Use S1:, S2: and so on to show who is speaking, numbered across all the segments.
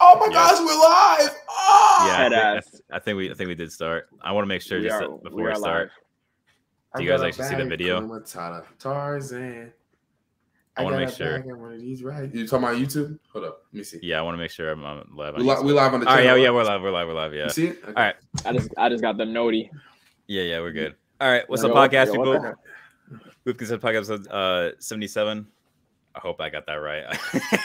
S1: Oh my gosh, we're live! Oh!
S2: Yeah, I think, I,
S3: Badass.
S2: th- I think we I think we did start. I want to make sure
S3: We
S2: just
S3: are-
S2: that
S3: we
S2: before
S3: are
S2: we start.
S3: live.
S2: Do
S1: I
S2: you guys
S1: got a
S2: actually see the
S1: bag
S2: video?
S1: Kumatada, Tarzan.
S2: I wanna
S1: got a
S2: make sure.
S1: bag of one of these right- You talking about YouTube? Hold up, let me see.
S2: Yeah, I want to make sure I'm, I'm live.
S1: We,
S2: On
S1: li-
S2: YouTube.
S1: we live on the
S2: All right,
S1: channel.
S2: yeah, yeah,
S1: right?
S2: we're live. We're live. We're live. Yeah,
S1: You see it? Okay.
S2: right.
S3: I just I just got the noti.
S2: yeah, yeah. We're good. All right, what's
S3: Yo,
S2: up,
S3: what-
S2: podcast
S3: yo, what the
S2: people?
S3: heck?
S2: We've considered podcast episode uh, 77. I hope I got that right.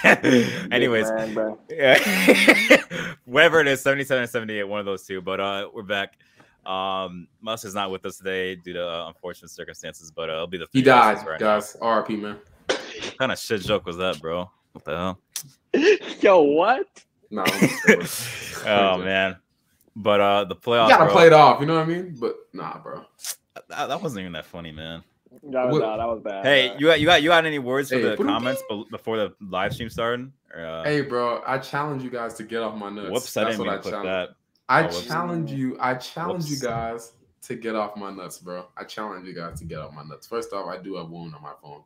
S2: Anyways,
S3: Big man, bro.
S2: yeah. whatever it is, 77 or 78, one of those two. But uh, we're back. Um, Mus is not with us today due to uh, unfortunate circumstances, but uh, it'll be the
S1: He
S2: three of us
S1: died,
S2: Right now.
S1: guys. R.I.P. Man.
S2: What kind of shit joke was that, bro? What the hell?
S3: Yo, what?
S1: No.
S2: oh man. But uh the playoffs.
S1: You gotta
S2: bro,
S1: play it off, you know what I mean? But nah, bro.
S2: that, that wasn't even that funny, man.
S3: That was,
S1: What-
S3: nah, that was bad.
S2: Hey,
S3: bro.
S2: you got you got you got any words for
S1: Hey,
S2: the
S1: put 'em
S2: comments be- before the live stream started? Or, uh,
S1: Hey, bro. I challenge you guys to get off my nuts.
S2: whoops, I didn't mean to click
S1: challenge.
S2: that.
S1: I
S2: Oh, whoops.
S1: challenge you. I challenge you
S2: Whoops.
S1: guys to get off my nuts, bro. I challenge you guys to get off my nuts. First off, I do have wound on my phone.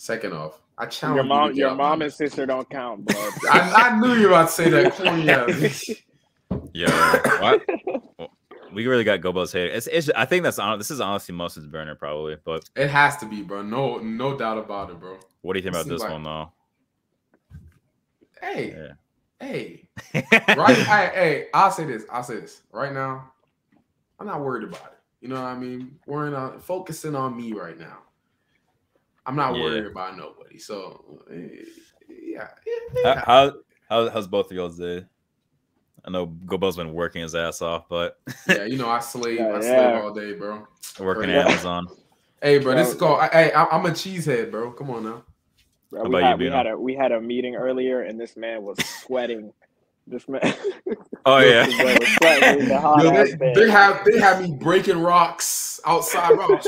S1: Second off, I challenge
S3: your
S1: You
S3: mom,
S1: to
S3: your
S1: get off my
S3: mom and
S1: nuts.
S3: sister don't count, bro.
S1: I, I knew you were about to say that corny ass. bitch.
S2: Yeah, what? Well, we really got Gobo's hater. It's, it's I think that's on. This is honestly Moses burner probably. But
S1: It has to be, bro. No, no doubt about it, bro.
S2: what do you think about
S1: Seems
S2: this
S1: like-
S2: one though?
S1: Hey,
S2: Yeah.
S1: hey, right? hey, hey, I'll say this. I'll say this right now. I'm not worried about it. You know what I mean? Worrying on focusing on me right now. I'm not
S2: Yeah.
S1: worried about nobody. So, eh, yeah, yeah,
S2: How,
S1: yeah.
S2: how, how how's both of y'all's day? I know Gobo's been working his ass off, but
S1: Yeah, you know, I slave.
S3: Yeah,
S1: I
S3: yeah.
S1: slave all day, bro.
S2: working
S1: Yeah.
S2: at Amazon.
S1: Hey, bro, this is called. I, hey, I- I'm a cheesehead, bro. Come on now.
S3: Bro,
S2: How
S3: we,
S2: about you,
S3: had, we
S2: Bino?
S3: had a we had a meeting earlier, and this man was sweating. This man,
S2: Oh
S3: Yo, this boy was sweating. He was a
S2: yeah.
S3: hot
S1: Yo,
S3: ass
S1: they,
S3: man.
S1: they have they have me breaking rocks outside rocks.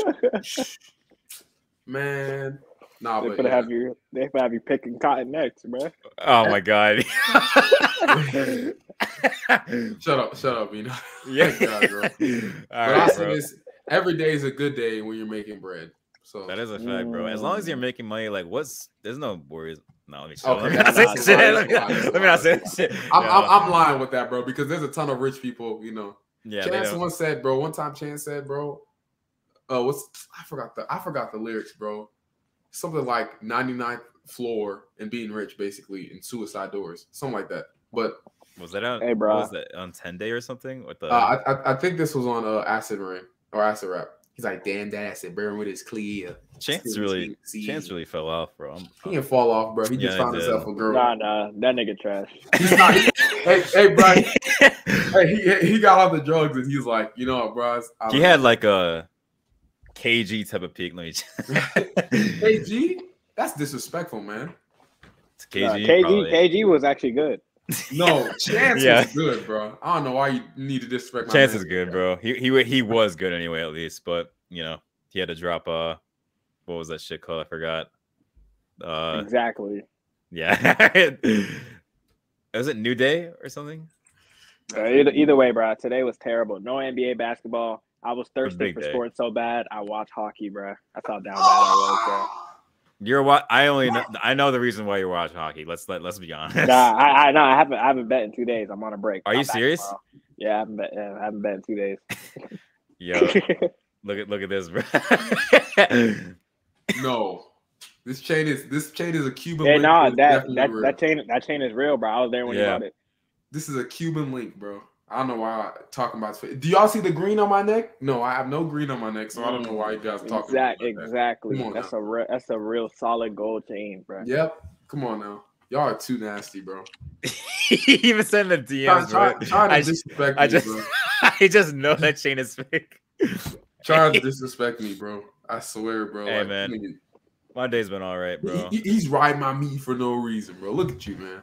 S1: Man, nah,
S3: They
S1: but
S3: could
S1: yeah.
S3: have you. They could have you picking cotton next, bro.
S2: oh my god.
S1: shut up, shut up, you know.
S2: Yeah.
S1: Thank God, bro.
S2: All
S1: But I
S2: right,
S1: say
S2: bro.
S1: this, every day is a good day when you're making bread. So
S2: That is a fact, bro. As long as you're
S3: Mm.
S2: making money, like, what's there's no worries. No, let me,
S1: Okay,
S2: let me
S1: that's
S2: not say
S1: not-
S2: that shit.
S1: that's
S2: Let me,
S1: not-
S2: not- let me not say that shit.
S1: I'm,
S2: Yeah.
S1: I'm, I'm lying with that, bro, because there's a ton of rich people, you know.
S2: yeah, they
S1: Chance
S2: don't-
S1: once said, bro. One time, Chance said, bro. Uh, what's I forgot the I forgot the lyrics, bro. Something like 99th floor and being rich, basically, and suicide doors, something like that. But
S2: was that on
S3: Hey,
S2: what
S3: bro.
S2: was that on 10 day or something? What the
S1: uh, I, I I think this was on uh, Acid Rain or Acid Rap. He's like, damn, that acid burn with his clear.
S2: chance really chance really fell off, bro. I'm-
S1: He didn't fall off, bro. He
S2: Yeah,
S1: just
S2: he
S1: found
S2: did.
S1: himself a girl.
S3: Nah, nah, that nigga trash.
S1: He's not- hey, hey, bro. hey, he, he got off the drugs and he's like, you know what, bro? I
S2: he
S1: don't-
S2: had like a KG type of peak. Let me just
S1: Hey, G, that's disrespectful, man.
S2: It's
S3: Nah,
S2: KG.
S3: KG,
S2: probably.
S3: KG was actually good.
S1: No, Chance
S2: Yeah.
S1: was good, bro. I don't know why you need to disrespect my
S2: Chance
S1: man.
S2: is good, bro. He he wa- he was good anyway, at least. But you know, he had to drop uh, what was that shit called? I forgot. Uh,
S3: exactly.
S2: yeah, was it New Day or something?
S3: Uh, either, either way, bro. Today was terrible. No NBA basketball. I was thirsty
S2: big
S3: for
S2: day.
S3: sports so bad. I watched hockey, bro. That's how down bad I
S2: You're what? I only know, I know the reason why you're watching hockey. Let's let let's be
S3: was, bro.
S2: honest.
S3: Nah, I, I, nah, I haven't, I haven't bet in two days. I'm on a break.
S2: Are
S3: I'm
S2: you
S3: back
S2: serious?
S3: tomorrow. Yeah, I haven't bet, yeah, I haven't bet in two days.
S2: Yo, look at look at this, bro.
S1: No, this chain is this chain is a Cuban.
S3: yeah,
S1: link.
S3: nah,
S1: It's
S3: that
S1: definitely
S3: that,
S1: real.
S3: that chain, that chain is real, bro. I was there when
S2: Yeah.
S3: you bought it.
S1: this is a Cuban link, bro. I don't know why i talking about. Do y'all see the green on my neck? No, I have no green on my neck, so I don't know why you guys talking about
S3: Exact,
S1: that.
S3: exactly.
S1: Come on
S3: That's a real, that's a real solid gold chain, bro.
S1: Yep. Come on now, y'all are too nasty, bro.
S2: he even sent the
S1: Try,
S2: DMs,
S1: try,
S2: bro.
S1: try to
S2: I just
S1: disrespect
S2: I
S1: me,
S2: just
S1: bro.
S2: I just know that chain is fake.
S1: Try to disrespect me, bro. I swear, bro.
S2: Hey, man,
S1: nigga,
S2: My day's been all right, bro.
S1: He, he- he's riding my me for no reason, bro. Look at you, man.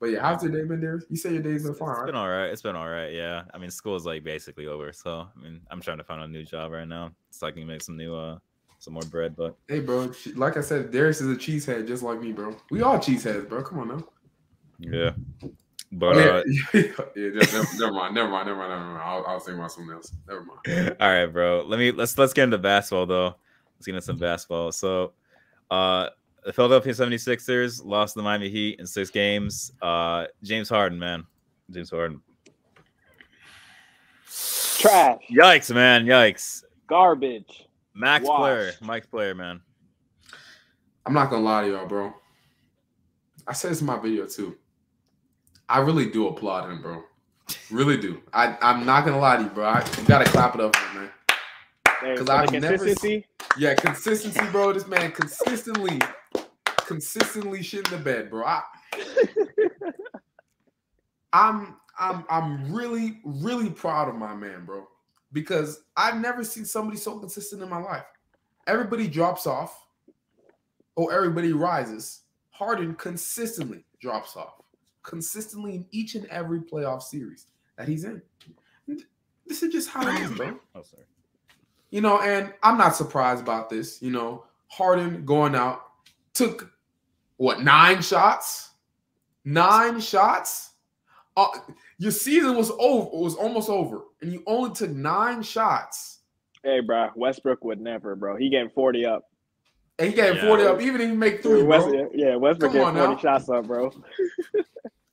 S1: But yeah, how's your day been, Darius? You say your day's been
S2: It's- It's
S1: fine,
S2: been
S1: right?
S2: all right. It's been all right. Yeah. I mean, school is like basically over. So, I mean, I'm trying to find a new job right now so I can make some new, uh, some more bread. But
S1: Hey, bro. she- Like I said, Darius is a cheesehead just like me, bro. We all cheeseheads, bro. Come on now.
S2: yeah.
S1: Oh,
S2: But, uh,
S1: yeah, yeah, never, never mind, never mind, never mind, never mind. I was, I was thinking about something else. Never mind.
S2: uh, all right, bro. Let me, let's, let's get into basketball though. Let's get into some basketball. So, uh, The Philadelphia 76ers lost to the Miami Heat in six games. Uh, James Harden, man. James Harden.
S3: Trash.
S2: Yikes, man. Yikes.
S3: Garbage.
S2: Max
S3: Wash.
S2: Player. Mike's player, man.
S1: I'm not gonna lie to y'all, bro. I said this in my video too. I really do applaud him, bro. Really do. I, I'm not gonna lie to you, bro. I, you gotta clap it up for him, man.
S3: There's
S1: 'Cause
S3: the
S1: I've never
S3: consistency.
S1: Yeah, consistency, bro. This man consistently, consistently shit in the bed, bro. I, I'm, I'm, I'm really, really proud of my man, bro. Because I've never seen somebody so consistent in my life. Everybody drops off, or everybody rises. Harden consistently drops off, consistently in each and every playoff series that he's in. This is just how it is, bro.
S2: Oh, sorry.
S1: You know, and I'm not surprised about this. You know, Harden going out took what nine shots, nine shots. Uh, your season was over, it was almost over, and you only took nine shots.
S3: Hey, bro. Westbrook would never, bro. He getting 40 up.
S1: And he gave
S2: Yeah.
S1: forty up, even if you make three.
S3: West-
S1: Bro.
S3: yeah, Westbrook
S1: Come
S3: getting
S1: on
S3: 40
S1: now.
S3: shots up, bro.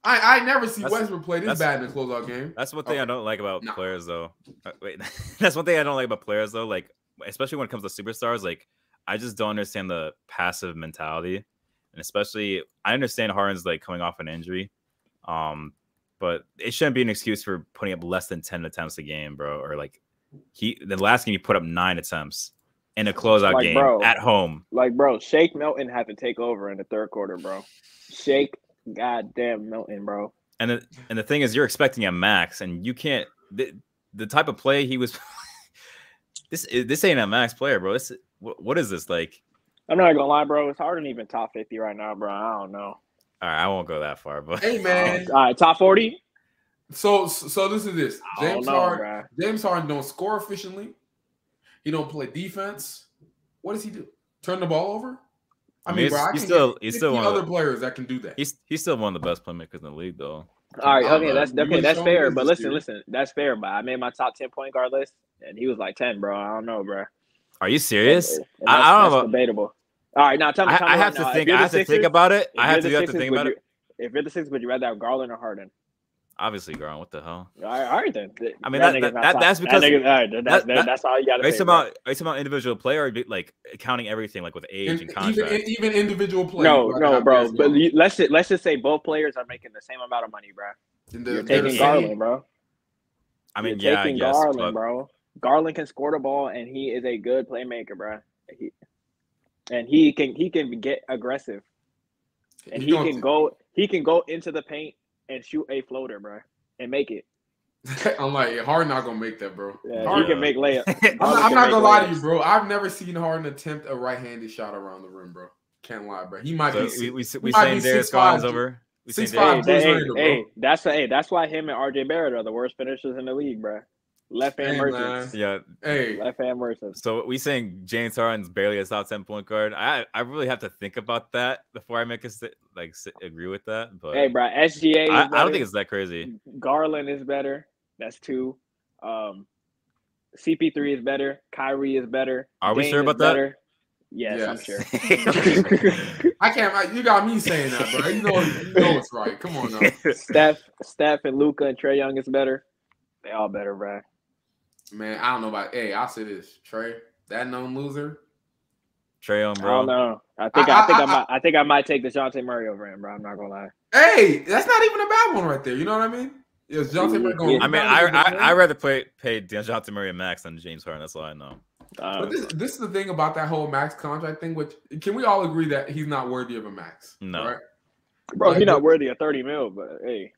S1: I I never see
S2: That's-
S1: Westbrook play this
S2: that's-
S1: bad in a closeout game.
S2: That's one thing I
S1: Okay.
S2: don't like about
S1: No.
S2: players, though. Uh, Wait, that's one thing I don't like about players, though. Like, especially when it comes to superstars, like I just don't understand the passive mentality, and especially I understand Harden's like coming off an injury, um, but it shouldn't be an excuse for putting up less than ten attempts a game, bro. Or like he the last game he put up nine attempts in a closeout
S3: Like,
S2: game
S3: bro.
S2: at home.
S3: Like, bro, Shake Milton had to take over in the third quarter, bro. Shake goddamn Milton, bro.
S2: And the, and the thing is, you're expecting a max, and you can't. The, the type of play he was. this i- this ain't a max player, bro. This wh- what is this like?
S3: I'm not gonna lie, bro. It's Harden even top 50 right now, bro. I don't know.
S2: All right, I won't go that far, but
S1: Hey man,
S3: All right, top 40.
S1: so so this is this
S3: I don't
S1: James
S3: know,
S1: Harden.
S3: bro.
S1: James Harden don't score efficiently. He don't play defense. What does he do? Turn the ball over?
S2: I mean,
S1: bro,
S2: it's-
S1: I
S2: he's
S1: can
S2: still-
S1: get
S2: he's still
S1: 50
S2: one of the-
S1: other players that can do that.
S2: he's he's still one of the best playmakers in the league, though.
S3: All right,
S1: I don't
S3: okay,
S1: know.
S3: that's
S1: You
S3: okay,
S1: was
S3: that's
S1: showing
S3: fair.
S1: me
S3: But
S1: this
S3: listen,
S1: year.
S3: listen, that's fair. But I made my top 10 point guard list, and he was like 10, bro. I don't know, bro.
S2: Are you serious?
S3: And
S2: I- I
S3: that's-
S2: don't know
S3: that's
S2: about-
S3: Debatable. All right, now tell me.
S2: I,
S3: tell me
S2: I
S3: right
S2: have
S3: now,
S2: to
S3: if
S2: think.
S3: you're
S2: I
S3: the
S2: have to
S3: Sixers-
S2: think about it.
S3: if
S2: I
S3: you're
S2: have
S3: the
S2: to, you have to
S3: Sixers,
S2: think
S3: would
S2: about it.
S3: you- If you're the six, would you rather have Garland or Harden?
S2: Obviously, Gron, what the hell?
S3: All right, all right then.
S2: I mean, that-
S3: nigga's
S2: that-
S3: not
S2: that-
S3: top-
S2: that's because-
S3: nigga- all right, that-
S2: that-
S3: that-
S2: that-
S3: that's all you got
S2: Are
S3: to
S2: you
S3: say.
S2: talking
S3: bro.
S2: about are you talking about individual player or like counting everything like with age
S1: And
S2: and
S1: even,
S2: contract?
S1: and even individual players.
S3: No,
S1: are
S3: no,
S1: not
S3: bro.
S1: as
S3: But
S1: well.
S3: you, let's just, let's just say both players are making the same amount of money, bro.
S1: And they're-
S3: You're
S1: they're
S3: taking
S1: the same.
S3: Garland, bro.
S2: I mean,
S3: You're
S2: yeah, I
S3: taking
S2: guess.
S3: Garland,
S2: but-
S3: bro. Garland can score the ball, and he is a good playmaker, bro. He, and he can he can get aggressive, and
S1: You
S3: he
S1: don't-
S3: can go he can go into the paint and shoot a floater, bro, and make it.
S1: I'm like Harden not gonna make that, bro.
S3: Yeah,
S1: Harden-
S3: he can make layup.
S1: I'm,
S3: Harden
S1: not,
S3: can
S1: I'm not
S3: make
S1: gonna lie to
S3: layups.
S1: you, bro. I've never seen Harden attempt a right-handed shot around the rim, bro. Can't lie, bro. He might
S2: so
S1: be
S2: we
S1: six,
S2: we, we
S1: might
S2: saying
S1: be
S2: Darius
S1: 6'5",
S2: Garland's over. We saying
S1: 6'5", Hey,
S2: Darius-
S1: Bruce
S3: hey,
S1: Randle, bro.
S3: hey, that's hey, that's why him and RJ Barrett are the worst finishers in the league, bro. Left hand
S1: Hey,
S3: merchants.
S2: Yeah,
S1: hey,
S3: Left hand merchants.
S2: So we saying James Harden's barely a top ten point guard. I I really have to think about that before I make a sta- like s- agree with that. But
S3: Hey, bro, SGA. Is
S2: I, I
S3: better.
S2: don't think it's that crazy.
S3: Garland is better. That's two. Um, CP3 is better. Kyrie is better.
S2: Are we
S3: Dame
S2: sure
S3: is
S2: about that?
S3: better. Yes, I'm
S1: Yes.
S3: sure.
S1: I can't. I, you got me saying that, bro. You know, you know it's right. Come on now.
S3: Steph, Steph, and Luca and Trey Young is better. They all better, bro.
S1: Man, I don't know about. Hey, I'll say this, Trey. That known loser.
S2: Trey on
S3: I
S2: bro.
S3: don't know. I think
S1: I-
S3: I, think I,
S1: I-
S3: might I think I might take Dejounte Murray over him, bro. I'm not gonna lie.
S1: Hey, that's not even a bad one right there. You know what I mean? It was Johnson
S3: Yeah.
S1: going.
S2: I mean, I I I rather play pay Dejounte Murray and Max than James Harden. That's all I know.
S3: Uh,
S1: But this, this is the thing about that whole max contract thing. Which can we all agree that he's not worthy of a max?
S2: No.
S1: right?
S3: bro,
S1: like,
S3: he's not worthy of 30 mil, but hey,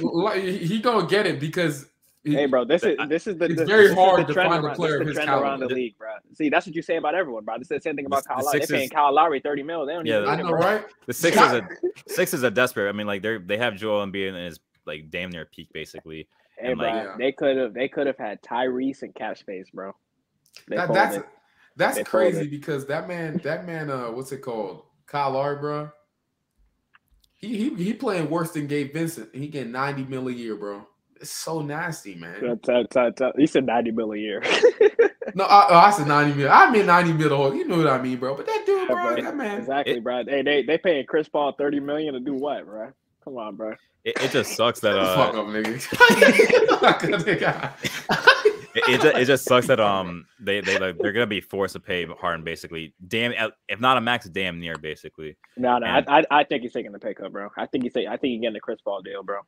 S1: Like, he he gonna get it because he-
S3: hey, bro, this is
S2: I-
S3: this is the
S1: it's
S3: this,
S1: very
S3: this is the
S1: hard to
S3: trend
S1: find a
S3: around-
S1: player
S3: this
S1: of
S3: is the
S1: his
S3: trend around the
S1: caliber.
S3: league, bro. See, that's what you say about everyone, bro. This is the same thing about
S2: The- the
S3: Kyle Lowry. They're paying
S2: Sixers-
S3: Kyle Lowry 30 mil. They don't
S2: Yeah,
S3: even
S2: the-
S1: I
S3: need it,
S1: know,
S3: bro.
S1: right?
S2: The Sixers are Sixers are desperate. I mean, like they're they have Joel Embiid in his like damn near peak basically.
S3: Hey,
S2: And,
S3: bro,
S2: like-
S1: Yeah.
S3: they could have they could have had Tyrese and cap space, bro. They
S1: That,
S3: folded.
S1: that's that's
S3: They folded.
S1: crazy because that man, that man, uh, what's it called, Kyle Lowry, bro. He he he playing worse than Gabe Vincent, and he getting ninety mil a year, bro. It's so nasty, man.
S3: That's- that's- that's- that's- He said 90 mil a year.
S1: No, I, oh, I said 90 mil. I mean 90 mil the whole. You know what I mean, bro. But that dude,
S3: Yeah,
S1: bro,
S3: bro.
S1: that man.
S3: exactly,
S2: It-
S3: bro. Hey, they they paying Chris Paul 30 million to do what, bro? Come on, bro.
S2: It, it just sucks that
S1: Fuck
S2: uh,
S1: up, nigga.
S2: it, it, just, it just sucks that um they they like they're gonna be forced to pay Harden basically damn at- if not a max damn near basically.
S3: No, no, I,
S2: And-
S3: I I think he's taking the pay cut, bro. I think he's take, I think he's getting the Chris Paul deal, bro.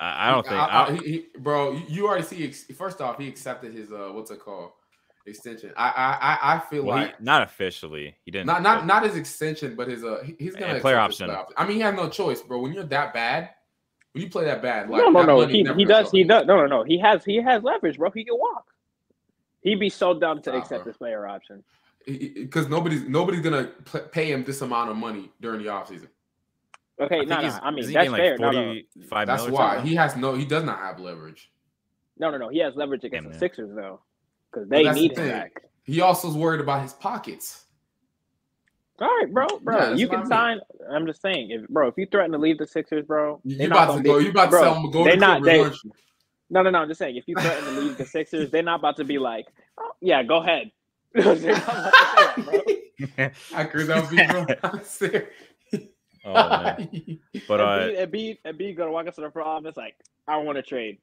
S2: I, I don't think I,
S1: I- I- he- he- bro. you- You already see. ex- First off, he accepted his uh, what's it called, extension. I I I, I feel
S2: well, he-
S1: uh, like
S2: not officially he didn't
S1: not not
S2: but-
S1: not his extension, but his uh, he- he's gonna
S2: And player
S1: accept his
S2: option.
S1: I mean, he has no choice, bro. When you're that bad, when you play that bad, like
S3: no, no,
S1: that
S3: no.
S1: money
S3: He,
S1: never
S3: he
S1: goes
S3: does. He
S1: up.
S3: does. No, no, no. He has he has leverage, bro. He can walk. He'd be so dumb to
S1: Nah,
S3: accept
S1: bro.
S3: this player option.
S1: because nobody's nobody's gonna pl- pay him this amount of money during the offseason.
S3: Okay,
S2: I
S3: no,
S2: think
S3: no.
S2: he's-
S3: I
S2: is
S3: mean,
S2: he
S3: that's
S2: getting,
S3: fair. No, no, no.
S2: $45
S1: That's
S2: million or
S1: why
S2: something?
S1: he has no. He does not have leverage.
S3: no, no, no. He has leverage
S2: Damn,
S3: against the
S2: man.
S3: Sixers though, because
S1: But
S3: they
S1: that's the
S3: need him
S1: thing.
S3: back.
S1: He also is worried about his pockets.
S3: All right, bro, bro.
S1: Yeah, that's
S3: you
S1: what
S3: can
S1: I
S3: sign. I'm just saying, if bro, if you threaten to leave the Sixers, bro,
S1: You,
S3: they're
S1: you
S3: not
S1: about to
S3: gonna
S1: go.
S3: be-
S1: You about to
S3: bro,
S1: tell him to go
S3: they're
S1: to
S3: not-
S1: Clippers,
S3: they-
S1: aren't you?
S3: No, no, no. I'm just saying, if you threaten to leave the Sixers, they're not about to be like, oh, yeah, go ahead. They're not about to say that, bro.
S1: I could that be bro. I'm serious.
S2: Oh, man. but uh,
S3: Embiid, Embiid, Embiid gonna walk up to the front office like, I want to trade.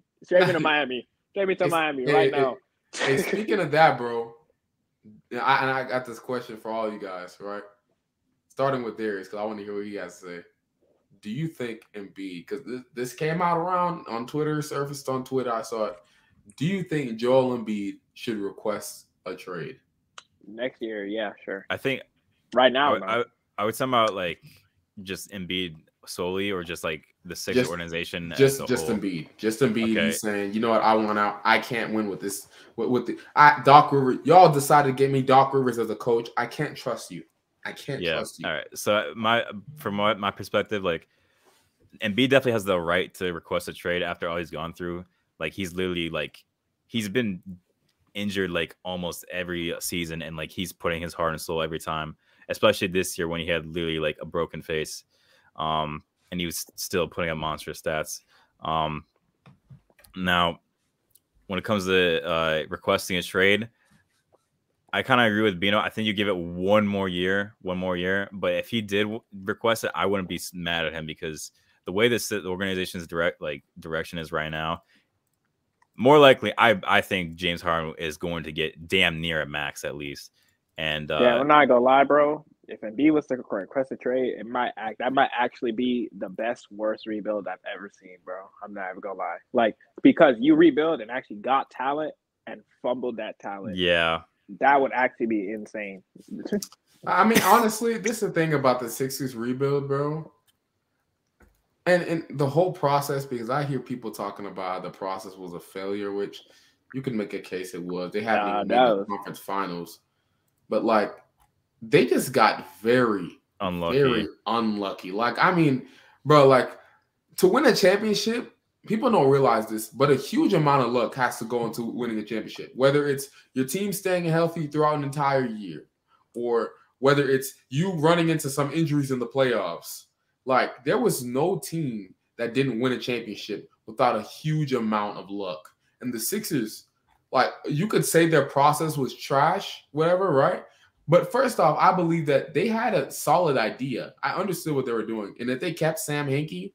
S3: Trade me to Miami. Trade me to
S1: It's-
S3: Miami
S1: it-
S3: right
S1: it-
S3: now.
S1: hey, speaking of that, bro, yeah, I, and I got this question for all you guys, right? Starting with Darius, because I want to hear what he has to say. Do you think Embiid, because this, this came out around on Twitter, surfaced on Twitter, I saw it. Do you think Joel Embiid should request a trade?
S3: Next year, yeah, sure.
S2: I think
S3: Right
S2: I
S3: now,
S2: would,
S3: no.
S2: I, uh, would- I would somehow like just Embiid solely, or just like the Sixers
S1: Just-
S2: organization. as
S1: Just
S2: a
S1: just
S2: whole.
S1: Embiid. Just Embiid
S2: Okay.
S1: he's saying, you know what, I want out. I can't win with this. With, with the I Doc Rivers, y'all decided to get me Doc Rivers as a coach. I can't trust you. I can't
S2: Yeah.
S1: trust you.
S2: All right. So uh, my from my, my perspective, like Embiid definitely has the right to request a trade after all he's gone through. Like he's literally like he's been injured like almost every season, and like he's putting his heart and soul every time. Especially this year when he had literally like a broken face, um, and he was still putting up monstrous stats. Um, now, when it comes to uh, requesting a trade, I kind of agree with Bino. I think you give it one more year, one more year. But if he did w- request it, I wouldn't be s- mad at him because the way this the organization's direct like direction is right now, more likely, I I think James Harden is going to get damn near a max at least. And uh,
S3: yeah, I'm not gonna lie, bro. If Embiid was to request a trade, it might act that might actually be the best worst rebuild I've ever seen, bro. I'm not even gonna lie. Like because you rebuild and actually got talent and fumbled that talent.
S2: yeah,
S3: That would actually be insane.
S1: I mean, honestly, this is the thing about the Sixers rebuild, bro. And and the whole process, because I hear people talking about how the process was a failure, which you can make a case it was. They haven't
S3: Nah,
S1: even made the
S3: no.
S1: conference finals, but like they just got very,
S2: unlucky.
S1: very unlucky. Like I mean, bro, like to win a championship, people don't realize this, but a huge amount of luck has to go into winning a championship. Whether it's your team staying healthy throughout an entire year, or whether it's you running into some injuries in the playoffs. Like there was no team that didn't win a championship without a huge amount of luck. And the Sixers, like you could say their process was trash, whatever, right? But first off, I believe that they had a solid idea. I understood what they were doing. And if they kept Sam Hinkie,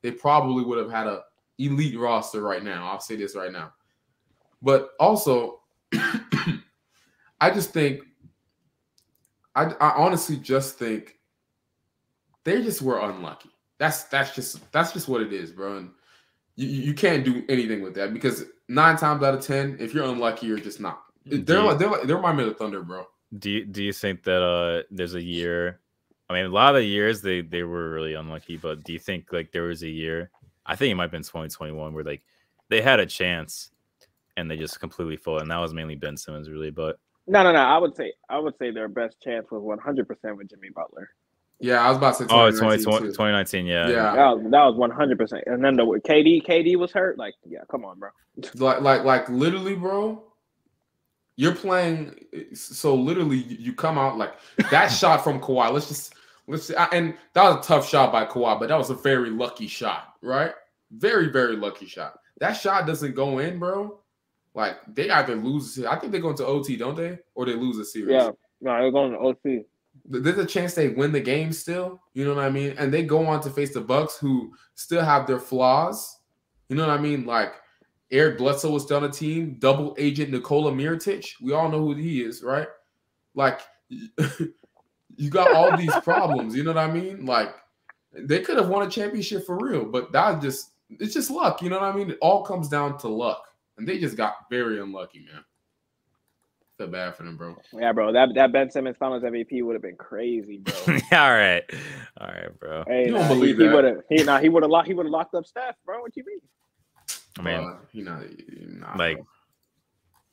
S1: they probably would have had a elite roster right now. I'll say this right now. But also, I just think I, I honestly just think they just were unlucky. That's that's just that's just what it is, bro. And you, you you can't do anything with that because nine times out of ten, if you're unlucky, you're just not. They're
S2: Do you-
S1: like, they're like, they remind me of the Thunder, bro.
S2: Do you do you think that uh there's a year? I mean, a lot of years they they were really unlucky, but do you think like there was a year? I think it might have been 2021 where like they had a chance and they just completely folded, and that was mainly Ben Simmons really. But
S3: No, no, no. I would say I would say their best chance was 100 percent with Jimmy Butler.
S1: Yeah, I was about to say.
S2: oh,
S1: 2019
S2: 2020,
S1: too.
S2: 2019, yeah,
S1: Yeah.
S3: That was, that was 100 percent. And then the KD KD was hurt. Like, yeah, come on, bro.
S1: like like like literally bro you're playing so literally you you come out like that shot from Kawhi let's just let's see, and that was a tough shot by Kawhi but that was a very lucky shot right very very lucky shot that shot doesn't go in, bro, like they either lose. I think they go into OT, don't they? Or they lose a series.
S3: Yeah, no, they're going to OT.
S1: there's a chance they win the game still. You know what I mean? And they go on to face the Bucks, who still have their flaws. You know what I mean? Like Eric Bledsoe was still on the team. Double agent Nikola Mirotic. We all know who he is, right? Like you got all these problems. You know what I mean? Like they could have won a championship for real, but that just it's just luck. You know what I mean? It all comes down to luck, and they just got very unlucky, man. Feel bad for them, bro.
S3: Yeah, bro, that that Ben Simmons Finals MVP would have been crazy, bro.
S2: all right, all right, bro.
S3: Hey,
S1: You
S3: nah,
S1: don't believe
S3: he,
S1: that.
S3: He would have. He, nah, he would have locked. He would have locked up Steph, bro. What you mean?
S2: I mean,
S1: Uh, you know, nah,
S2: like,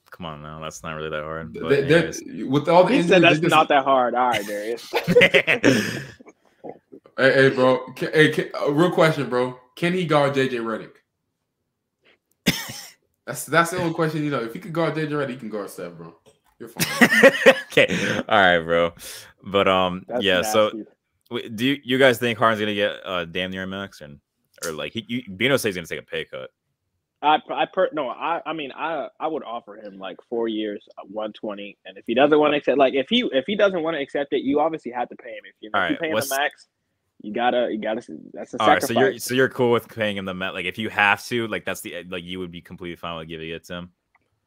S2: come on now, that's not really that hard.
S1: Th-
S2: But
S1: th- th-
S2: anyways.
S1: with all the
S3: He
S1: injuries,
S3: said that's
S1: they just-
S3: not that hard. All right, Darius.
S1: Hey, hey, bro. Can, hey, can, uh, real question, bro. Can he guard JJ Redick? that's that's the only question you know. If he could guard JJ Redick, he can guard Steph, bro. You're fine.
S2: okay, all right, bro. But um,
S3: That's
S2: yeah. So
S3: nasty.
S2: Wait, do you, you guys think Harden's gonna get uh, damn near max and or like he you, Bino says he's gonna take a pay cut?
S3: I, I per no, I, I mean, I, I would offer him like four years, uh, one twenty, and if he doesn't want to accept, like, if he, if he doesn't want to accept it, you obviously have to pay him. If you,
S2: All
S3: if you
S2: right,
S3: pay him the
S2: what's-
S3: max, you gotta, you gotta. That's a
S2: All right,
S3: sacrifice.
S2: so you're so you're cool with paying him the Met like if you have to like that's the like you would be completely fine with giving it to him.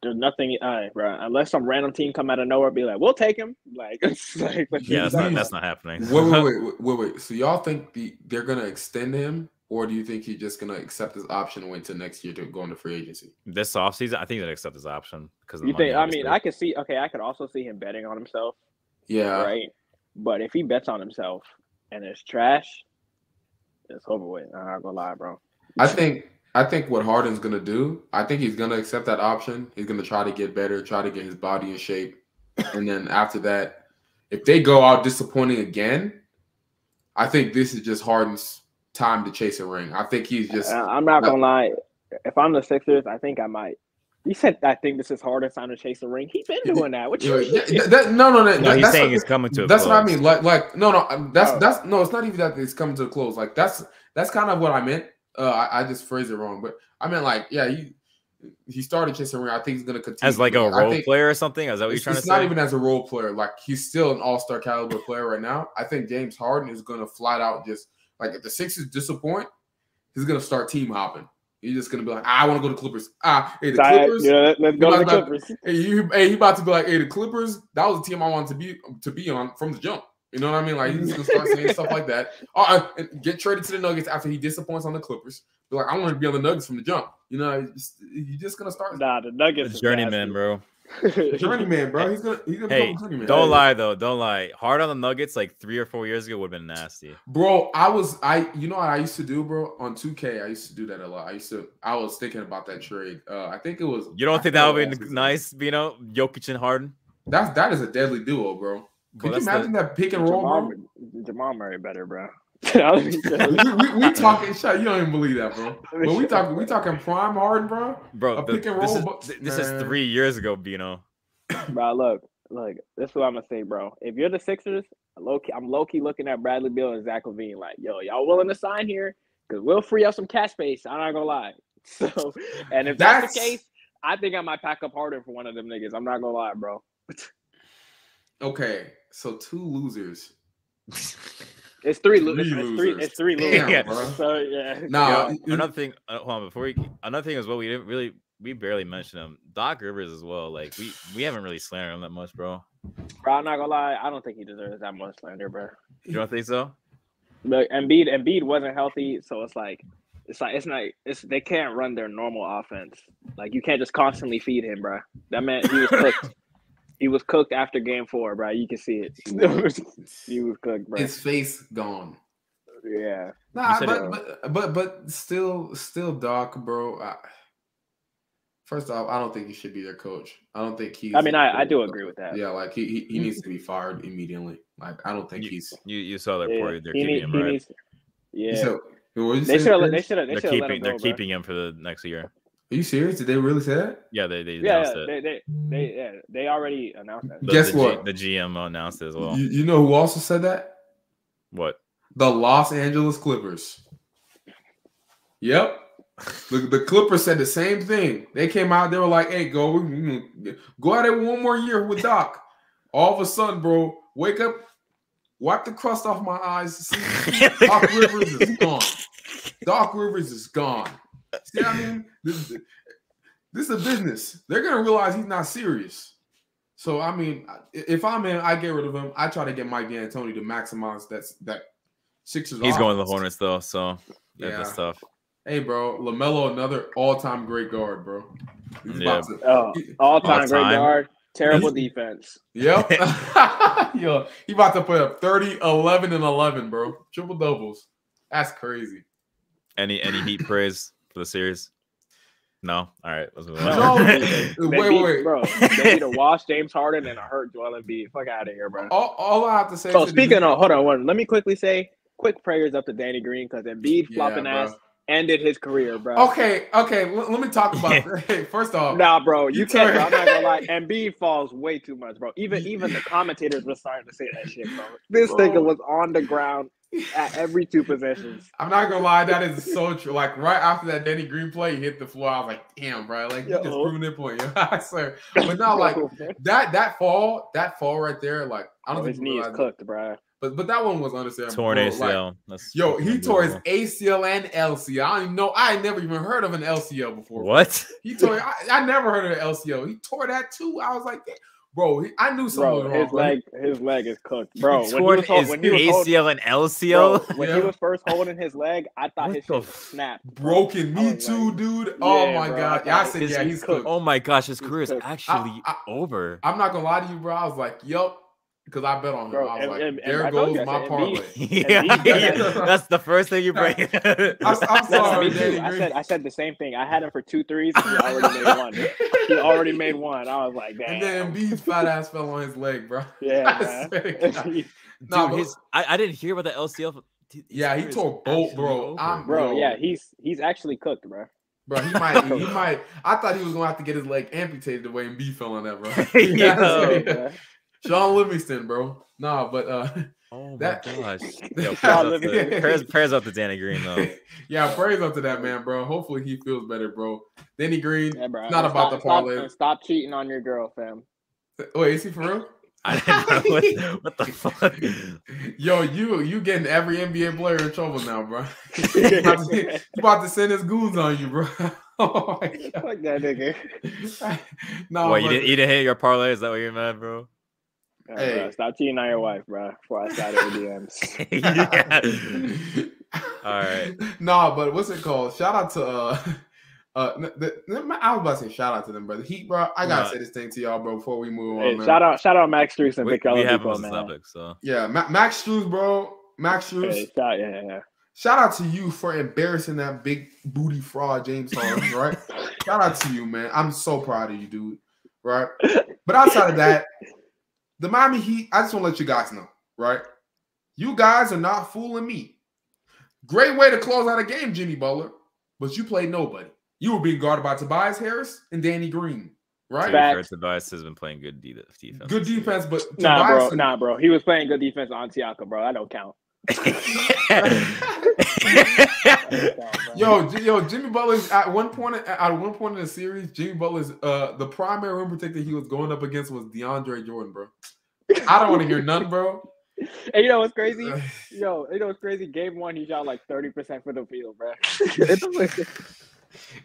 S3: There's nothing, all right, bro. Unless some random team come out of nowhere, be like, we'll take him. Like, it's like, like
S2: Yeah, that's not
S1: Yeah.
S2: that's not happening.
S1: wait, wait, wait, wait, wait, wait. So y'all think the, they're gonna extend him, or do you think he's just gonna accept his option and wait till next year to go into free agency?
S2: this offseason, I think he's gonna accept his option because of the
S3: You
S2: money,
S3: think? I mean,
S2: obviously.
S3: I could see. Okay, I could also see him betting on himself,
S1: Yeah,
S3: right? But if he bets on himself and it's trash, it's over with. I'm not gonna lie, bro.
S1: I think I think what Harden's gonna do, I think he's gonna accept that option. He's gonna try to get better, try to get his body in shape, and then after that, if they go out disappointing again, I think this is just Harden's time to chase a ring. I think he's just
S3: I- I'm not
S1: No.
S3: gonna lie. If I'm the Sixers, I think I might. You said I think this is hardest time to chase the ring. He's been doing that. What
S1: you know,
S3: you
S1: yeah,
S3: mean?
S1: that- no, no, no.
S2: no, he's
S1: that's
S2: saying
S1: what-
S2: he's coming to. A
S1: that's what I
S2: close.
S1: mean. Like, like, no, no, um, that's
S3: Oh.
S1: that's no. It's not even that it's coming to a close. Like, that's that's kind of what I meant. Uh, I, I just phrased it wrong, but I meant like, yeah, he he started chasing around. I think he's gonna continue
S2: As like a
S1: I
S2: role
S1: think
S2: player or something. Is that what you're
S1: It's,
S2: trying
S1: it's
S2: to
S1: not
S2: say?
S1: even as a role player. Like he's still an All Star caliber player right now. I think James Harden is gonna flat out just like if the Sixers disappoint, he's gonna start team hopping. He's just gonna be like, I want to go to Clippers. Ah, hey, the
S3: Ty-
S1: Clippers.
S3: yeah, let- let's go to the
S1: You're not-
S3: Clippers.
S1: Hey, you, hey, he about to be like, hey, the Clippers. That was a team I wanted to be to be on from the jump. You know what I mean? Like he's gonna start saying stuff like that. Uh, and get traded to the Nuggets after he disappoints on the Clippers. Be like, I want to be on the Nuggets from the jump. You know, he's he's just gonna start
S3: Nah, the
S2: A
S3: Nuggets. is
S2: journeyman,
S3: nasty.
S2: bro.
S1: journeyman, bro. He's gonna he's gonna
S2: Hey,
S1: become a journeyman.
S2: Don't lie though. Don't lie. Hard on the Nuggets like three or four years ago would have been nasty.
S1: Bro, I was I you know what I used to do, bro? On 2K, I used to do that a lot. I used to I was thinking about that trade. Uh I think it was
S2: You don't
S1: I
S2: think
S1: forgot
S2: that would
S1: last
S2: be
S1: season.
S2: nice, Bino? Jokic and Harden.
S1: That's that is a deadly duo, bro.
S2: Bro,
S1: Could
S2: that's
S1: you
S2: the-
S1: imagine that pick and roll?
S3: Jamal,
S1: Bro?
S3: Mur- Jamal Murray better, bro. Let me tell you.
S1: we, we, we talking shit. You don't even believe that, bro.
S3: Let me
S1: But we
S3: show-
S1: talking we talking prime Harden, bro.
S2: bro.
S1: A
S2: the-
S1: pick and
S2: this
S1: roll
S2: is,
S1: box,
S2: th- this is
S1: man.
S2: three years ago, Bino.
S3: Bro, look, look. This is what I'm gonna say, bro. If you're the Sixers, low key, I'm low key looking at Bradley Bill and Zach Levine. Like, yo, y'all willing to sign here? Because we'll free up some cash space. I'm not gonna lie. So, and if that's,
S1: That's-
S3: the case, I think I might pack up harder for one of them niggas. I'm not gonna lie, bro.
S1: Okay, so two losers.
S3: It's three. lo-
S1: Three
S3: it's, it's three.
S1: losers.
S3: It's three
S2: Damn,
S3: losers.
S1: bro.
S3: So yeah.
S1: Nah,
S2: Yo,
S1: it- it-
S2: another thing. Uh, hold on, before we another thing is what we didn't really we barely mentioned him. Doc Rivers as well. Like we we haven't really slandered him that much, bro.
S3: Bro, I'm not gonna lie. I don't think he deserves that much slander, bro.
S2: You don't think so?
S3: Look, Embiid, Embiid wasn't healthy, so it's like, it's like it's not. It's they can't run their normal offense. Like you can't just constantly feed him, bro. That man, he was cooked. he was cooked after Game Four, bro. You can see it. he was cooked, bro.
S1: his face gone.
S3: yeah,
S1: Nah,
S2: said
S1: but,
S3: it-
S1: but but but still still Doc, bro. I, first off, I don't think he should be their coach. I don't think he's.
S3: I mean, I, I do agree with that. Mm-hmm.
S1: Yeah, like he, he he needs to be fired immediately. Like I don't think he's.
S2: You you saw their
S3: Yeah,
S2: poor they're
S3: he
S2: keeping
S3: need-
S2: him,
S3: he
S2: right?
S3: needs-
S1: You
S3: Yeah,
S1: said- what did you
S3: they
S1: say,
S3: should have. They
S1: Chris?
S3: should have. They
S2: they're
S3: should have let him
S2: keeping
S3: go,
S2: they're
S3: bro.
S2: keeping him for the next year.
S1: Are you serious? Did they really say that?
S2: Yeah, they they
S3: Yeah,
S2: announced
S3: yeah,
S2: it.
S3: they, they, they, yeah, they already announced that.
S2: The,
S1: Guess
S2: the G-
S1: what?
S2: the GM announced it as well.
S1: You, you know who also said that?
S2: What?
S1: The Los Angeles Clippers. Yep. The, the Clippers said the same thing. They came out, they were like, hey, go, we- we- go at it one more year with Doc. All of a sudden, bro, wake up, wipe the crust off my eyes. See, Doc Rivers is gone. Doc Rivers is gone. See what I mean? This, this is a business. They're gonna realize he's not serious. So I mean, I- if I'm in, I get rid of him. I try to get Mike D'Antoni to maximize that's that Sixers.
S2: He's going to the
S1: offense.
S2: Hornets though, so yeah,
S1: Yeah.
S2: that's tough.
S1: Hey, bro, Lamelo, another all-time great guard, bro. He's
S2: Yeah.
S1: about to-
S3: Oh, all time great
S2: time.
S3: guard, terrible defense.
S1: Yep. Yo, he about to put up 30, 11, and 11, bro. Triple doubles. That's crazy.
S2: Any any Heat praise for the series? No. All right, let's move
S1: No.
S2: on.
S3: They
S1: wait,
S3: beat-
S1: wait.
S3: bro. They need to wash James Harden and a hurt Joel Embiid. Fuck out of here, bro.
S1: All, all I have to say.
S3: So
S1: to the-
S3: speaking of, hold on, one. Let me quickly say, quick prayers up to Danny Green because Embiid
S1: Yeah,
S3: flopping
S1: bro.
S3: ass ended his career, bro.
S1: Okay, okay. l- let me talk about. Hey, first off,
S3: Nah, bro, you
S1: You
S3: can't. Bro.
S1: turn-
S3: I'm not gonna lie. Embiid falls way too much, bro. Even even the commentators were starting to say that shit, bro. This
S1: Bro.
S3: nigga was on the ground at every two possessions.
S1: I'm not gonna lie, that is so true. Like right after that Danny Green play, he hit the floor. I was like, damn, bro, like you just
S3: Yo.
S1: proving their point. yo. I swear. But not like that that fall, that fall right there, like I don't think
S3: Bro, Oh, his
S1: people
S3: knee is
S1: realize-
S3: cooked, bro.
S1: But but that one was understandable.
S2: Torn
S1: bro. Like,
S2: ACL. That's
S1: yo, he tore his
S2: unbelievable.
S1: ACL and LCL. I don't even know. I had never even heard of an LCL before.
S2: What?
S1: He tore. I, I never heard of an LCL. He tore that too. I was like, damn. bro, he, I knew something
S3: Bro,
S1: was wrong.
S3: his
S1: bro.
S3: leg, his leg is cooked, bro. When he
S2: Torn
S3: was, hol-
S2: his
S3: when he was holding,
S2: ACL and
S3: bro,
S2: LCL.
S3: when he
S1: Yeah.
S3: was first holding his leg, I thought
S2: What
S3: his
S2: the
S3: shit
S2: f-
S3: snapped.
S1: Broken
S3: I
S1: me
S3: was
S1: too,
S3: like,
S1: dude. Oh
S3: yeah,
S1: my
S3: bro, I
S1: god.
S3: thought
S1: Yeah, I
S3: it-
S1: said,
S2: his-
S1: yeah, he's cooked.
S2: Oh my gosh, his career is
S3: cooked.
S2: actually
S1: I-
S2: over.
S1: I'm not gonna lie to you, bro. I was like, yup, because I bet on him.
S3: Bro,
S1: I was
S3: and-
S1: like,
S3: and- and
S1: there
S3: I told
S1: goes
S3: you, I
S1: my
S3: said
S1: parlay.
S3: Embiid-
S2: yeah,
S3: And
S1: he-
S2: yeah, that's the first thing you bring.
S1: I'm, I'm
S3: No, no,
S1: sorry,
S3: me
S1: Danny
S3: too. I
S1: Green.
S3: said I said the same thing. I had him for two threes. And he already made one. He already made one. I was like,
S1: and then
S3: damn.
S1: Embiid's fat ass fell on his leg, bro. I
S3: yeah,
S1: swear to
S3: man.
S1: God.
S2: Dude,
S1: Nah, but-
S2: his, I, I didn't hear about the LCL. for- dude, his
S1: Yeah, he
S2: career is
S1: tore both, bro.
S2: actually
S1: I'm-
S2: over.
S3: bro.
S1: Bro.
S3: Yeah, he's he's actually cooked, bro.
S1: Bro, he might, he might. I thought he was gonna have to get his leg amputated the way Embiid fell on that, bro.
S2: Yo.
S1: I swear.
S3: Yeah.
S1: Sean Livingston, bro. Nah, but uh,
S2: Oh my
S1: That-
S2: gosh. Yo, prayers,
S3: Y'all
S2: up
S3: living-
S2: to, prayers, prayers up to Danny Green though.
S1: yeah, praise up to that man, bro. Hopefully he feels better, bro. Danny Green.
S3: Yeah, bro.
S1: It's not
S3: And
S1: about
S3: stop-
S1: the
S3: stop-
S1: parlay.
S3: and Stop cheating on your girl, fam.
S1: Wait, oh, is he for real?
S2: I didn't know what, what the fuck.
S1: Yo, you you getting every NBA player in trouble now, bro. you about to, you about to send his goons on you, bro. oh my god.
S3: Fuck that nigga.
S1: no,
S2: Wait, you
S1: but-
S2: didn't, you didn't hit your parlay? Is that what you're mad, bro?
S3: Yeah,
S1: Hey.
S3: bro, stop cheating on your wife, bro. Before I start your DMs.
S2: yeah. All right.
S1: No, but what's it called? Shout out to uh uh n- the, n- I was about to say shout out to them, brother. Heat, bro. I gotta
S2: Nah.
S1: say this thing to y'all, bro, before we move on.
S3: Hey,
S1: man.
S3: shout out, shout out, Max Struess and
S2: We,
S3: Victor
S2: we have him
S3: Oladipo,
S2: as a
S3: man.
S2: topic, so.
S1: Yeah, Ma- Max Struz, bro. Max Struz.
S3: Hey, shout, yeah, yeah,
S1: Shout out to you for embarrassing that big booty fraud, James Harden. Right? Shout out to you, man. I'm so proud of you, dude. Right? But outside of that, the Miami Heat. I just want to let you guys know, right? You guys are not fooling me. Great way to close out a game, Jimmy Butler. But you played nobody. You were being guarded by Tobias Harris and Danny Green,
S2: To be
S1: right?
S3: Fact.
S2: fair, Tobias has been playing good de- defense.
S1: Good defense, but
S3: yeah. Nah, bro,
S1: Tobias-
S3: nah, bro. He was playing good defense on Siaka, bro. That don't count. That don't count, bro.
S1: Yo, J- yo, Jimmy Butler's at one point at one point in the series, Jimmy Butler's uh the primary rim protector he was going up against was DeAndre Jordan, bro. I don't want to hear none, bro.
S3: Hey, you know what's crazy? Yo, you know what's crazy? Game one, he shot like thirty percent for the field, bro.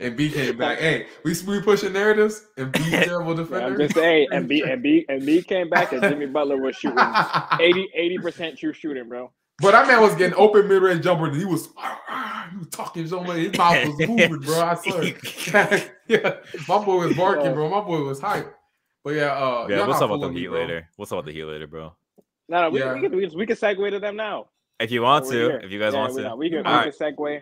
S1: And B came back. Hey, we we pushing narratives and B terrible
S3: Yeah, I'm
S1: defender.
S3: just saying, and B and B and B came back, and Jimmy Butler was shooting 80 percent true shooting, bro.
S1: but that man was getting open mid range jumper. And he was ah, he was talking so much. His mouth was moving, bro. I swear. yeah, my boy was barking, bro. My boy was hype. But yeah, uh,
S2: yeah,
S1: y'all not
S2: we'll talk about the
S1: fooling me,
S2: Heat
S1: bro.
S2: later. We'll talk about the Heat later, bro.
S3: No, no, we,
S1: Yeah.
S3: we, can, we, can, we can segue to them now.
S2: If you want
S3: We're
S2: to,
S3: here.
S2: if you guys
S3: Oh, Yeah,
S2: want
S3: we,
S2: to.
S3: know. we can, we
S2: Alright.
S3: can segue.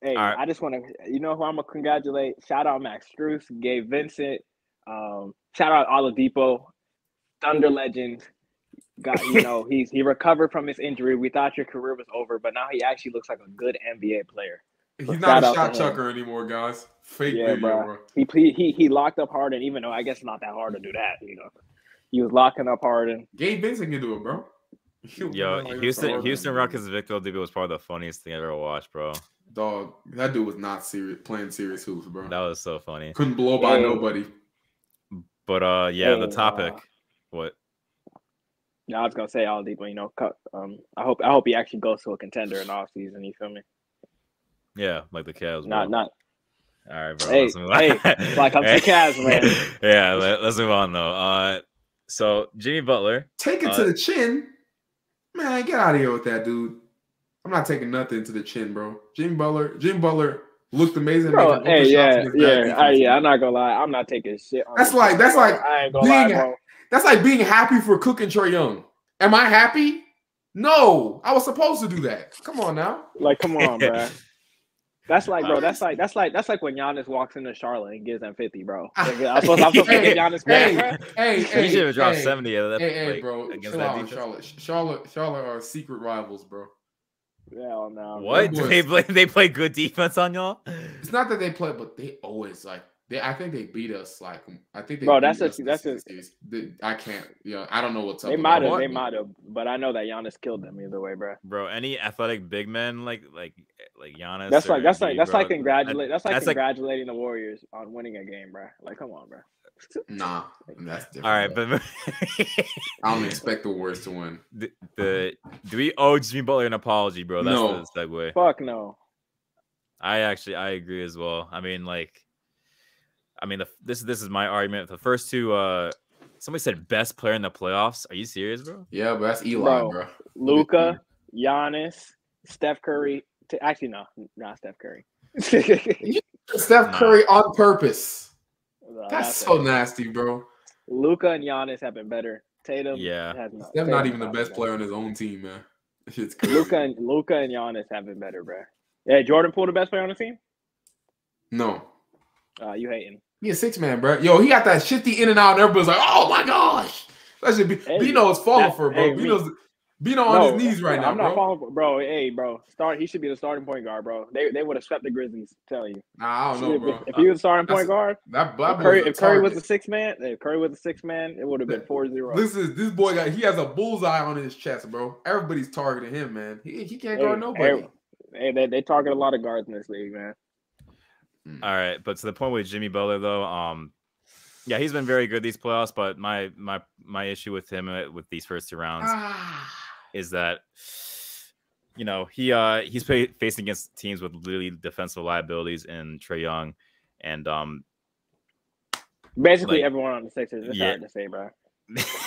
S3: Hey,
S2: Alright.
S3: I just want to, you know who I'm gonna congratulate? Shout out Max Struess, Gabe Vincent, um, shout out Oladipo, Thunder legend. Got you know he's he recovered from his injury. We thought your career was over, but now he actually looks like a good NBA player.
S1: He's
S3: Shout
S1: not
S3: out
S1: a
S3: to
S1: shot
S3: him.
S1: chucker anymore, guys. Fake
S3: Yeah,
S1: video,
S3: bro.
S1: bro.
S3: He he he, he locked up Harden, even though I guess it's not that hard to do that. You know, he was locking up Harden.
S1: Gabe Vincent can do it, bro.
S2: Yo, Houston, Houston Rockets Victor Oladipo was probably the funniest thing I've ever watched, bro.
S1: Dog, that dude was not serious playing serious hoops, bro.
S2: That was so funny.
S1: Couldn't blow by
S3: Hey.
S1: nobody.
S2: But uh, yeah, the
S3: Hey,
S2: topic.
S3: uh,
S2: what?
S3: Now I was gonna say Oladipo, you know, cut- um, I hope I hope he actually goes to a contender in off season. You feel me?
S2: Yeah, like the Cavs.
S3: Not
S2: bro.
S3: not
S2: All right, bro.
S3: Hey,
S2: let's move on.
S3: hey, like I'm the Cavs, man.
S2: yeah, let, us move on though. Uh, so Jimmy Butler.
S1: Take it
S2: Uh,
S1: to the chin. Man, get out of here with that dude. I'm not taking nothing to the chin, bro. Jimmy Butler, Jimmy Butler looked amazing.
S3: Bro,
S1: making open
S3: hey,
S1: shots
S3: yeah,
S1: against bad
S3: yeah, I,
S1: defense.
S3: yeah. I'm not gonna lie. I'm not taking shit. On
S1: That's
S3: this
S1: like-
S3: team,
S1: that's
S3: bro.
S1: like
S3: I ain't gonna lie,
S1: being-
S3: bro.
S1: That's like being happy for Cook and Trey Young. Am I happy? No, I was supposed to do that. Come on now.
S3: Like, come on, bro. That's like, bro.
S1: Uh,
S3: That's like, that's like, that's like when Giannis walks into Charlotte and gives them fifty, bro. Like, I'm supposed, I'm supposed to
S1: Hey,
S3: give Giannis
S1: Hey,
S3: credit, bro.
S1: hey,
S2: he should
S1: hey,
S2: have dropped
S1: hey,
S2: seventy of that.
S1: Hey, hey,
S2: like,
S1: bro.
S2: against
S1: chill
S2: that
S1: out,
S2: defense.
S1: Charlotte. Charlotte, Charlotte are secret rivals, bro.
S3: Hell no.
S2: What?
S1: Boys.
S2: They play. They play good defense on y'all.
S1: It's not that they play, but they always like they. I think they beat us. Like I think they.
S3: Bro,
S1: beat
S3: that's a-
S1: us this
S3: that's a-
S1: series. The- I can't. Yeah, I don't know what's up.
S3: They
S1: with
S3: might
S1: them.
S3: have,
S2: What?
S3: they might have, but I know that Giannis killed them either way, bro.
S2: Bro, any athletic big men like like like Giannis.
S3: That's like,
S2: or
S3: that's
S2: Embiid,
S3: like, that's
S2: bro,
S3: like congratulate, that's like
S2: that's like-
S3: congratulating the Warriors on winning a game, bro. Like, come on, bro.
S1: Nah, that's different.
S2: All right,
S1: bro.
S2: but
S1: I don't expect the Warriors to win.
S2: the, the do we owe Jimmy Butler an apology, bro? That's
S1: No.
S2: the segue.
S3: Fuck no.
S2: I actually I agree as well. I mean, like, I mean, the, this this is my argument. The first two, uh somebody said best player in the playoffs. Are you serious, bro?
S1: Yeah, but that's Eli,
S3: Bro.
S1: bro.
S3: Luca, Giannis, Steph Curry. T- actually, no, not Steph Curry.
S1: Steph
S2: Nah.
S1: Curry on purpose.
S3: No,
S1: That's
S3: not
S1: so
S3: Steph.
S1: nasty, bro.
S3: Luca and Giannis have been better. Tatum,
S2: Yeah.
S3: has not.
S1: Steph not
S3: Tatum's
S1: even the best
S3: been
S1: player on his own team, man. That Shit's
S3: better.
S1: crazy.
S3: Luca and Luca and Giannis have been better, bro. Yeah, Jordan Poole the best player on the team.
S1: No.
S3: Uh, you hating?
S1: He a six man, bro. Yo, he got that shifty in and out, and everybody's like, "Oh my gosh!" That should be
S3: Hey,
S1: Bino is falling
S3: that-
S1: for, it, bro.
S3: hey, we-
S1: Bino's Bino on his knees right now,
S3: I'm
S1: bro.
S3: not falling for, bro. Hey, bro, start. He should be the starting point guard, bro. They they would have swept the Grizzlies. Tell you.
S1: Nah, I don't know,
S3: Should've been-
S1: bro.
S3: If he was starting point
S1: That's-
S3: guard,
S1: That
S3: if
S1: black boy.
S3: Curry,
S1: is a
S3: if Curry was a
S1: target.
S3: six man, if Curry was a six man, it would have been
S1: That-
S3: 4-0.
S1: this is this boy got he has a bullseye on his chest, bro. Everybody's targeting him, man. He, he can't guard nobody.
S3: Hey, they, they target a lot of guards in this league, man.
S2: All right, but to the point with Jimmy Butler though, um, yeah, he's been very good these playoffs. But my my my issue with him uh, with these first two rounds
S1: Ah,
S2: is that you know he uh he's play, facing against teams with literally defensive liabilities in Trey Young, and um
S3: Basically,
S2: Like-
S3: everyone on the Sixers. It's
S2: Yeah.
S3: hard to say, bro.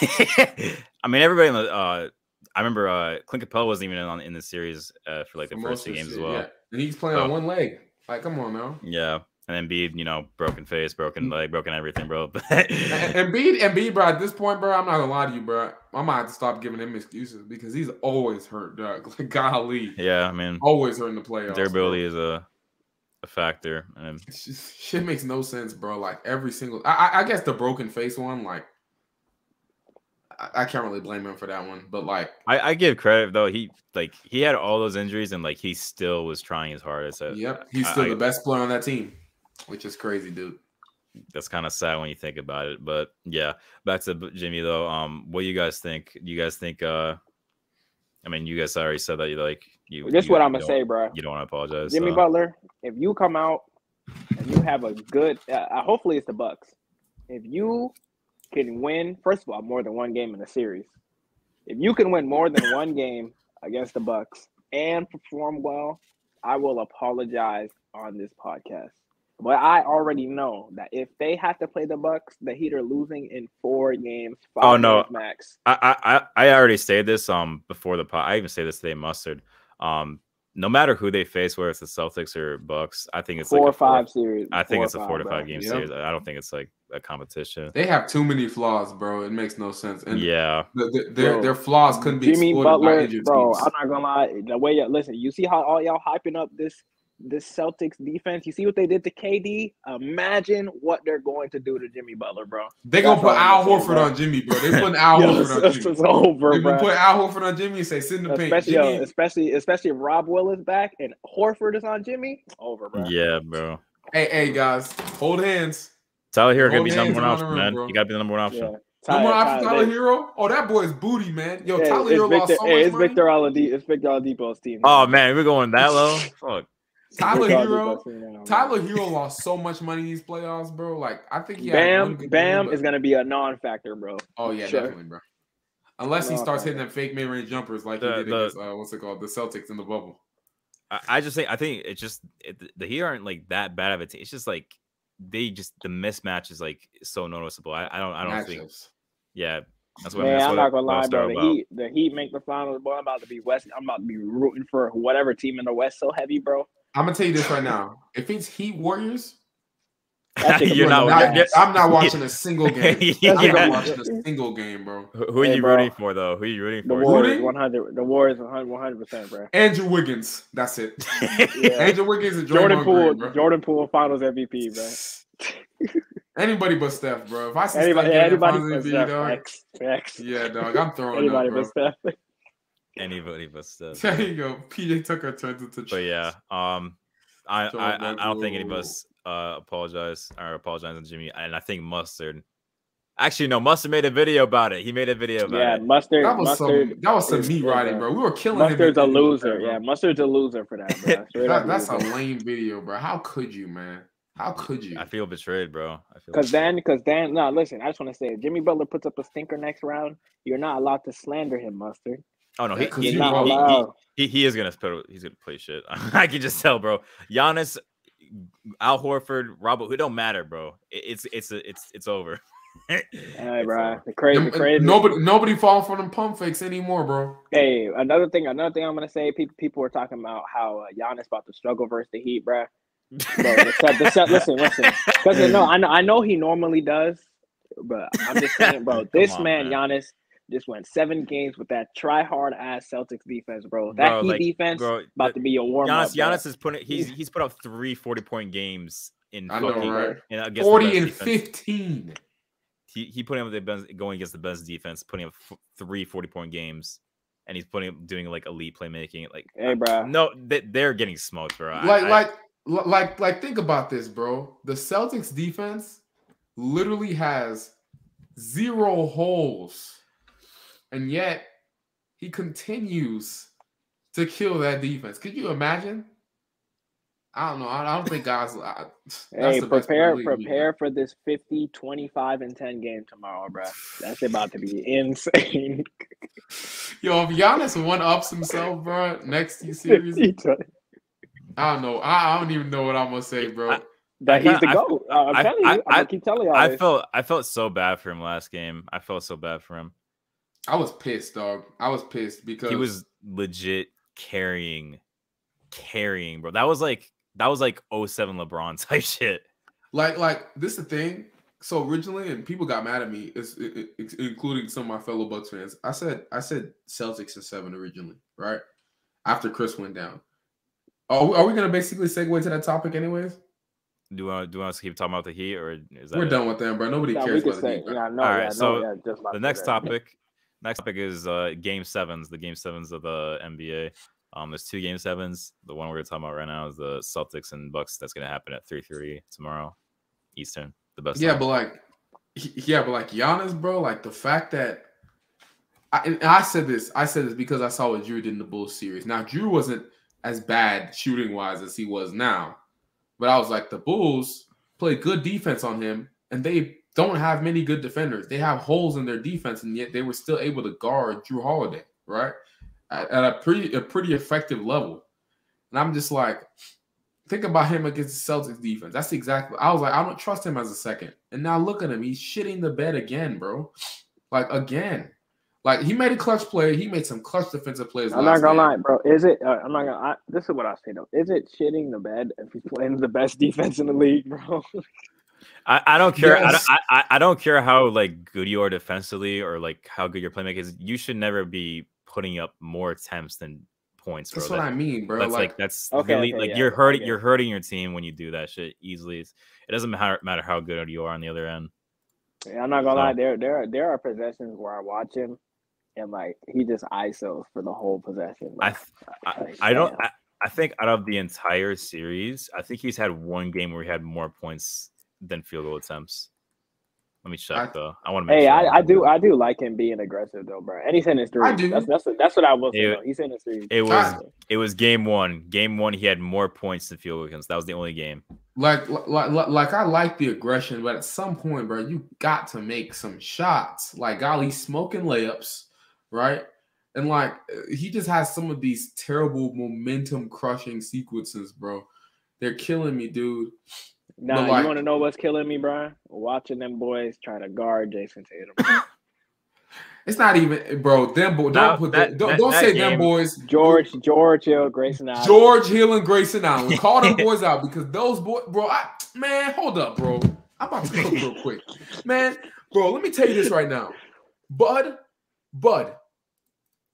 S2: I mean everybody in the uh I remember uh Clint Capella wasn't even in on in the series uh, for like the
S1: for most
S2: first two
S1: of this
S2: games as
S1: shit,
S2: well. Oh.
S1: yeah. And he's playing on
S2: So-
S1: one leg. Like, come on now.
S2: Yeah. And then be, you know, broken face,
S1: Mm.
S2: broken leg, broken everything, bro. But
S1: And and Embiid, Embiid, bro. At this point, bro, I'm not gonna lie to you, bro. I might have to stop giving him excuses because he's always hurt, dog. Like, golly,
S2: yeah, I mean,
S1: always hurt in the playoffs. bro.
S2: durability is a a factor. And
S1: It's just- shit makes no sense, bro. Like every single, I, I, I guess the broken face one, like, I, I can't really blame him for that one. But like,
S2: I, I give credit though. He like he had all those injuries and like he still was trying his hardest. Uh,
S1: yep, he's
S2: I-
S1: still
S2: I-
S1: the best player on that team, which is crazy, dude.
S2: That's kind of sad when you think about it. But yeah, back to B- Jimmy though. Um, what do you guys think? You guys think? uh I mean, you guys already said that you like you.
S3: This
S2: you-
S3: what
S2: you
S3: I'm gonna
S2: don't-
S3: say, bro.
S2: You don't want to apologize.
S3: Jimmy
S2: so.
S3: Butler, if you come out and you have a good, uh, uh, hopefully it's the Bucks. If you can win, first of all, more than one game in a series. If you can win more than one game against the Bucks and perform well, I will apologize on this podcast. But I already know that if they have to play the Bucks, the Heat are losing in four games, five
S2: Oh, no.
S3: games max.
S2: I, I I I already say this um before the pod. I even say this today, mustard. Um, no matter who they face, whether it's the Celtics or Bucks, I think it's
S3: four
S2: like
S3: or
S2: a four-
S3: five series.
S2: I think
S3: or
S2: it's a four to
S3: bro.
S2: five game
S1: Yep.
S2: series. I don't think it's like a competition.
S1: They have too many flaws, bro. It makes no sense. And
S2: yeah,
S1: the, the, their
S3: Bro,
S1: their flaws couldn't be
S3: Jimmy
S1: exploited by
S3: Butler,
S1: injured
S3: bro.
S1: teams.
S3: I'm not gonna lie. The way y'all listen, you see how all y'all hyping up this this Celtics defense. You see what they did to KD. Imagine what they're going to do to Jimmy Butler, bro.
S1: They gonna
S3: That's
S1: put
S3: all I'm
S1: Al
S3: saying,
S1: Horford
S3: bro.
S1: on Jimmy, bro. They putting Al
S3: Yo,
S1: Horford on
S3: this
S1: Jimmy.
S3: is over,
S1: They been
S3: bro.
S1: putting Al Horford on Jimmy and say sit in the paint.
S3: Especially, yo,
S1: Jimmy,
S3: especially, especially if Rob Will is back and Horford is on Jimmy. Over, bro.
S2: yeah, bro.
S1: hey, hey guys, hold hands.
S2: Tyler Hero could
S1: Both
S2: be number
S1: names
S2: one
S1: around
S2: option,
S1: the room,
S2: man.
S1: bro.
S2: You gotta be the number one option.
S3: Yeah.
S1: No
S3: Ty-
S1: more
S3: Ty-
S1: option, Tyler
S3: they-
S1: Hero. Oh, that boy's booty, man. Yo,
S3: yeah,
S1: Tyler
S3: it's
S1: Hero lost
S3: Victor,
S1: so
S3: hey,
S1: much
S3: it's
S1: money.
S3: Victor Oladipo. It's Victor Oladipo's team.
S2: Oh man, we're going that low. Fuck.
S1: Tyler
S3: Because
S1: Hero-
S3: it's Justin, you know,
S1: Tyler Hero lost so much money these playoffs, bro. Like I think he had one
S3: Bam,
S1: good game,
S3: Bam
S1: but-
S3: is gonna be a non-factor, bro.
S1: Oh yeah,
S3: Sure.
S1: definitely, bro. Unless he
S3: No,
S1: starts
S3: okay.
S1: hitting them fake mid range jumpers like
S2: The-
S1: he did
S2: the-
S1: against uh, what's it called, the Celtics in the bubble.
S2: I, I just think I think it's just it, the Heat aren't like that bad of a team. It's just like they just the mismatch is like so noticeable. I, I don't I don't think
S1: Matchups.
S2: yeah. That's what,
S3: Man,
S2: that's
S3: I'm
S2: what
S3: not gonna lie,
S2: All-Star
S3: bro. The
S2: about.
S3: Heat, the Heat make the finals, boy. I'm about to be West. I'm about to be rooting for whatever team in the West so heavy, bro.
S1: I'm gonna tell you this right now. If it's Heat Warriors,
S3: That shit
S2: You're
S1: I'm
S2: not-
S3: could be
S1: not-
S3: bad.
S2: you're-
S1: I'm not watching a single game. I'm
S2: Yeah.
S1: not watching a single game, bro.
S2: Who, who are
S3: Hey,
S2: you
S3: bro.
S2: rooting for though? Who are you rooting
S3: The
S2: for?
S3: Warriors,
S1: Who?
S3: 100. The Warriors, 100 percent, bro.
S1: Andrew Wiggins, that's it.
S3: Yeah.
S1: Andrew Wiggins and Jordan
S3: Jordan Poole,
S1: Green, bro.
S3: Jordan Poole, Finals MVP, bro.
S1: Anybody but Steph, bro. If I see
S3: Anybody,
S1: Steph getting a
S3: anybody
S1: Finals
S3: but
S1: MVP,
S3: Steph,
S1: dog,
S3: X, X.
S1: yeah, dog, I'm throwing
S3: Anybody
S1: up,
S3: but
S1: bro.
S3: Steph.
S2: Anybody but stuff.
S1: There you go. PJ Tucker turns into.
S2: But yeah, um, I I,
S1: So
S2: I, I don't think any of
S1: Michael-
S2: us uh apologize or apologize to Jimmy, and I think Mustard. Actually, no, Mustard made a video about it. He made a video about
S3: Yeah,
S2: it.
S3: mustard.
S1: That was
S3: mustard.
S1: some. That was some
S3: is-
S1: meat
S3: is,
S1: riding,
S3: uh,
S1: bro. We were killing him.
S3: Mustard's a
S1: in the video,
S3: loser.
S1: bro.
S3: Yeah, Mustard's a loser for that. Bro. Straight
S1: That-
S3: up
S1: that's a
S3: loser.
S1: lame video, bro. How could you, man? How could you?
S2: I feel betrayed, bro. I feel
S3: Because
S2: betrayed.
S3: then, because then, no, listen, I just want to say, if Jimmy Butler puts up a stinker next round, you're not allowed to slander him, Mustard.
S2: oh no, he,
S1: Yeah, 'cause
S2: he,
S3: You're
S2: he,
S3: not
S2: he- he-
S3: allowed.
S2: he, he is gonna put, he's gonna play shit. I can just tell, bro. Giannis, Al Horford, Robert, who don't matter, bro. It, it's it's it's it's over.
S3: Hey,
S2: It's
S3: bro,
S2: over.
S3: the crazy,
S1: Them-
S3: the crazy.
S1: Nobody, nobody falling for them pump fakes anymore, bro.
S3: Hey, another thing, another thing I'm gonna say, people, people were talking about how uh, Giannis about to struggle versus the Heat, bro. bro the Celt- the Celt- listen, listen, because no, I know, I know he normally does, but I'm just saying, bro,
S2: Come
S3: this
S2: on,
S3: man,
S2: man.
S3: Giannis, just went seven games with that try hard ass Celtics defense, bro. That
S2: Bro,
S3: Heat
S2: like,
S3: defense
S2: bro,
S3: about to be a warm
S2: Giannis,
S3: up. bro.
S2: Giannis is putting he's he's put up three 40 point games in
S1: I know,
S2: fucking-
S1: right?
S2: in- against the best
S1: Forty and
S2: defense.
S1: fifteen.
S2: He he put him with the best going against the best defense, putting up f- three 40 point games, and he's putting up doing like elite playmaking. Like
S3: Hey, bro.
S2: no, they, they're getting smoked, bro. I-
S1: Like,
S2: I-
S1: like, li- like, like. Think about this, bro. The Celtics defense literally has zero holes, and yet he continues to kill that defense. Could you imagine? I don't know. I I don't think guys. I, that's
S3: Hey,
S1: the best
S3: prepare,
S1: league we got.
S3: prepare for this 50, 25, and 10 game tomorrow, bro. That's about to be insane.
S1: Yo, if Giannis one ups himself, bro, next series,
S3: 50, 20.
S1: I don't know. I, I don't even know what I'm gonna say, bro.
S2: I-
S3: That he's the
S2: I- I-
S3: GOAT. Uh, I'm
S2: I-
S3: telling you.
S2: I-
S3: I'm
S2: I-
S3: gonna keep telling y'all.
S2: I
S3: this.
S2: felt I felt so bad for him last game. I felt so bad for him.
S1: I was pissed, dog. I was pissed because
S2: He was legit carrying, carrying, bro. That was like that was like 07 LeBron type shit.
S1: like, like this the thing. So originally, and people got mad at me, is i- i- i- including some of my fellow Bucks fans. I said, I said Celtics in seven originally, right? After Chris went down. Are we, are we gonna basically segue to that topic, anyways?
S2: Do you want do you want us to keep talking about the Heat or is that
S1: We're
S2: it?
S1: done with them, bro. Nobody
S3: Yeah, we
S1: cares
S3: could
S1: about the
S3: say,
S1: Heat, bro.
S3: yeah, no,
S2: All
S3: yeah,
S2: right,
S3: no,
S2: so
S3: yeah, just about
S2: the
S3: to
S2: next
S3: that.
S2: topic next topic is uh game sevens the game sevens of the nba um there's two game sevens the one we're talking about right now is the celtics and bucks that's going to happen at 3 3 tomorrow eastern the best
S1: Yeah,
S2: time.
S1: but like, he- yeah, but like Giannis, bro. Like the fact that I, and I said this, I said this because I saw what Drew did in the Bulls series. Now Drew wasn't as bad shooting wise as he was now, but I was like the Bulls play good defense on him, and they don't have many good defenders. They have holes in their defense, and yet they were still able to guard Drew Holiday, right? At, at a pretty a pretty effective level. And I'm just like, think about him against the Celtics defense. That's exactly. I was like, I don't trust him as a second. And now look at him. He's shitting the bed again, bro. Like again. Like he made a clutch play. He made some clutch defensive plays.
S3: I'm not
S1: last
S3: gonna
S1: game.
S3: lie, bro. Is it? Uh, I'm not gonna. I, this is what I say though. Is it shitting the bed if he's playing the best defense in the league, bro?
S2: I, I don't care I,
S1: Yes.
S2: don't, I, I- I don't care how like good you are defensively or like how good your playmaking is you should never be putting up more attempts than points bro
S1: That's what
S2: That-
S1: I mean, bro.
S2: That's like,
S1: like,
S2: that's
S3: Okay,
S2: really
S3: okay,
S2: like
S3: yeah,
S2: you're
S3: I
S2: hurting
S3: get
S2: you're hurting your team when you do that shit easily. It's- It doesn't matter matter how good you are on the other end.
S3: Yeah, I'm not gonna
S2: So-
S3: lie. There, there, are, there are possessions where I watch him, and like he just ISOs for the whole possession.
S2: I
S3: bro.
S2: th- I,
S3: Like,
S2: I don't
S3: damn.
S2: I, I think out of the entire series, I think he's had one game where he had more points than field goal attempts. Let me check
S1: I-
S2: though. I want to make
S3: Hey,
S2: sure.
S3: I, I do I do like him being aggressive though, bro. And he's in his
S1: I
S3: threes.
S1: do.
S3: That's that's that's what I will say.
S2: It-
S3: though. He's in his threes.
S2: It was
S1: Ah.
S2: it was game one. Game one, he had more points than field goal against. That was the only game.
S1: Like, like, like, like, I like the aggression, but at some point, bro, you got to make some shots. Like, golly, smoking layups, right? And like, uh, he just has some of these terrible momentum crushing sequences, bro. They're killing me, dude.
S3: Nah,
S1: like-
S3: you want to know what's killing me, Brian? Watching them boys trying to guard Jason Tatum.
S1: It's not even, bro. Them boy, don't
S2: Now,
S1: put
S2: that-
S1: that. Don't,
S2: that-
S1: don't
S2: that
S1: say them
S2: game-
S1: boys.
S3: George, George Hill, Grayson Allen.
S1: George Hill and Grayson Allen. Call them boys out because those boys, bro. I, man, hold up, bro. I'm about to cook real quick, man, bro. Let me tell you this right now, Bud, Bud.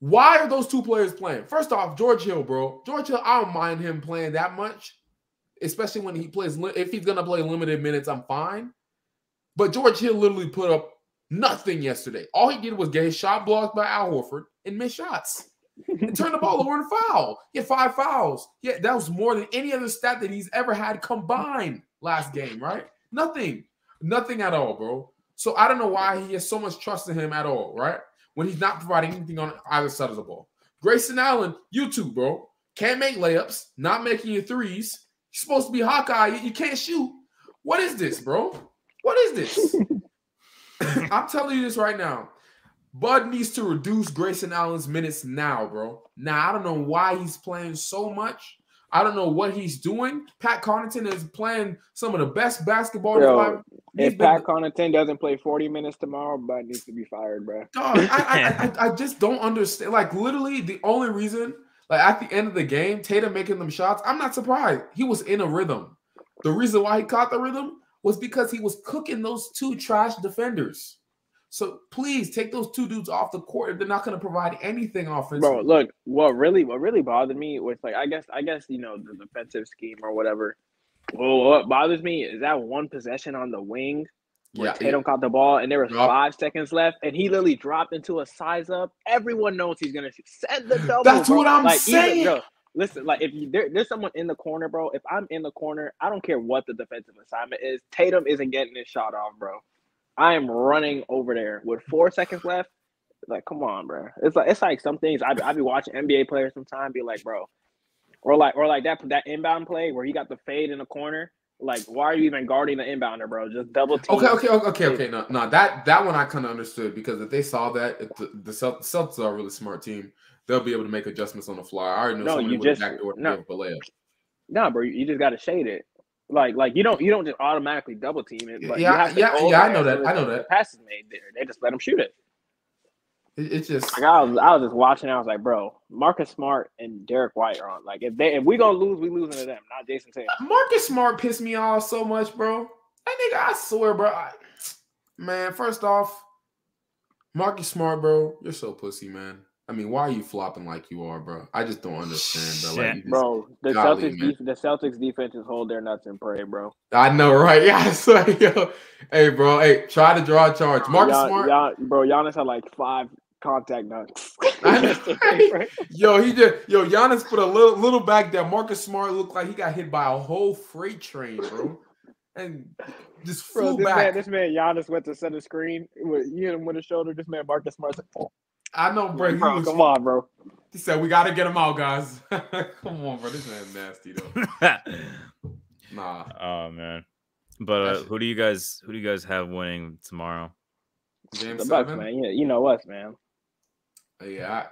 S1: Why are those two players playing? First off, George Hill, bro. George Hill, I don't mind him playing that much, especially when he plays. li- If he's gonna play limited minutes, I'm fine. But George Hill literally put up nothing yesterday. All he did was get his shot blocked by Al Horford and miss shots and turn the ball over and foul. He had five fouls. Yeah, that was more than any other stat that he's ever had combined last game, right? Nothing. Nothing at all, bro. So I don't know why he has so much trust in him at all, right? When he's not providing anything on either side of the ball. Grayson Allen, you too, bro. Can't make layups, not making your threes. You're supposed to be Hawkeye. You, you can't shoot. What is this, bro? What is this? I'm telling you this right now. Bud needs to reduce Grayson Allen's minutes now, bro. Now I don't know why he's playing so much. I don't know what he's doing. Pat Connaughton is playing some of the best basketball.
S3: Yo,
S1: I've- he's
S3: If
S1: been-
S3: Pat Connaughton doesn't play 40 minutes tomorrow, Bud needs to be fired, bro.
S1: Dog, I, I, I, I just don't understand. Like, literally, the only reason, like, at the end of the game, Tatum making them shots, I'm not surprised. He was in a rhythm. The reason why he caught the rhythm was because he was cooking those two trash defenders. So please take those two dudes off the court if they're not going to provide anything
S3: Bro,
S1: offensively.
S3: look, what really what really bothered me was like I guess I guess you know the defensive scheme or whatever. Well, what bothers me is that one possession on the wing where
S1: yeah,
S3: Tatum caught the ball and there was
S1: Yup.
S3: five seconds left, and he literally dropped into a size up. Everyone knows he's gonna shoot. Set the double.
S1: That's
S3: bro.
S1: what I'm
S3: like, even-
S1: saying.
S3: bro, listen, like if you, there, there's someone in the corner, bro. If I'm in the corner, I don't care what the defensive assignment is. Tatum isn't getting his shot off, bro. I am running over there with four seconds left. Like, come on, bro. It's like it's like some things I I be watching NBA players sometimes be like, bro, or like or like that that inbound play where he got the fade in the corner. Like, why are you even guarding the inbounder, bro? Just double team.
S1: Okay, okay, okay, okay, okay. No, no, that that one I kind of understood because if they saw that, if the, the Celt- Celtics are a really smart team. They'll be able to make adjustments on the fly. I already know
S3: No,
S1: somebody
S3: you
S1: with a
S3: just-
S1: backdoor
S3: no.
S1: no. layup.
S3: Nah, bro, you- you just gotta shade it. Like, like you don't you don't just automatically double team it. But you
S1: Yeah,
S3: have to
S1: yeah,
S3: go
S1: yeah, I
S3: there
S1: know
S3: as
S1: that,
S3: soon
S1: I
S3: as
S1: know
S3: the
S1: that.
S3: Pass is made there. They just let him shoot it.
S1: It, it's just
S3: Like I was I was just watching. I was like, bro, Marcus Smart and Derek White are on. Like if they if we gonna lose, we losing to them, not Jason Tatum.
S1: Marcus Smart pissed me off so much, bro. That nigga, I swear, bro. I- man, first off, Marcus Smart, bro, you're so pussy, man. I mean, why are you flopping like you are, bro? I just don't understand, bro. Like,
S2: Shit.
S1: you just-
S3: Bro, the
S1: Golly,
S3: Celtics
S1: man.
S3: def- the Celtics defenses hold their nuts and pray, bro.
S1: I know, right? Yeah, I swear, yo. Hey, bro. Hey, try to draw a charge, Marcus
S3: Gian-
S1: Smart.
S3: Gian- bro, Giannis had like five contact dunks.
S1: I know, right? Yo, he just yo Giannis put a little little back there. Marcus Smart looked like he got hit by a whole freight train, bro, and just
S3: Bro,
S1: flew
S3: this man,
S1: back.
S3: this man Giannis went to center screen. With, you hit him with a shoulder. This man Marcus Smart's like,
S1: I know, bro. He
S3: bro,
S1: was
S3: come on, bro.
S1: He said, "We gotta get him out, guys." Come on, bro. This man's nasty though.
S2: oh
S1: Nah,
S2: man. But uh,
S1: That's-
S2: who do you guys who do you guys have winning tomorrow?
S1: game
S3: The Bucks,
S1: seven.
S3: man. Yeah, you know us, man.
S1: yeah,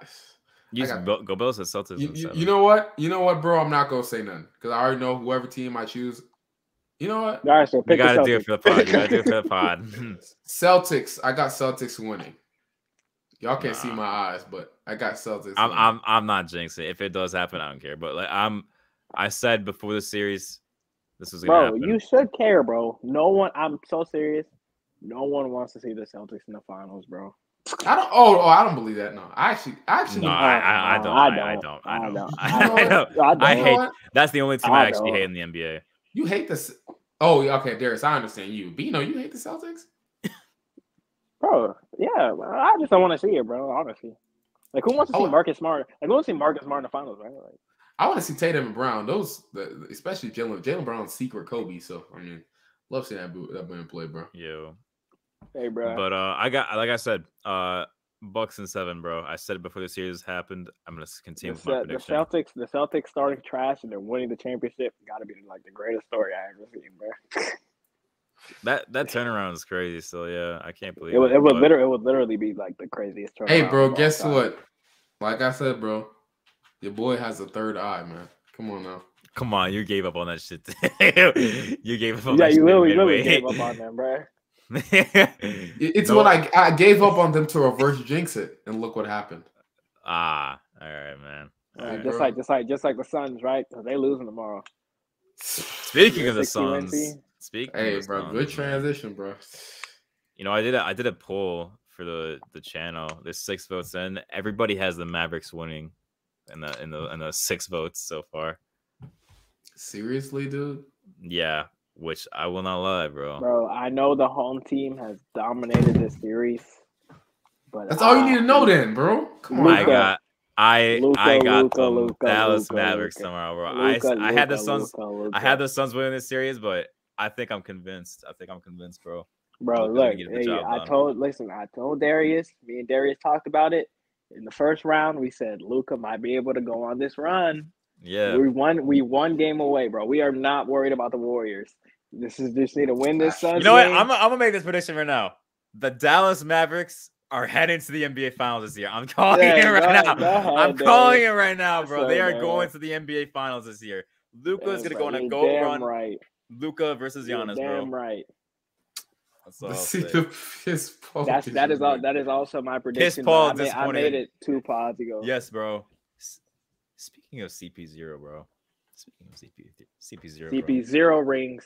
S2: You
S1: I
S2: just
S1: got-
S2: Bill- go Bills at Celtics.
S1: I, you,
S2: in
S1: you,
S2: seven.
S1: you know what? You know what, bro? I'm not gonna say nothing because I already know whoever team I choose. You know what?
S3: All right, so
S2: you
S3: pick
S2: gotta
S3: the
S2: do it for the
S3: Celtics.
S2: pod. You gotta do it for the pod.
S1: Celtics. I got Celtics winning. Y'all can't see
S2: Nah.
S1: my eyes, but I got Celtics.
S2: I'm
S1: winning.
S2: I'm I'm not jinxing. it. If it does happen, I don't care. But like I'm I said before the series, this was gonna
S3: bro,
S2: happen.
S3: you should care, bro. No one. I'm so serious. No one wants to see the Celtics in the finals, bro.
S1: I don't. Oh, oh, I don't believe that. No, I actually, I actually.
S2: No,
S1: you
S2: I- I- I
S3: Uh,
S2: don't, I- I don't, I don't.
S1: You know
S3: I don't.
S2: I
S1: know
S2: hate-
S1: what?
S2: That's the only team
S3: I
S2: I, actually
S3: don't.
S2: hate in the NBA.
S1: You hate this. Oh, yeah, okay, Darius. I understand you. Bino, you hate the Celtics.
S3: bro. Yeah, bro, I just don't want to see it, bro. Honestly, like who wants to see
S1: Oh.
S3: Marcus Smart? Like who wants to see Marcus Smart in the finals, right? Like,
S1: I want to see Tatum and Brown. Those, the, the- especially Jalen Jalen Brown's secret Kobe. So I mean, love seeing that, bo- that man play, bro.
S2: Yo.
S3: Hey, bro.
S2: But uh, I got like I said, uh, Bucks and seven, bro. I said it before the series happened. I'm gonna s- continue
S3: the,
S2: with my
S3: Ce- the
S2: prediction.
S3: Celtics, the Celtics starting trash and they're winning the championship. Got to be like the greatest story I ever seen, bro.
S2: that that turnaround is crazy. So yeah, I can't believe
S3: It would, it would
S2: but-
S3: literally, it would literally be like the craziest.
S1: Hey,
S3: turnaround
S1: bro,
S3: of all
S1: guess
S3: time.
S1: what? Like I said, bro, your boy has a third eye, man. Come on now.
S2: Come on, you gave up on that shit. you gave up on
S3: yeah,
S2: that
S3: you
S2: shit midway.
S3: literally, literally gave up on them, bro.
S1: It- It's when I I gave up on them to reverse jinx it, and look what happened.
S2: ah, all right, man.
S3: Uh,
S1: Hey,
S3: just
S1: bro.
S3: like, just like, just like the Suns, right? 'Cause they losing tomorrow.
S2: Speaking of the
S3: 60-win
S2: Suns,
S3: team.
S2: speaking
S1: Hey,
S2: of um, the
S1: bro,
S2: Suns,
S1: good
S2: man.
S1: transition, bro.
S2: You know, I did a, I did a poll for the the channel. There's six votes in. Everybody has the Mavericks winning, in the in the in the six votes so far.
S1: Seriously, dude.
S2: Yeah, which I will not lie, bro.
S3: Bro, I know the home team has dominated this series, but
S1: That's all you
S3: I-
S1: need to know, then, bro. Come on,
S3: Luka.
S2: I
S1: now.
S2: got I
S3: Luka,
S2: I got
S3: Luka,
S2: the
S3: Luka,
S2: Dallas
S3: Luka,
S2: Mavericks
S3: Luka.
S2: tomorrow, bro.
S3: Luka,
S2: I I had the
S3: Luka,
S2: Suns.
S3: Luka, Luka.
S2: I had the Suns winning this series, but I think I'm convinced. I think I'm convinced, bro.
S3: Bro,
S2: Luka's gonna
S3: look,
S2: get the
S3: hey,
S2: job
S3: I
S2: done.
S3: told listen, I told Darius, me and Darius talked about it. In the first round, we said Luca might be able to go on this run.
S2: Yeah,
S3: We won we one game away, bro. We are not worried about the Warriors. This is just need to win this Suns.
S2: you know what?
S3: game.
S2: I'm, I'm gonna make this prediction right now. The Dallas Mavericks are heading to the NBA Finals this year. I'm calling
S3: Yeah,
S2: it right
S3: go-
S2: now.
S3: go ahead,
S2: I'm
S3: Darius.
S2: calling it right now,
S3: That's
S2: bro.
S3: so
S2: they are
S3: bad.
S2: going to the NBA Finals this year. Luca is
S3: Damn
S2: gonna go on
S3: right,
S2: a
S3: you're
S2: goal
S3: damn
S2: run.
S3: Right.
S2: Luca versus
S3: You're
S2: Giannis,
S3: damn
S2: bro.
S3: right.
S2: That's all I'll
S1: Let's see
S2: say.
S1: the piss Paul
S3: That's that is all. That is also my prediction. but
S2: Paul
S3: I made, I
S2: disappointed.
S3: made it two pods ago.
S2: Yes, bro. S- Speaking of CP0, bro. Speaking of CP, CP0, bro.
S3: CP zero rings.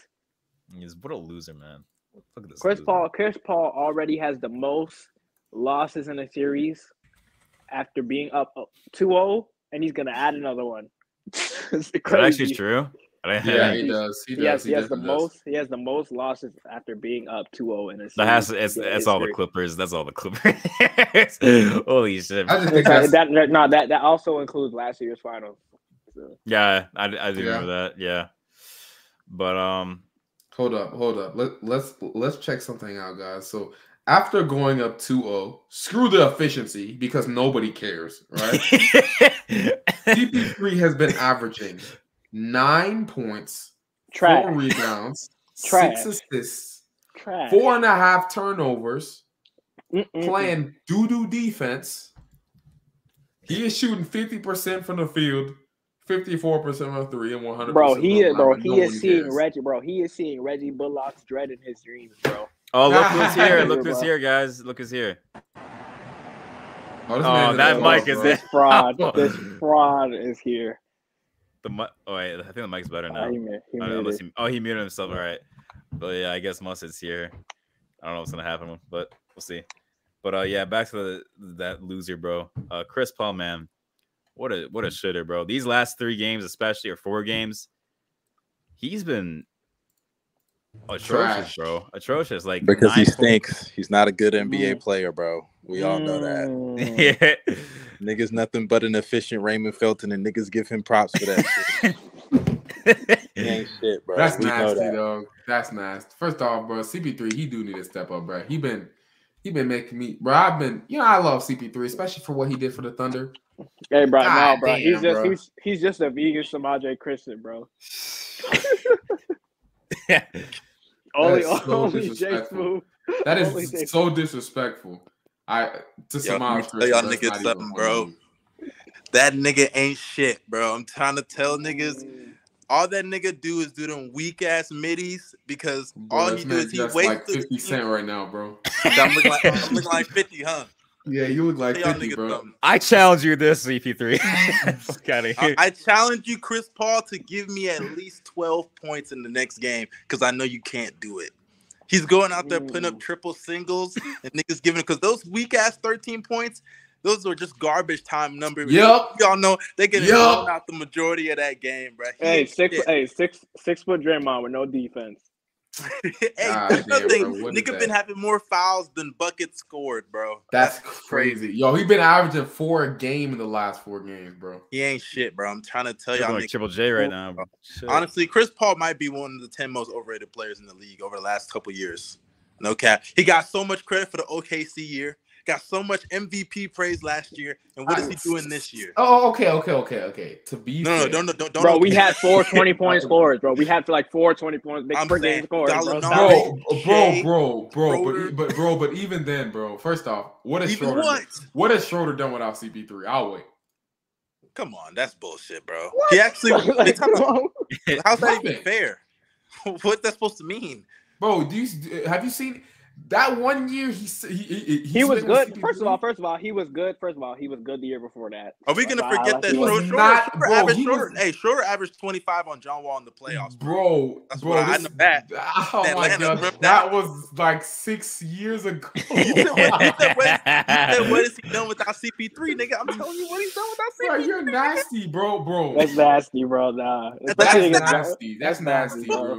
S2: He's- what a loser, man. Look at this.
S3: Chris
S2: loser.
S3: Paul. Chris Paul already has the most losses in a series after being up 2-0, and he's gonna add another one. it's
S2: Is that actually
S3: crazy.
S2: true? I didn't-
S1: Yeah, he
S3: He's-
S1: does. He does.
S3: He has, he has the
S1: definitely does.
S3: most. He has the most losses after being up 2-0 in a series.
S2: That has to, it's,
S3: in
S2: it's all the
S3: history.
S2: Clippers. That's all the Clippers. Holy shit.
S1: I just
S3: It's
S1: think
S3: not-
S1: that's
S3: that, that, no, that that also includes last year's finals. So,
S2: Yeah, I, I do
S1: Yeah.
S2: remember that. Yeah. But, um,
S1: Hold up, hold up. Let, let's let's check something out, guys. So after going up 2-0, screw the efficiency because nobody cares, right? CP3 has been averaging nine points, four
S3: trash,
S1: rebounds,
S3: Trash.
S1: six assists,
S3: trash. Mm-hmm.
S1: four and a half turnovers,
S3: Mm-mm-mm.
S1: playing doo-doo defense. He is shooting 50% from the field, 54% from three, and 100
S3: Bro, he is, bro, he is seeing
S1: red.
S3: Reggie, bro, he is seeing Reggie Bullock's dread in his dreams, bro.
S2: oh, look who's here. Look
S3: Bro.
S2: who's here, guys. Look who's here.
S1: this
S2: Oh,
S1: man is
S2: that
S1: a
S2: mic
S1: dog,
S2: is
S1: bro.
S2: it.
S3: This fraud, this fraud is here.
S2: The mu- Oh, wait. I think the mic's better now.
S3: Oh, he made, he
S2: I don't know,
S3: made
S2: unless
S3: it.
S2: he, oh, he muted himself. All right. But yeah, I guess Mustard's here. I don't know what's gonna happen, but we'll see. But uh, yeah, back to the, that loser, bro. Uh, Chris Paul, man, what a what a shitter, bro. These last three games, especially or four games, he's been atrocious,
S1: Trash.
S2: bro. Atrocious, like
S4: because he
S2: nine po-
S4: stinks. He's not a good NBA
S1: Mm-hmm.
S3: Mm.
S4: player, bro. We all know that.
S3: Mm.
S2: yeah.
S4: Niggas nothing but an efficient Raymond Felton, and niggas give him props for that. shit. He ain't shit, bro.
S1: That's
S4: we know
S1: nasty,
S4: that.
S1: though. That's nasty. First off, bro, CP3, he do need to step up, bro. He been he been making me, bro. I've been, you know, I love CP3, especially for what he did for the Thunder.
S3: Hey, bro,
S1: God
S3: no, bro,
S1: damn,
S3: he's just
S1: bro.
S3: he's he's just a vegan Samaje Christian, bro. Only
S1: is so
S3: only Jay
S1: disrespectful.
S3: Smooth.
S1: That
S3: Holy shit.
S1: is so disrespectful. I to
S4: Yo,
S1: Samaj
S4: let me tell
S1: Christian,
S4: y'all
S1: that's
S4: niggas
S1: not even
S4: something,
S1: funny.
S4: bro. That nigga ain't shit, bro. I'm trying to tell niggas
S3: Mm.
S4: all that nigga do is do them weak ass middies because
S1: Bro,
S4: all
S1: this
S4: he do
S1: man
S4: is he
S1: just
S4: waits.
S1: like
S4: to-
S1: 50 Cent right now, bro.
S4: I'm looking like, I'm looking like 50, huh?
S1: Yeah, you look like
S4: Tell y'all
S1: 50,
S4: niggas
S1: bro.
S4: something.
S2: I challenge you this CP3. Fuck outta
S4: I,
S2: here.
S4: I challenge you, Chris Paul, to give me at least 12 points in the next game because I know you can't do it. He's going out there putting
S3: Ooh.
S4: up triple singles and niggas giving because those weak ass 13 points, those were just garbage time numbers.
S1: Yup.
S4: Y'all know they get
S1: Yup.
S4: blown out the majority of that game, bro. He
S3: Hey,
S4: ain't
S3: six
S4: shit.
S3: hey, six six foot Draymond with no defense.
S4: hey,
S1: God
S4: that's
S1: damn,
S4: another thing.
S1: bro, what is
S4: Nigga
S1: that?
S4: been having more fouls than buckets scored, bro.
S1: That's crazy. Yo, he been averaging four a game in the last four games, bro.
S4: He ain't shit, bro. I'm trying to tell
S2: Triple-
S4: y'all.
S2: like
S4: niggas.
S2: Triple J right now. Shit.
S4: Honestly, Chris Paul might be one of the 10 most overrated players in the league over the last couple years. No cap. He got so much credit for the OKC year. Got so much MVP praise last year. And what is he doing this year?
S1: Oh, okay, okay, okay, okay. To be
S4: No, no,
S1: fair,
S4: don't, don't, don't.
S3: bro,
S4: don't-
S3: we had four 20 point scorers, bro. We had like four 20 points. Big
S4: I'm
S3: per
S4: saying
S3: game scorers, bro.
S4: Dollar
S3: Stop
S4: Dollar-
S1: Bro, uh,
S3: it.
S1: bro,
S4: Shea,
S1: bro, bro,
S4: Schroeder.
S1: but, e, but bro, but even then, bro. First off, what is
S4: Even
S1: Schroeder?
S4: what?
S1: What has Schroeder done without CP3? I'll wait.
S4: Come on, that's bullshit, bro.
S3: What?
S4: He actually. they
S3: Like,
S4: talk about-
S3: bro.
S4: how's that
S1: Nothing.
S4: even fair? What's that supposed to mean?
S1: Bro, do you have you seen that one year he s- he he, he,
S3: He was
S1: spent with
S3: good.
S1: CP3?
S3: First of all, first of all, he was good. First of all, he was good the year before that.
S4: Are we gonna
S3: Nah,
S4: forget
S3: like,
S4: that
S3: he was
S4: Schroeder, Schroeder,
S1: not-
S4: Schroeder
S1: bro,
S4: averaged,
S1: he was-
S4: Schroeder- hey, Schroeder averaged 25 on John Wall in the playoffs.
S1: bro,
S4: That's
S1: bro,
S4: what I
S1: this-
S4: know that.
S1: Oh my
S4: Atlanta,
S1: god,
S4: remember
S1: that,
S4: that?
S1: was like six years ago.
S4: Hey, what is he done without CP3, nigga? I'm telling you what he's done
S1: bro,
S4: without CP3.
S1: you're nasty, bro, bro.
S3: That's nasty, bro. Nah,
S1: That's
S3: Especially against-
S1: nasty. That's nasty, bro.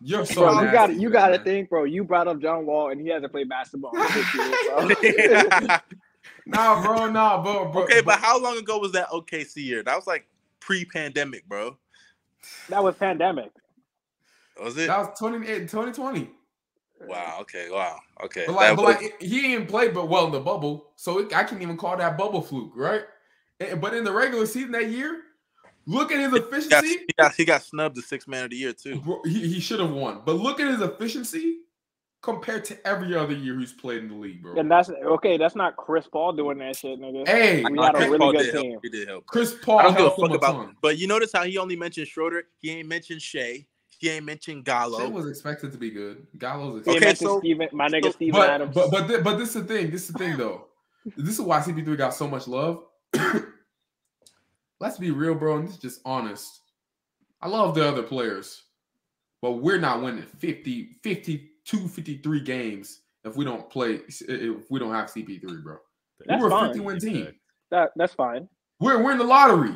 S1: You're so
S3: Bro, you
S1: nasty.
S3: got you got to
S1: man.
S3: think, bro. You brought up John Wall, and he hasn't played basketball. in six years, bro.
S1: Nah, bro, nah, bro, bro.
S4: okay, but how long ago was that OKC year? That was like pre-pandemic, bro.
S3: that was pandemic.
S4: Was it?
S1: that was 20, 2020.
S4: Wow. Okay. Wow. Okay.
S1: But like,
S4: that
S1: but
S4: was-
S1: like, he didn't play but well in the bubble, so it, I can even call that bubble fluke, right? And- but in the regular season that year, look at his
S4: he, got,
S1: efficiency.
S4: he got- he got snubbed the sixth man of the year too.
S1: Bro, he, he should have won, but look at his efficiency compared to every other year he's played in the league, bro.
S3: And that's okay. That's not Chris Paul doing that shit, nigga.
S1: hey,
S3: We had a
S4: Chris
S3: really
S4: Paul
S3: good
S4: did help.
S3: team.
S4: He did help.
S1: Chris Paul.
S4: I don't give a
S1: helped him
S4: fuck about.
S1: ton.
S4: But you notice how he only mentioned Schroeder. He ain't mentioned Shea. He ain't mentioned
S1: Shea
S4: Gallo.
S1: was expected to be good. Gallo's
S3: Me
S1: expected.
S3: and
S4: Okay,
S3: Mr.
S4: so-
S3: Steven, my nigga
S4: so-
S3: Steven
S1: but,
S3: Adams.
S1: But but thi- but this is the thing. This is the thing though. this is why CP3 got so much love. Let's be real, bro, and this is just honest. I love the other players, but we're not winning 50, 52, 53 games if we don't play if we don't have CP3, bro.
S3: That's
S1: we're a
S3: fine.
S1: 50 win team.
S3: that, that's fine.
S1: We're we're in the lottery.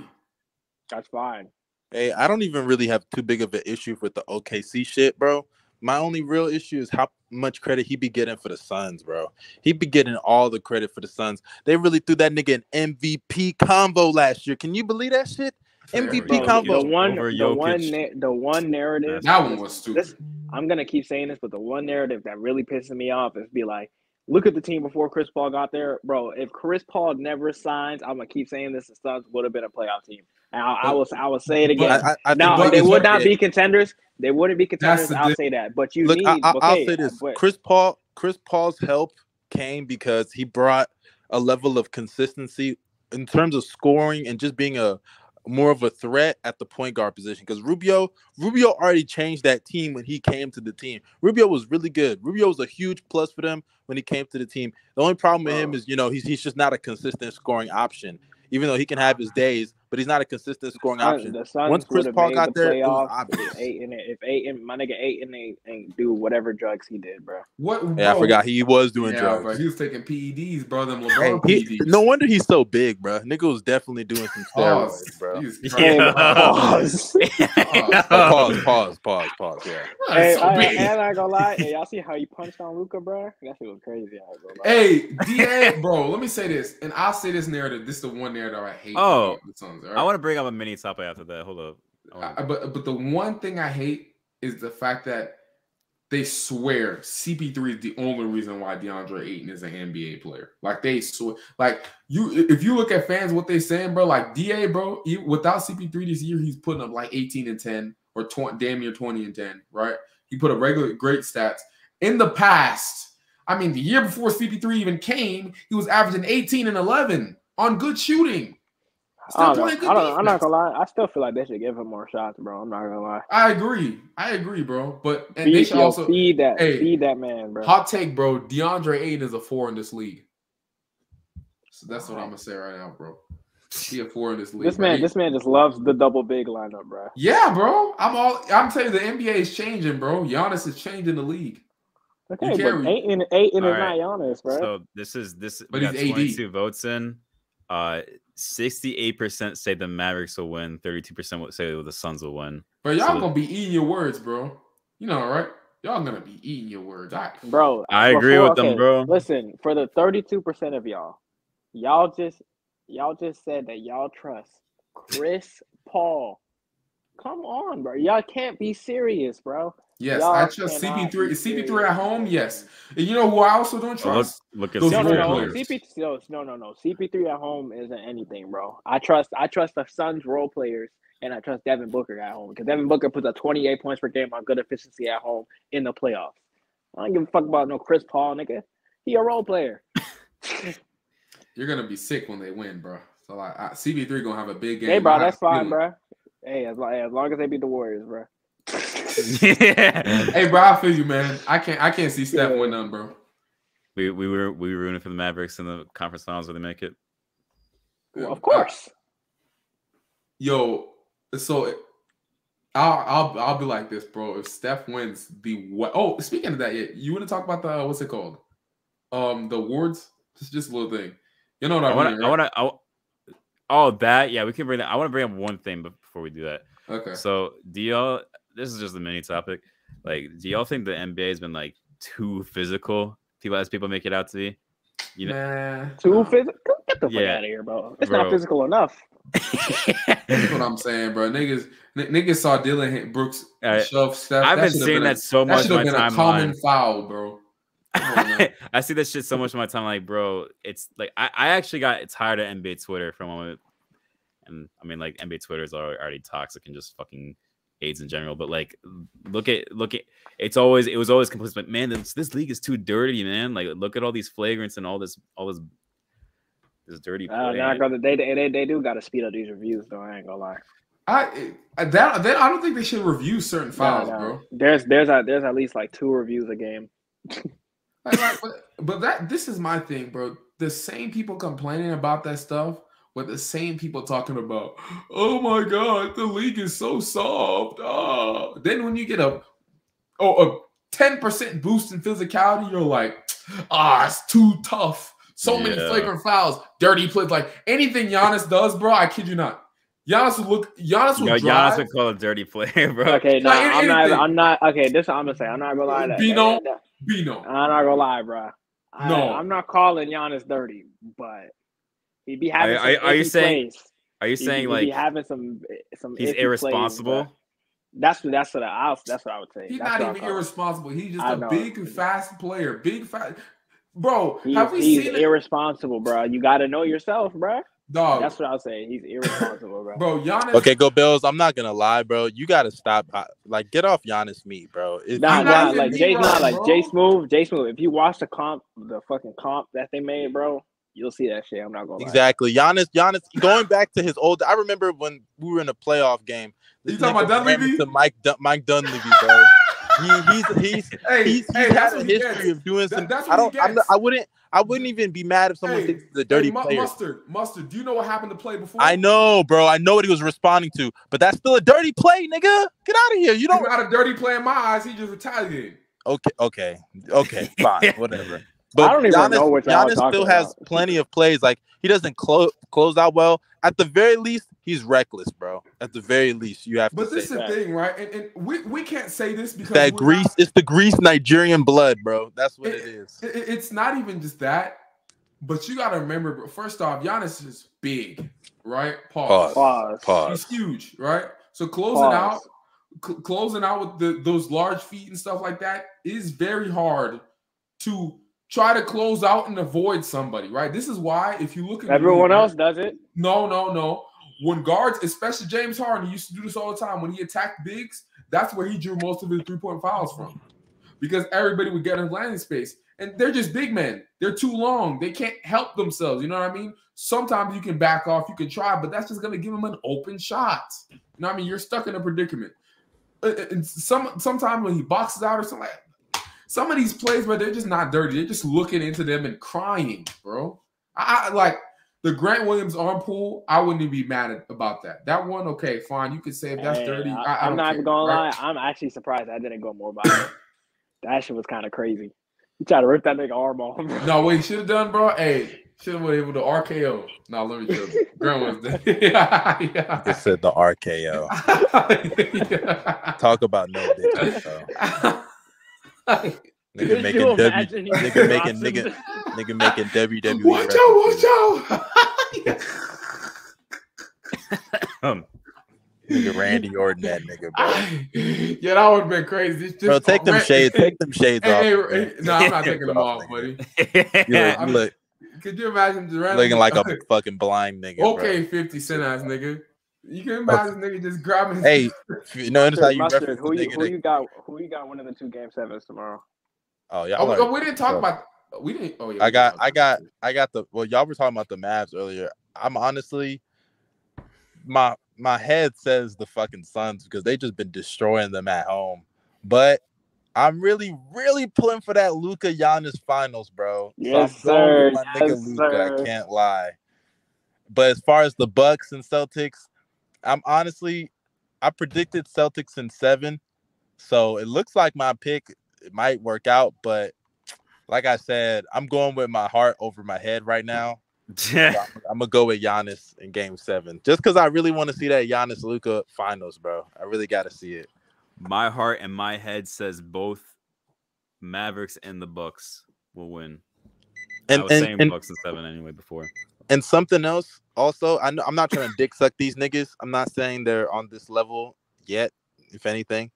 S3: That's fine.
S4: Hey, I don't even really have too big of an issue with the OKC shit, bro. My only real issue is how much credit he be getting for the Suns, bro. He be getting all the credit for the Suns. They really threw that nigga an MVP combo last year. Can you believe that shit?
S1: Fair,
S3: Bro,
S4: MVP
S1: bro.
S4: combo.
S3: The one,
S2: Over
S3: the
S2: Jokic.
S3: one, na- the one narrative.
S1: That one was stupid.
S3: This- I'm gonna keep saying this, but the one narrative that really pisses me off is be like, look at the team before Chris Paul got there, bro. If Chris Paul never signs, I'm gonna keep saying this. The Suns would have been a playoff team, and I, I will, I will say it again.
S4: I, I, I
S1: but
S3: No,
S4: think-
S3: they
S1: it's
S3: would not
S4: Yeah.
S3: be contenders. They wouldn't be contenders.
S1: the
S3: I'll
S1: diff-
S3: say that. But you
S4: Look,
S3: need.
S4: I, I,
S3: okay,
S4: I'll say this:
S3: but-
S4: Chris Paul, Chris Paul's help came because he brought a level of consistency in terms of scoring and just being a more of a threat at the point guard position. Because Rubio, Rubio already changed that team when he came to the team. Rubio was really good. Rubio was a huge plus for them when he came to the team. The only problem with him
S1: Bro.
S4: is, you know, he's he's just not a consistent scoring option. Even though he can have his days, but he's not a consistent scoring option.
S3: The Suns
S4: Once Chris
S3: would've
S4: Paul
S3: made
S4: got
S3: the
S4: there, it was
S3: playoffs
S4: obvious.
S3: if eight and if eight and my nigga eight and eight ain't do whatever drugs he did, bro.
S1: what
S4: Yeah, I
S1: bro,
S4: forgot he was doing
S1: yeah,
S4: drugs.
S1: Bro, he was taking PEDs, bro. Them
S4: Hey,
S1: LeBron E
S4: he-
S1: PEDs.
S4: no wonder he's so big, bro. Nigga was definitely doing some
S1: Pause.
S4: steroids, bro.
S1: Jesus
S2: Yeah.
S1: Christ.
S2: Hey,
S3: pause.
S1: Uh,
S4: Oh, pause, pause, pause, pause. Yeah.
S3: Hey,
S1: So
S3: I,
S1: big.
S3: and I ain't gonna lie, hey, y'all see how he punched on Luca, bro? That shit was crazy. I ain't gonna lie.
S1: Hey, DA, bro, let me say this, and I'll say this narrative. This is the one narrative I hate.
S2: Oh,
S1: about the Suns, all right?
S2: I want to bring up a mini topic after that. Hold up. I wanna-
S1: I- but but the one thing I hate is the fact that they swear CP3 is the only reason why DeAndre Ayton is an NBA player. Like they swear, like you if you look at fans, what they saying, bro, like DA, bro, he- without CP3 this year, he's putting up like 18 and 10 or 20, damn near 20 and 10, right? He put up regular great stats. In the past, I mean, the year before CP3 even came, he was averaging 18 and 11 on good shooting. Still
S3: I don't know.
S1: playing good
S3: I don't, I'm
S1: defense.
S3: not gonna lie. I still feel like they should give him more shots, bro. I'm not gonna lie.
S1: I agree. I agree, bro. But and they
S3: Feed,
S1: should
S3: yo,
S1: also
S3: feed that,
S1: hey.
S3: feed that man, bro.
S1: hot take, bro. DeAndre Ayton is a four in this league. So that's what I'm gonna say right now, bro. He a four in this league.
S3: This
S1: bro.
S3: man,
S1: He-
S3: this man just loves the double big lineup, bro.
S1: yeah, bro. I'm all. I'm telling you, the NBA is changing, bro. Giannis is changing the league.
S3: Okay,
S1: carry.
S3: but eight and eight and
S2: All
S3: is
S2: right.
S3: not Giannis, bro.
S2: So this is this.
S1: But
S2: we
S1: he's
S2: got
S1: AD.
S2: 22 votes in. Uh, 68% say the Mavericks will win. 32% would say the Suns will win.
S1: But y'all
S2: So-
S1: gonna be eating your words, bro. You know, right? Y'all gonna be eating your words. I,
S3: bro.
S2: I agree
S3: before-
S2: with them, bro.
S3: Listen, for the thirty-two percent of y'all, y'all just y'all just said that y'all trust Chris Paul Come on, bro. Y'all can't be serious, bro.
S1: Yes,
S3: Y'all
S1: I trust
S3: cannot
S1: CP3.
S3: be
S1: Is CP3
S3: serious.
S1: at home? Yes. And you know who I also don't
S2: Oh, look,
S1: trust?
S2: look at
S1: Those
S3: No,
S2: Steve
S3: no,
S1: role
S2: Kerr.
S3: no.
S1: players.
S3: CP no, no, no, no. CP3 at home isn't anything, bro. I trust I trust the Suns role players and I trust Devin Booker at home because Devin Booker puts up 28 points per game on good efficiency at home in the playoffs. I don't give a fuck about no Chris Paul, nigga. He a role player.
S1: You're gonna be sick when they win, bro. So I, I, CP3 gonna have a big game.
S3: hey, bro,
S1: I have
S3: that's
S1: a feeling.
S3: fine, bro. Hey, as, lo- as long as they beat the Warriors, bro.
S2: yeah.
S1: Hey, bro, I feel you, man. I can't. I can't see Steph
S3: Yeah.
S1: win none, bro.
S2: We, we were we were rooting for the Mavericks in the conference finals where they make it.
S3: Well, of course.
S1: Yo, so I'll I'll I'll be like this, bro. If Steph wins the what? Oh, speaking of that, yeah, you want to talk about the what's it called? Um, the awards. Just just a little thing. You know what I,
S2: I want
S1: mean?
S2: to. I
S1: right?
S2: want to. Oh, that. Yeah, we can bring that. I want to bring up one thing bef- before we do that.
S1: Okay.
S2: So, do y'all? This is just a mini topic. Like, do y'all think the NBA has been like too physical? People as people make it out to be. you know-
S1: man,
S3: Too physical. Get the fuck
S2: Yeah.
S3: out of here, bro. It's
S2: Bro.
S3: not physical enough.
S1: That's what I'm saying, bro. Niggas, n- niggas saw Dylan H- Brooks
S2: Uh,
S1: shove Steph.
S2: I've been
S1: should've
S2: seeing
S1: a-
S2: that so much in
S1: should've
S2: my
S1: been a common
S2: timeline.
S1: foul, bro. Come on, man.
S2: I see this shit so much in my time. Like, bro, it's like I, I actually got tired of NBA Twitter for a moment. And I mean, like NBA Twitter is alre- already toxic and just fucking AIDS in general. But like, look at look at it's always it was always complete. But man, this this league is too dirty, man. Like, look at all these flagrants and all this all this this dirty.
S3: Uh,
S2: play.
S3: nah, brother, they, they, they, they do got to speed up these reviews, though. I ain't going to lie.
S1: I I- that then I don't think they should review certain
S3: No,
S1: fouls,
S3: no.
S1: bro.
S3: There's there's at there's at least like two reviews a game.
S1: Like, like, but, but that this is my thing, bro. The same people complaining about that stuff were the same people talking about, oh my god, the league is so soft. Ah. Then when you get a oh a 10% boost in physicality, you're like, ah, it's too tough. So many
S2: Yeah.
S1: flagrant fouls, dirty plays. Like anything Giannis does, bro, I kid you not. Giannis would look Giannis
S2: You
S1: would
S2: know,
S1: drive.
S2: Giannis would call a dirty player, bro.
S3: Okay, no,
S1: Like, it-
S3: I'm not.
S1: anything.
S3: I'm not. Okay, this is what I'm gonna say. I'm not gonna lie. That,
S1: Bino.
S3: that-
S1: Bino.
S3: that- I'm not gonna lie, bro. I,
S1: No.
S3: I'm not calling Giannis dirty, but he be having.
S2: Are- are-
S3: some
S2: are you
S3: iffy
S2: saying-
S3: plays.
S2: Are you
S3: He be-
S2: saying
S3: he be
S2: like
S3: having some eh, some
S2: he's
S3: iffy plays,
S2: irresponsible?
S3: bruh. that's what that's what I that's what I would say.
S1: He's
S3: That's
S1: not
S3: what I'll
S1: even
S3: call it.
S1: irresponsible. He's just
S3: I
S1: a
S3: know.
S1: big, fast player. Big, fast. Bro,
S3: He-
S1: have we
S3: he's
S1: seen it?
S3: irresponsible, bro. You got to know yourself, bro.
S2: Oh.
S1: Dog.
S3: That's what I'll say. He's irresponsible, bro.
S1: bro, Giannis.
S4: Okay, go Bills. I'm not gonna lie, bro. You gotta stop. Like, get off Giannis meat, bro. It's,
S3: Nah,
S1: I'm not
S3: nah,
S1: even
S3: like
S1: being
S3: Jay, nah,
S1: wrong,
S3: like
S1: bro.
S3: Jay Smooth, Jay Smooth. If you watch the comp, the fucking comp that they made, bro, you'll see that shit. I'm not gonna lie.
S4: Exactly. Giannis, Giannis, going back to his old I remember when we were in a playoff game.
S1: You
S4: this
S1: talking
S4: nigga
S1: about
S4: ran
S1: Dunleavy?
S4: into Mike Dun- Mike Dunleavy, bro. he, he's he's
S1: Hey,
S4: he's, he's
S1: hey,
S4: had
S1: that's
S4: a
S1: what he
S4: history
S1: gets.
S4: of doing
S1: That-
S4: some
S1: that's what
S4: I don't
S1: he
S4: I'm not,
S1: gets.
S4: I wouldn't I wouldn't even be mad if someone
S1: Hey,
S4: thinks he's a dirty
S1: hey, Mu-
S4: player.
S1: Mustard, mustard. Do you know what happened to play before?
S4: I know, bro. I know what he was responding to, but that's still a dirty play, nigga. Get out of here. You
S1: He's
S4: don't
S1: not a dirty play in my eyes. He just retaliated.
S4: Okay, okay, okay, fine, whatever. But
S3: I don't even
S4: Giannis,
S3: know what y'all
S4: Giannis
S3: talking
S4: still has
S3: about.
S4: plenty of plays. Like he doesn't close close out well. At the very least, he's reckless, bro. At the very least, you have
S1: But
S4: to
S1: this is
S4: say
S1: the
S4: that.
S3: that.
S1: thing, right? And, and we, we can't say this because
S4: that
S1: we're
S4: Greece.
S1: not-
S4: It's the Greece Nigerian blood, bro. That's what it is.
S1: it- it- it's not even just that. But you got to remember, bro, first off, Giannis is big, right? Pause.
S3: Pause.
S4: Pause.
S1: He's huge, right? So closing
S3: Pause.
S1: out, cl- closing out with the, those large feet and stuff like that is very hard to try to close out and avoid somebody, right? This is why if you look at the
S3: Everyone
S1: league,
S3: else does it.
S1: no, no, no. When guards, especially James Harden, used to do this all the time. When he attacked bigs, that's where he drew most of his three point fouls from, because everybody would get in landing space, and they're just big men. They're too long. They can't help themselves. You know what I mean? Sometimes you can back off, you can try, but that's just gonna give them an open shot. You know what I mean? You're stuck in a predicament. Uh, uh, And some sometimes when he boxes out or something, like, some of these plays where they're just not dirty. They're just looking into them and crying, bro. I I- like the Grant Williams arm pull, I wouldn't even be mad at, about that. That one, okay, fine. You could say if that's
S3: And
S1: dirty. I, I
S3: I, am
S1: don't
S3: not
S1: care,
S3: even gonna
S1: right?
S3: lie. I'm actually surprised I didn't go more by it. that shit was kind of crazy. You try to rip that nigga arm off. bro.
S1: No, what he should have done, bro. Hey, should have been able to RKO. No, let me tell you. Grant Williams. did-
S4: They
S1: yeah.
S4: said the RKO. Talk about no bitches, bro. Nigga
S3: Could
S4: making
S3: you
S4: W.
S3: imagine he
S4: nigga
S3: drops
S4: making
S3: him?
S4: nigga- Nigga making E WWE.
S1: Watch out!
S4: references.
S1: Watch out!
S2: Um,
S4: Nigga Randy Orton, that nigga, bro.
S1: I- yeah, that would have been crazy. It's Just,
S4: Bro, take them
S1: Ran-
S4: shades. Take them shades
S1: Hey,
S4: off.
S1: hey,
S4: man.
S1: no, I'm not taking them
S4: Off,
S1: off,
S4: nigga.
S1: buddy.
S4: You look,
S1: I
S4: you
S1: mean,
S4: look-
S1: Could you imagine just randomly-
S4: looking like a fucking blind nigga. bro.
S1: okay, fifty cent ass nigga? You can imagine this nigga just grabbing. His,
S4: Hey, you know, notice how you
S3: Mustard,
S4: reference the
S3: who you
S4: nigga.
S3: who
S4: that-
S3: you got who you got winning the two game sevens tomorrow?
S4: oh yeah, I
S1: oh,
S4: learned-
S1: we didn't talk
S4: so-
S1: about. We didn't. Oh yeah,
S4: I
S1: we
S4: got,
S1: didn't
S4: I
S1: talk
S4: got,
S1: about that.
S4: I got the. Well, y'all were talking about the Mavs earlier. I'm honestly, my my head says the fucking Suns because they just been destroying them at home. But I'm really, really pulling for that Luca Giannis finals, bro.
S3: Yes,
S4: I'm going with
S3: sir.
S4: My nigga
S3: Yes,
S4: Luka, I
S3: sir.
S4: can't lie. But as far as the Bucks and Celtics, I'm honestly, I predicted Celtics in seven, so it looks like my pick it might work out. But like I said, I'm going with my heart over my head right now. So I'm, I'm gonna go with Giannis in Game Seven, just because I really want to see that Giannis Luca finals, bro. I really got to see it.
S2: my heart and my head says both Mavericks and the Bucks will win. I
S4: And
S2: was saying
S4: and, and,
S2: Bucks and seven anyway before.
S4: and something else, also, I know I'm not trying to dick suck these niggas. I'm not saying they're on this level yet, if anything.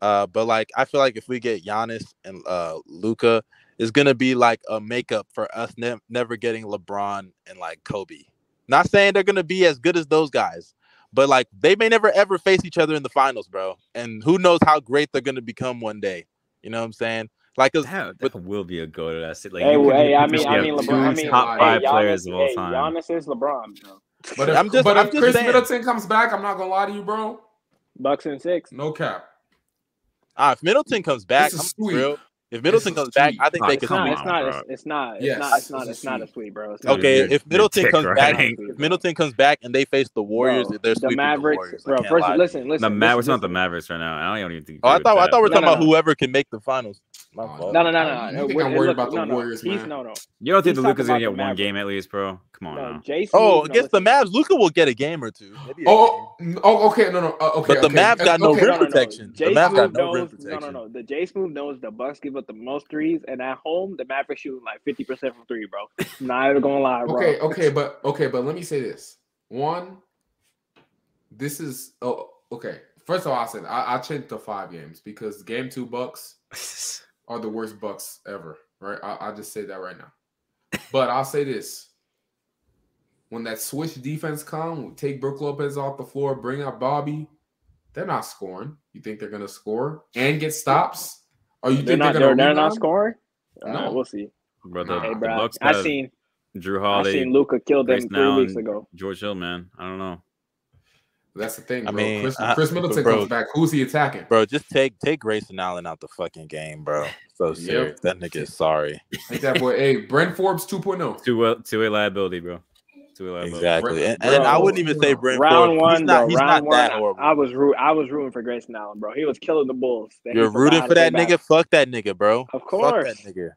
S4: Uh, but like I feel like if we get Giannis and uh Luca, it's gonna be like a makeup for us ne- never getting LeBron and like Kobe. Not saying they're gonna be as good as those guys, but like they may never ever face each other in the finals, bro. And who knows how great they're gonna become one day. You know what I'm saying? Like 'cause
S2: That,
S4: with-
S2: that will be a go to that shit. Like,
S3: hey,
S2: you could
S3: hey, I mean,
S2: potentially
S3: I
S2: have
S3: mean,
S1: two
S3: LeBron. I
S1: top
S3: mean,
S2: five
S3: hey, Giannis,
S2: players of all
S3: hey,
S2: time.
S3: Giannis is LeBron. Bro.
S1: But if,
S4: I'm just-
S1: but
S4: I'm
S1: if
S4: just
S1: Chris
S4: saying.
S1: Middleton comes back, I'm not gonna lie to you, bro.
S3: Bucks and six.
S1: No cap.
S4: ah, if Middleton comes back,
S1: It's a
S4: I'm
S1: sweep.
S4: thrilled. If Middleton
S1: a
S4: comes back,
S1: sweep.
S4: I think
S2: Ah,
S4: they
S3: It's
S4: could
S2: come
S3: not,
S2: on,
S3: it's not,
S2: bro.
S3: it's, it's not, it's
S1: Yes,
S3: not, it's
S1: it's
S3: not,
S1: a
S3: it's not a
S1: sweep.
S3: sweep, bro. It's not a
S4: Okay,
S2: You're-
S4: if
S2: you're
S4: Middleton
S2: dick
S4: comes back,
S2: riding.
S4: if Middleton comes back and they face the Warriors,
S3: Bro,
S4: they're sweeping
S3: the Mavericks,
S4: Warriors. I
S3: bro.
S4: can't
S3: First,
S4: lie to you.
S3: listen, listen.
S2: the
S3: listen,
S2: Mavericks, not the
S3: listen.
S2: Mavericks right now. I don't, I don't even think.
S4: Oh, I
S2: agree with
S4: thought I
S2: that.
S4: thought we were
S3: No,
S4: talking
S3: no,
S4: about
S3: no.
S4: whoever can make the finals. My
S1: Oh,
S4: fault.
S3: No, no, no, no.
S1: You
S3: no.
S1: think I'm
S3: It
S1: worried
S3: look-
S1: about the
S3: no, no.
S1: Warriors,
S3: He's
S1: man?
S3: no, no,
S2: You don't think
S3: He's
S2: the Luca's gonna get
S3: talking about the
S2: one
S3: Mavericks.
S2: game at least, bro? Come on.
S3: no.
S2: now.
S3: Jason.
S4: Oh,
S3: no,
S4: against
S3: listen.
S4: the Mavs, Luca will get a game or two. Maybe a game.
S1: Oh, oh, oh, okay, no, no, uh, okay.
S4: But the
S1: okay.
S4: Mavs got no
S1: okay.
S4: rim protection. The
S3: Jay
S4: Mavs
S3: Smooth
S4: got no rim
S3: knows-
S4: protection.
S3: No, no, no. The Jay Smooth knows the Bucks give up the most threes, and at home, the Mavericks shooting like fifty percent from three, bro. Not even gonna lie, bro.
S1: Okay, okay, but okay, but let me say this. One, this is oh okay. First of all, I said I, I changed to five games because game two bucks are the worst bucks ever. Right? I, I just say that right now. But I'll say this: when that switch defense come, take Brooke Lopez off the floor, bring up Bobby. They're not scoring. You think they're gonna score and get stops? Or you
S3: They're
S1: think
S3: not.
S1: they're gonna?
S3: They're, they're not
S1: rebound?
S3: scoring.
S1: No.
S3: Uh, we'll see.
S2: Bro,
S1: Nah.
S2: the,
S3: Hey,
S2: the
S3: bro.
S2: Bucks
S3: I
S2: got
S3: seen.
S2: Drew
S3: I
S2: Holiday,
S3: seen Luca kill them
S2: Grayson
S3: three weeks
S2: Allen.
S3: ago.
S2: George Hill, man. I don't know.
S1: That's the thing,
S4: I
S1: bro.
S4: mean,
S1: Chris,
S4: I-
S1: Chris Middleton
S4: bro.
S1: comes back. Who's he attacking?
S4: Bro, just take take Grayson Allen out the fucking game, bro. So serious. That nigga is sorry.
S1: Ain't that boy? hey, Brent Forbes oh. 2.0.
S2: Two way, two way liability, bro. Two way liability.
S4: Exactly. And,
S1: Bro.
S4: and I wouldn't even say Brent
S3: round
S4: Forbes.
S3: one,
S4: He's not,
S3: bro.
S4: he's
S3: round
S4: not that
S3: one.
S4: horrible.
S3: I was root. I was rooting for Grayson Allen, bro. He was killing the Bulls. Then he
S4: You're
S3: forgot
S4: rooting
S3: how to
S4: for that
S3: get
S4: nigga.
S3: back.
S4: Fuck that nigga, bro.
S3: Of
S4: Fuck that
S3: course.
S4: nigga.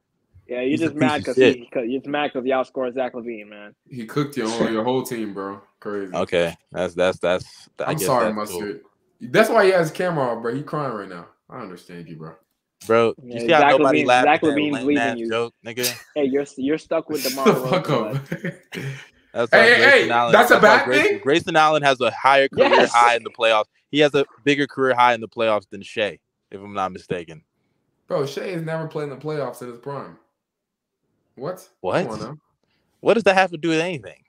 S3: Yeah, you're
S4: He's a
S3: just
S4: piece
S3: mad
S4: of
S3: because
S4: shit.
S3: he, cause you're just mad because y'all scored Zach Levine, man.
S1: He cooked your whole, your whole team, bro. Crazy.
S4: Okay, that's that's that's. I
S1: I'm
S4: guess
S1: sorry,
S4: that's cool.
S1: Mustard. That's why he has his camera off, bro. He crying right now. I understand you, bro.
S4: bro.
S3: Yeah,
S4: You see how
S3: Zach
S4: nobody
S3: Levine-
S4: laughed
S3: Zach
S4: at that
S3: Levine's
S4: lame
S3: leaving
S4: ass
S3: you.
S4: joke, nigga?
S3: Hey, you're you're stuck with
S1: Shut
S3: DeMar
S1: the
S3: Rosen,
S1: fuck up.
S3: bud.
S1: Hey,
S4: That's why
S1: hey,
S4: Grayson
S1: hey,
S4: Allen-
S1: that's a
S4: why
S1: bad
S4: Grayson,
S1: thing?
S4: Grayson Allen has a higher career
S3: Yes.
S4: high in the playoffs. He has a bigger career high in the playoffs than Shea, if I'm not mistaken.
S1: bro, Shea has never played in the playoffs in his prime. What?
S4: What?
S1: Come on now.
S4: What does that have to do with anything,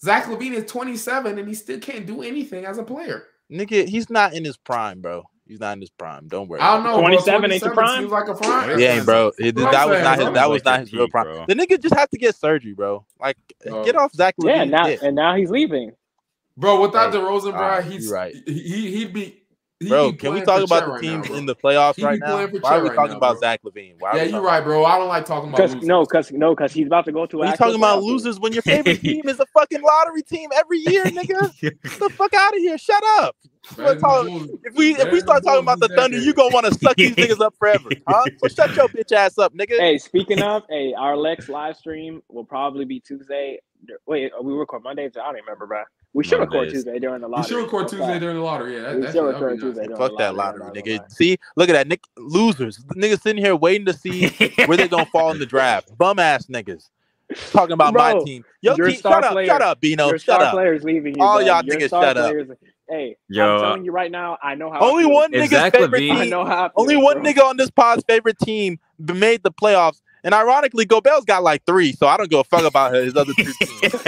S1: Zach Levine is 27 and he still can't do anything as a player.
S4: nigga? He's not in his prime, bro. He's not in his prime. Don't worry.
S1: I don't know.
S3: 27 ain't the
S1: prime.
S3: prime?
S1: Seems like a prime.
S4: He ain't, bro. It-
S1: That's
S4: that
S1: what
S4: was
S1: I'm
S4: not
S1: saying,
S4: his.
S1: bro.
S4: That was
S2: Like
S4: not
S2: the
S4: his real
S2: peak,
S4: prime.
S2: bro.
S4: The nigga just had to get surgery, bro. Like,
S1: Bro.
S4: get off Zach
S3: Yeah,
S4: Levine.
S3: now and now he's leaving.
S1: Bro, without
S4: Hey,
S1: DeRozan, bro,
S4: alright,
S1: he's
S4: you right.
S1: he he- he'd be. He'd
S4: Bro,
S1: be
S4: can we
S1: playing
S4: talk
S1: for
S4: about
S1: Chet
S4: the
S1: right now,
S4: teams
S1: bro.
S4: in the playoffs
S1: He be
S4: right now?
S1: playing for
S4: Why are
S1: Chet
S4: we
S1: right
S4: talking
S1: now,
S4: about
S1: bro.
S4: Zach Levine? Why are
S1: Yeah,
S4: we
S1: you're
S4: talking
S1: right, bro. I don't like talking about
S3: Cause
S1: losers.
S3: no, cause no, cause he's about to go to.
S4: What
S3: an
S4: are you
S3: actual
S4: talking about
S3: playoff team.
S4: losers when your favorite team is a fucking lottery team every year, nigga? Get the fuck out of here. Shut up.
S1: Better than
S4: talk-
S1: Bulls-
S4: If we if
S1: better
S4: we
S1: than
S4: start talking
S1: Bulls
S4: about the
S1: this
S4: Thunder,
S1: decade.
S4: you gonna want to suck these niggas up forever, huh? So shut your bitch ass up, nigga.
S3: Hey, speaking of, hey, our next live stream will probably be Tuesday. Wait, we record Mondays. I don't even remember, bro. We should record
S2: Mondays.
S3: Tuesday during the
S1: You
S3: lottery.
S1: should record
S3: That's
S1: Tuesday
S3: all.
S1: during the lottery. Yeah, that,
S3: We
S1: that,
S3: should
S1: should- that'd
S3: record
S1: be nice.
S3: Tuesday during
S4: Fuck
S3: the
S4: that
S3: lottery.
S4: lottery,
S3: I'm not gonna
S4: nigga.
S3: lie.
S4: See, look at that, Nick. Losers, niggas sitting here waiting to see where they gonna fall in the draft. Bum ass niggas talking about my
S3: Bro,
S4: team. Yo,
S3: your
S4: team,
S3: star
S4: shut up,
S3: player-
S4: shut up, Bino,
S3: Your
S4: shut
S3: star
S4: up.
S3: players leaving you.
S4: All
S3: bro.
S4: y'all
S3: Your
S4: niggas
S3: star
S4: shut up.
S3: players- Hey,
S2: Yo,
S3: I'm telling you right now, I know how. I
S4: Only
S3: feel.
S4: one
S2: Is
S4: nigga's
S2: Zach
S4: favorite
S2: Levine-
S3: I
S4: team.
S3: know how. I feel,
S4: Only one
S3: bro.
S4: nigga on this pod's favorite team b- made the playoffs. And ironically, Gobel's got like three, so I don't give a fuck about his other two teams.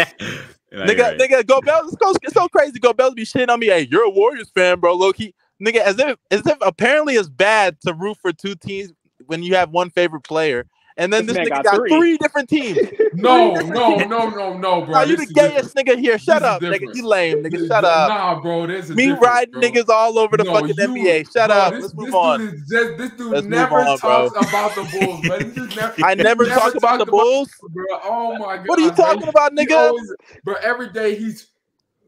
S2: Nah, you're
S4: nigga,
S2: right.
S4: nigga, Gobel, it's, so- it's so crazy. Gobel's be shitting on me. Hey, you're a Warriors fan, bro. Low key, nigga, as if as if apparently it's bad to root for two teams when you have one favorite player. And then this, nigga got, three. different teams.
S1: No, no, no, no, no, bro.
S4: Bro, you
S1: This
S4: the
S1: is
S4: gayest nigga here.
S1: This
S4: Shut
S1: is
S4: up, nigga.
S1: different.
S4: You lame, nigga.
S1: different.
S4: Shut up.
S1: Nah, bro. There's a
S4: Me
S1: difference,
S4: riding
S1: bro.
S4: niggas all over the
S1: No,
S4: fucking
S1: you-
S4: NBA. Shut
S1: bro,
S4: up.
S1: this-
S4: Let's
S1: this
S4: move
S1: dude
S4: on.
S1: is just- this dude
S4: Let's move
S1: never
S4: on, bro.
S1: talks about the Bulls, bro. This dude never,
S4: I never
S1: never
S4: talk about the
S1: about-
S4: Bulls.
S1: bro. Oh my god.
S4: What are you
S1: bro.
S4: talking about,
S1: He
S4: nigga?
S1: always- bro, every day he's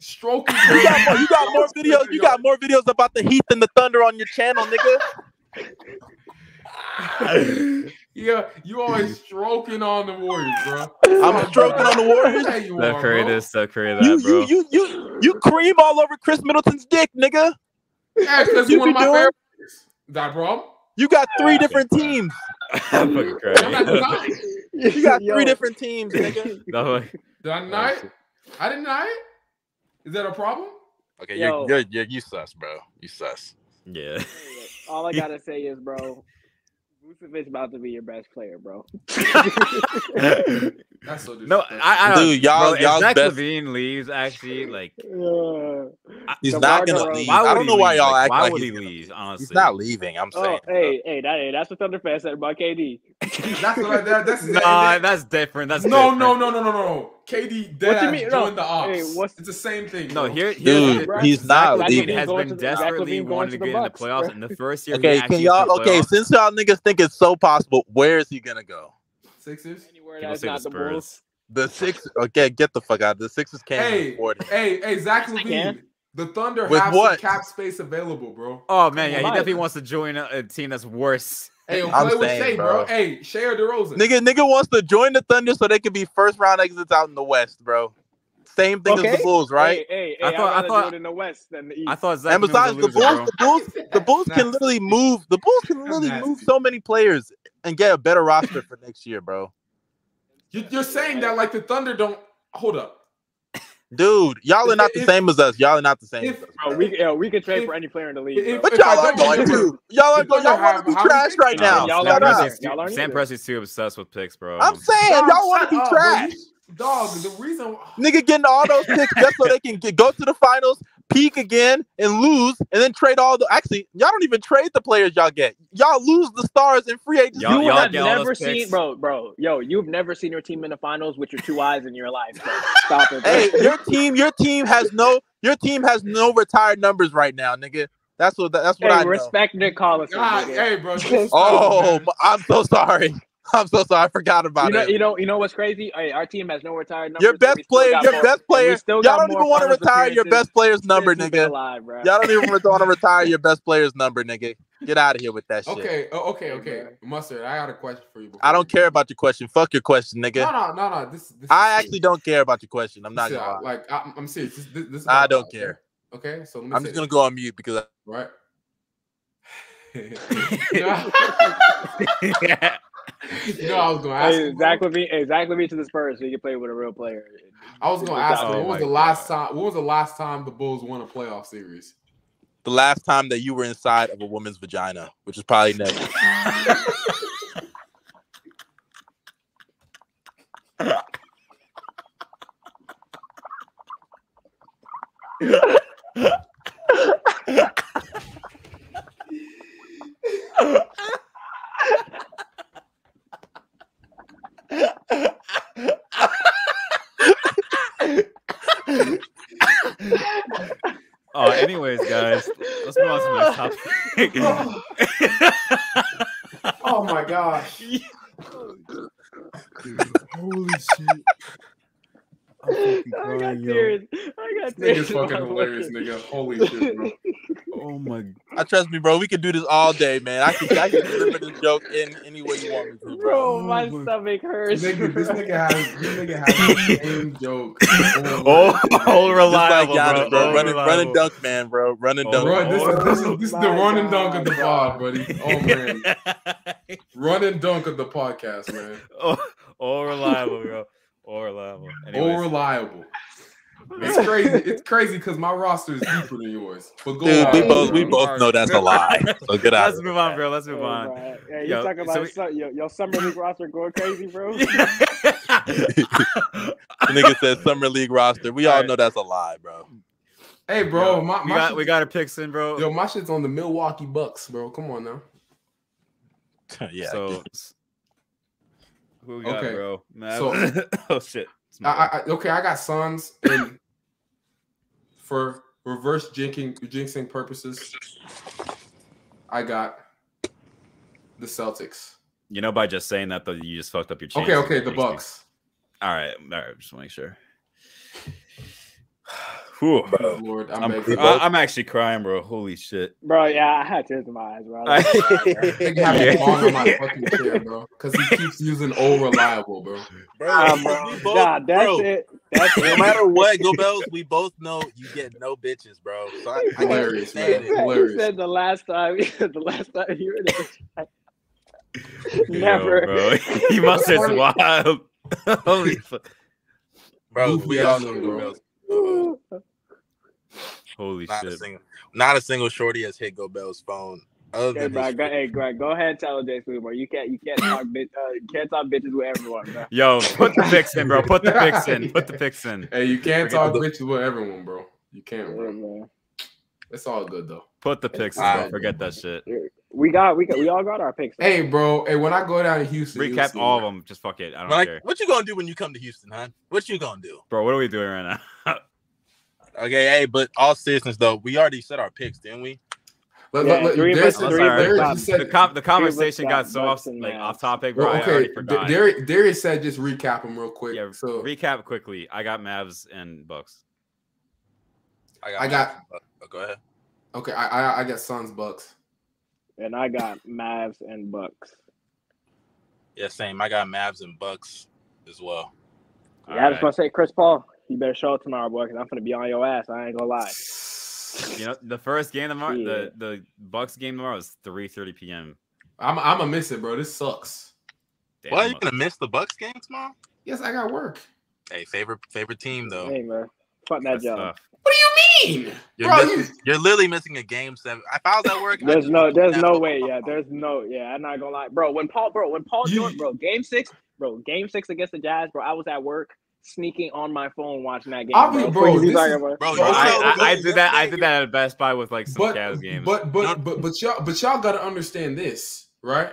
S1: stroking.
S4: You got, more, you got more videos. You got more videos about the Heat than the Thunder on your channel, nigga.
S1: yeah, you always stroking on the Warriors, bro.
S4: I'm stroking on the Warriors.
S1: Yeah, you
S2: Steph
S1: are,
S2: Curry
S1: bro.
S2: this, Steph Curry that,
S4: You,
S2: bro.
S4: you, you, you, you cream all over Chris Middleton's dick, nigga.
S1: Yeah, because
S4: You
S1: one of
S4: be
S1: my
S4: doing-
S1: favorites. That bro.
S4: You got three different teams.
S2: I'm fucking
S1: I'm not
S2: crying.
S1: denying. it.
S4: You got
S3: Yo.
S4: three different teams, nigga.
S2: No, like,
S1: Did I deny it? I didn't deny it. Is that a problem?
S4: Okay,
S3: you're- Yo. you're-
S4: you sus, bro. You sus.
S2: yeah.
S3: All I gotta say is, bro, Vucevic about to be your best player, bro.
S1: That's so disrespectful.
S2: no, I, I don't.
S4: Dude, y'all-
S2: bro,
S4: y'all's
S2: if Zach
S4: best-
S2: Levine leaves, actually, like,
S3: Uh,
S4: He's
S3: DeMar
S4: not gonna
S3: DeRozan.
S4: leave.
S2: why would
S4: I don't
S2: he
S4: know why
S2: leave?
S4: y'all
S2: Like,
S4: act
S2: why
S4: like
S2: would
S4: he's
S2: he
S4: gonna
S2: leave?
S4: leave.
S2: Honestly,
S4: He's not leaving. I'm
S3: oh,
S4: saying.
S2: uh,
S3: hey, hey, that, hey, that's what Thunder fans said about KD.
S1: That's what I, that, that's
S2: Nah, that's different. That's
S1: no,
S2: different.
S1: no, no, no, no, no. KD
S3: What you
S1: dead
S3: mean?
S1: ass
S3: No.
S1: joined the ops.
S3: Hey, what's-
S1: it's the same thing.
S2: No,
S1: bro.
S2: here, here's
S4: Dude,
S2: the-
S3: he's
S4: not
S2: Zach
S4: leaving.
S2: Levine has
S3: Going
S2: been
S3: to the- Zach
S2: desperately
S3: Levine going
S2: wanting to
S3: to the
S2: get in the
S3: Bucks,
S2: playoffs,
S3: bro.
S2: and the first year
S4: Okay,
S2: he
S4: can
S2: actually
S4: y'all?
S2: made the
S4: Okay,
S2: playoffs-
S4: since y'all niggas think it's so possible, where is he gonna go?
S1: Sixers.
S3: Anywhere
S2: People
S3: that's
S2: say the
S3: not the Bulls.
S2: Spurs.
S4: The six. Okay, get the fuck out. The Sixers can't
S1: Hey.
S4: afford him.
S1: Hey, hey, Zach
S3: I
S1: Levine.
S3: can.
S1: The Thunder
S4: With
S1: have
S4: what?
S1: some cap space available, bro.
S2: Oh man, yeah, he
S3: Come on.
S2: definitely wants to join a, a team that's worse.
S1: Hey, play
S4: I'm
S1: with
S4: saying,
S1: Shea,
S4: bro.
S1: bro. Hey, Shea or DeRozan.
S4: Nigga, nigga wants to join the Thunder so they can be first round exits out in the West, bro. Same thing as
S3: Okay.
S4: the Bulls, right?
S3: Hey, hey,
S2: I
S3: hey,
S2: thought- I
S3: I would rather
S2: thought-
S3: do it in the West than the East.
S2: I thought Zach
S4: And
S2: Levine was a
S4: besides the
S2: loser,
S4: Bulls,
S2: bro.
S4: the Bulls, the Bulls can
S1: Nah.
S4: literally move. The Bulls can
S1: I'm
S4: literally
S1: nasty.
S4: move so many players and get a better roster for next year, bro.
S1: You, you're saying that like the Thunder don't hold up.
S4: Dude, y'all are not the
S1: If-
S4: same as us. Y'all are not the same.
S1: If
S4: as us,
S3: Bro,
S4: bro.
S3: we, yo, we could trade
S1: If-
S3: for any player in the league.
S1: if-
S3: bro.
S4: but y'all
S1: if I
S4: are going
S1: don't-
S4: to. Y'all are
S1: if
S4: going.
S1: I
S4: Y'all
S1: don't
S4: want
S1: have
S4: to be
S1: how many
S4: trash
S1: picks
S4: right
S1: do you
S4: now.
S2: Nah,
S1: have?
S3: Y'all
S4: Shut
S3: are
S4: up.
S3: not-
S2: Percy's
S3: Y'all
S2: too,
S3: aren't
S2: Sam
S3: either.
S2: Percy's too obsessed with picks, bro.
S4: I'm saying
S1: Dog,
S4: y'all want
S1: shut
S4: to be
S1: up, bro.
S4: trash.
S1: You- Dog, the reason
S4: Nigga getting all those picks just so they can get, go to the finals, peak again, and lose, and then trade all the. Actually, y'all don't even trade the players y'all get. Y'all lose the stars in free agency.
S2: Y'all-
S3: you
S2: y'all
S3: have
S2: get all those
S3: never seen,
S2: picks.
S3: bro, bro, yo, you've never seen your team in the finals with your two eyes in your life. Bro. Stop it, bro.
S4: hey, your team, your team has no, your team has no retired numbers right now, nigga. That's what that's what
S3: Hey,
S4: I know.
S3: respect Nick Collison.
S1: God,
S3: nigga.
S1: hey, bro. just
S4: Oh,
S1: stop, man.
S4: m- I'm so sorry. I'm so sorry. I forgot about
S3: you know,
S4: it.
S3: you know, you know what's crazy? Hey, our team has no retired numbers.
S4: your
S3: and
S4: best
S3: we still
S4: player,
S3: got
S4: your
S3: more-
S4: best
S3: and we
S4: player.
S3: still
S4: Y'all
S3: got
S4: don't
S3: more
S4: even want to
S3: finals
S4: retire your
S3: appearances
S4: best player's number,
S3: since you've been
S4: nigga.
S3: Alive, bro.
S4: Y'all don't even want to retire your best player's number, nigga. Get out of here with that shit.
S1: Okay, oh, okay, okay.
S3: bro.
S1: Mustard, I got a question for you. Before
S4: I don't
S1: you-
S4: care about your question. Fuck your question, nigga.
S1: No, no, no, no. This, this
S4: I
S1: is
S4: actually don't care about your question. I'm not
S1: This is-
S4: gonna lie.
S1: like. I'm, I'm serious. This, this, this is
S4: I
S1: my
S4: don't
S1: thought,
S4: care.
S1: Okay, Okay, so let me
S4: I'm
S1: say
S4: just gonna go on mute because
S1: this, right. you know, I was gonna ask.
S3: Hey,
S1: him, bro.
S3: Zach Levine, hey, Zach Levine to the Spurs, so you can play with a real player.
S1: I was gonna ask
S2: Oh
S1: him, what
S2: my
S1: was the last time? What was the last time the Bulls won a playoff series?
S4: the last time that you were inside of a woman's vagina, which is probably never.
S2: oh, anyways, guys, let's move on to the next topic.
S1: oh, my gosh! Holy shit!
S3: I got tears. I got
S1: Nigga's
S3: tears.
S1: fucking hilarious, nigga. Holy shit, bro.
S2: Oh my
S4: I trust me, bro. We could do this all day, man. I can, I can deliver this joke in any way you want me to, bro.
S3: Bro, my stomach hurts.
S1: Nigga, Oh this nigga has this nigga has the same joke.
S2: Oh, all
S4: Just like
S2: reliable, bro.
S4: Giannis, bro.
S2: All
S4: Running, running
S2: reliable.
S4: dunk, man, bro. Running
S2: Oh,
S4: dunk.
S1: Bro, this is this is, this is the
S3: My
S1: run and dunk of the
S3: God.
S1: pod, buddy. Oh man, run and dunk of the podcast, man.
S2: all, all reliable, bro. All reliable. Anyways,
S1: All reliable. It's crazy. It's crazy because my roster is deeper than yours. But go
S4: Dude, we
S1: on,
S4: both
S1: bro.
S4: we both know that's a lie. So get out.
S2: Let's
S4: of
S2: move on, bro. Let's move
S3: Hey,
S2: on.
S3: bro. Yeah, you
S2: Yo,
S3: talking about
S2: so we-
S3: some- your, your summer league roster going crazy, bro?
S4: it. The nigga said summer league roster. We all
S2: Alright.
S4: know that's a lie, bro.
S1: Hey, bro,
S2: Yo,
S1: my,
S2: we
S1: my
S2: got
S1: shit-
S2: we got our picks in, bro.
S1: yo, my shit's on the Milwaukee Bucks, bro. Come on now.
S4: yeah.
S2: So s- who we got,
S1: Okay.
S2: bro? Mav-
S1: So-
S2: oh shit. It's
S1: I,
S2: my bad.
S1: I, I- okay, I got Suns and for reverse jinxing, jinxing purposes, I got the Celtics.
S2: you know, by just saying that, though, you just fucked up your chances.
S1: Okay, okay, the
S2: Jinxing.
S1: Bucks.
S2: All right, all right. Just want to make sure. Whew.
S4: Bro.
S1: Lord, I'm,
S2: I'm,
S1: begging.
S2: I- I'm actually crying, bro. Holy shit.
S3: bro, yeah, I had tears in my eyes, bro.
S2: I-
S1: Nigga have me
S2: Yeah.
S1: falling on my fucking chair, bro, because he keeps using old reliable, bro.
S4: Bro,
S3: Nah, bro.
S4: we both-
S3: Nah, that's
S4: bro,
S3: it. That's
S4: No
S3: it.
S4: matter what, Go Bells, we both know you get no bitches, bro. So I, I
S1: Hilarious,
S4: can't
S1: man.
S4: stand
S3: He
S4: it.
S3: said-
S1: Hilarious.
S3: He said the last time, he said the last time you were there.
S2: Yo,
S3: Never.
S2: bro. he must have wild. Holy fuck.
S4: Bro,
S1: Goofy
S4: we
S1: ass
S4: all know
S1: nigga,
S4: Go
S1: bro.
S4: Bells. Uh,
S3: Ooh.
S2: Holy
S4: Not a
S2: shit.
S4: single, not a single shorty has hit Go Bell's phone. Other
S3: Hey,
S4: than
S3: bro,
S4: his-
S3: go, hey, bro, go ahead and tell Jay Smooth, bro. You can't, you can't talk, bit, uh, you can't talk bitches with everyone, bro.
S2: Yo, put the picks in, bro. Put the picks in. Put the picks in.
S1: Hey, you can't
S2: Forget
S1: talk
S4: the-
S1: bitches with everyone, bro. You can't,
S3: Yeah,
S1: bro.
S3: man.
S1: It's all good though.
S2: Put the picks in, bro.
S4: Alright.
S2: Forget that shit.
S3: We got, we got, we all got our picks.
S1: Hey, bro. Hey, when I go down to Houston, you'll
S2: Recap
S1: see,
S2: all of
S1: bro.
S2: them. Just fuck it. I don't
S4: Like,
S2: care.
S4: what you gonna do when you come to Houston, huh? What you gonna do?
S2: Bro, what are we doing right now?
S4: Okay, hey, but all seriousness though, we already said our picks, didn't we?
S1: Let-
S3: Yeah,
S1: let- let-
S3: three of
S1: Darius-
S3: us-
S2: three of us
S1: Darius
S3: got-
S1: just
S2: the,
S1: said-
S2: com- the conversation
S3: got
S2: got so off,
S3: butts and
S2: like off
S3: ass.
S2: topic, bro.
S1: Well,
S2: I already
S1: okay,
S2: forgot.
S1: Darius, Darius said just recap them real quick.
S2: yeah,
S1: so
S2: recap quickly. I got Mavs and Bucks.
S1: I got-
S4: Oh, go ahead.
S1: okay, I I, I got Suns Bucks.
S3: and I got Mavs and Bucks.
S4: Yeah, same. I got Mavs and Bucks as well.
S3: Yeah,
S2: All
S3: I just
S2: right.
S3: want to say, Chris Paul, you better show up tomorrow, boy, because I'm gonna be on your ass. I ain't gonna lie.
S2: You know, the first game tomorrow,
S3: Yeah.
S2: the the Bucks game tomorrow is 3:30 p.m.
S1: I'm I'm gonna miss it, bro. This sucks.
S2: Damn,
S4: Why are you gonna miss the Bucks game tomorrow?
S1: Yes, I got work.
S4: Hey, favorite favorite team though.
S3: Hey, man, fuck that
S2: that's
S3: job.
S2: tough.
S1: What do you mean,
S4: You're,
S1: bro? You,
S4: missing, you're literally missing a game seven. If I was at work, I'd
S3: There's
S4: just
S3: no,
S4: be
S3: there's no
S4: snapping
S3: way.
S4: my
S3: Yeah,
S4: phone.
S3: there's no. Yeah, I'm not gonna lie, bro. When Paul, bro, when Paul
S1: You-
S3: Jordan, bro, game six, bro, game six against the Jazz, bro. I was at work sneaking on my phone watching that game.
S1: I'll be- bro,
S3: What you
S1: this
S3: talking
S1: is-
S3: about?
S4: bro.
S1: Bro,
S2: I,
S4: you know-
S1: also-
S2: I, I did that. I
S4: yesterday-
S2: did that at Best Buy with like some
S1: but,
S2: Cavs games.
S1: but but
S4: Not-
S1: but but y'all but y'all gotta understand this, right?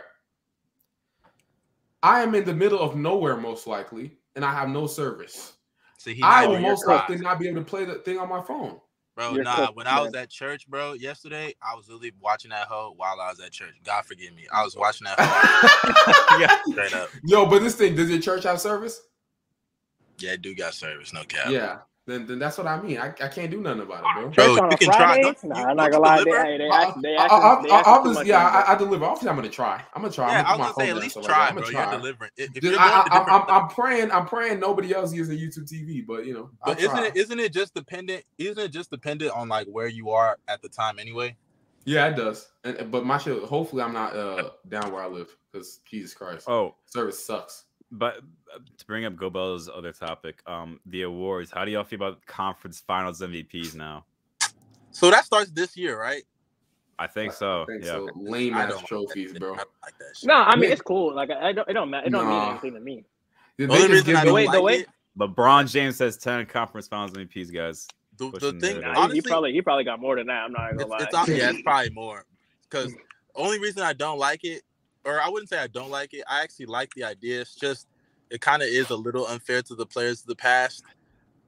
S1: I am in the middle of nowhere, most likely, and I have no service.
S4: See, he
S1: I
S4: might
S1: will
S4: be your
S1: most
S4: prize.
S1: likely not be able to play the thing on my phone.
S4: Bro,
S3: You're
S4: nah.
S3: cooked,
S4: when I was
S3: man.
S4: at church, bro, yesterday, I was literally watching that hoe while I was at church. God forgive me. I was watching that hoe
S2: Yeah.
S4: straight up.
S1: Yo, but this thing, does your church have service?
S4: Yeah, dude got service, no cap.
S1: Yeah. Then then that's what I mean. I, I can't do nothing about it, bro.
S4: Bro,
S3: Church on
S4: you
S3: a
S4: can
S3: Friday?
S4: try. Don't,
S3: nah,
S4: you-
S3: I'm
S4: don't
S3: not
S4: you
S3: gonna lie. They,
S4: deliver?
S3: hey, they,
S1: I-
S3: act- they
S1: I-
S3: actually,
S1: I-
S3: they
S1: I-
S3: actually
S1: I-
S3: too
S1: obviously,
S3: much
S1: yeah,
S3: on
S1: I, I deliver. Obviously, I'm gonna try. I'm gonna try.
S4: yeah, I
S1: I'm
S4: was gonna say at least try, bro. You're delivering. If, if you're
S1: Just,
S4: going
S1: I,
S4: to
S1: I,
S4: different,
S1: I'm, I'm praying. I'm praying nobody else using YouTube TV, but you know, I'll
S4: but isn't
S1: try.
S4: it isn't it just dependent? Isn't it just dependent on like where you are at the time anyway?
S1: yeah, it does. And and- but my shit. Hopefully, I'm not uh down where I live because Jesus Christ,
S2: Oh,
S1: service sucks.
S2: but uh, to bring up Gobel's other topic, um, the awards. How do y'all feel about conference finals MVPs now?
S4: So that starts this year, right?
S2: I think so.
S1: Thanks.
S2: yeah.
S1: So lame
S4: Oh, I
S1: ass
S4: don't like
S1: trophies,
S4: that.
S1: bro.
S4: I don't like that shit.
S3: No, I mean
S1: Yeah.
S3: it's cool. Like I I don't, it don't matter. It don't mean
S1: Nah.
S3: anything to me.
S1: They
S4: The only
S1: just
S4: reason
S1: give
S4: I
S1: me-
S3: the
S4: don't
S3: way-
S4: like
S3: the way-
S4: it,
S2: LeBron James has 10 conference finals MVPs, guys.
S4: the, the
S2: pushing
S4: thing,
S2: the-
S3: Nah,
S4: honestly,
S3: you probably, you probably got more than that. I'm not gonna
S4: It's,
S3: lie.
S4: it's ob- yeah, it's probably more because only reason I don't like it, or I wouldn't say I don't like it. I actually like the idea. It's just it kind of is a little unfair to the players of the past,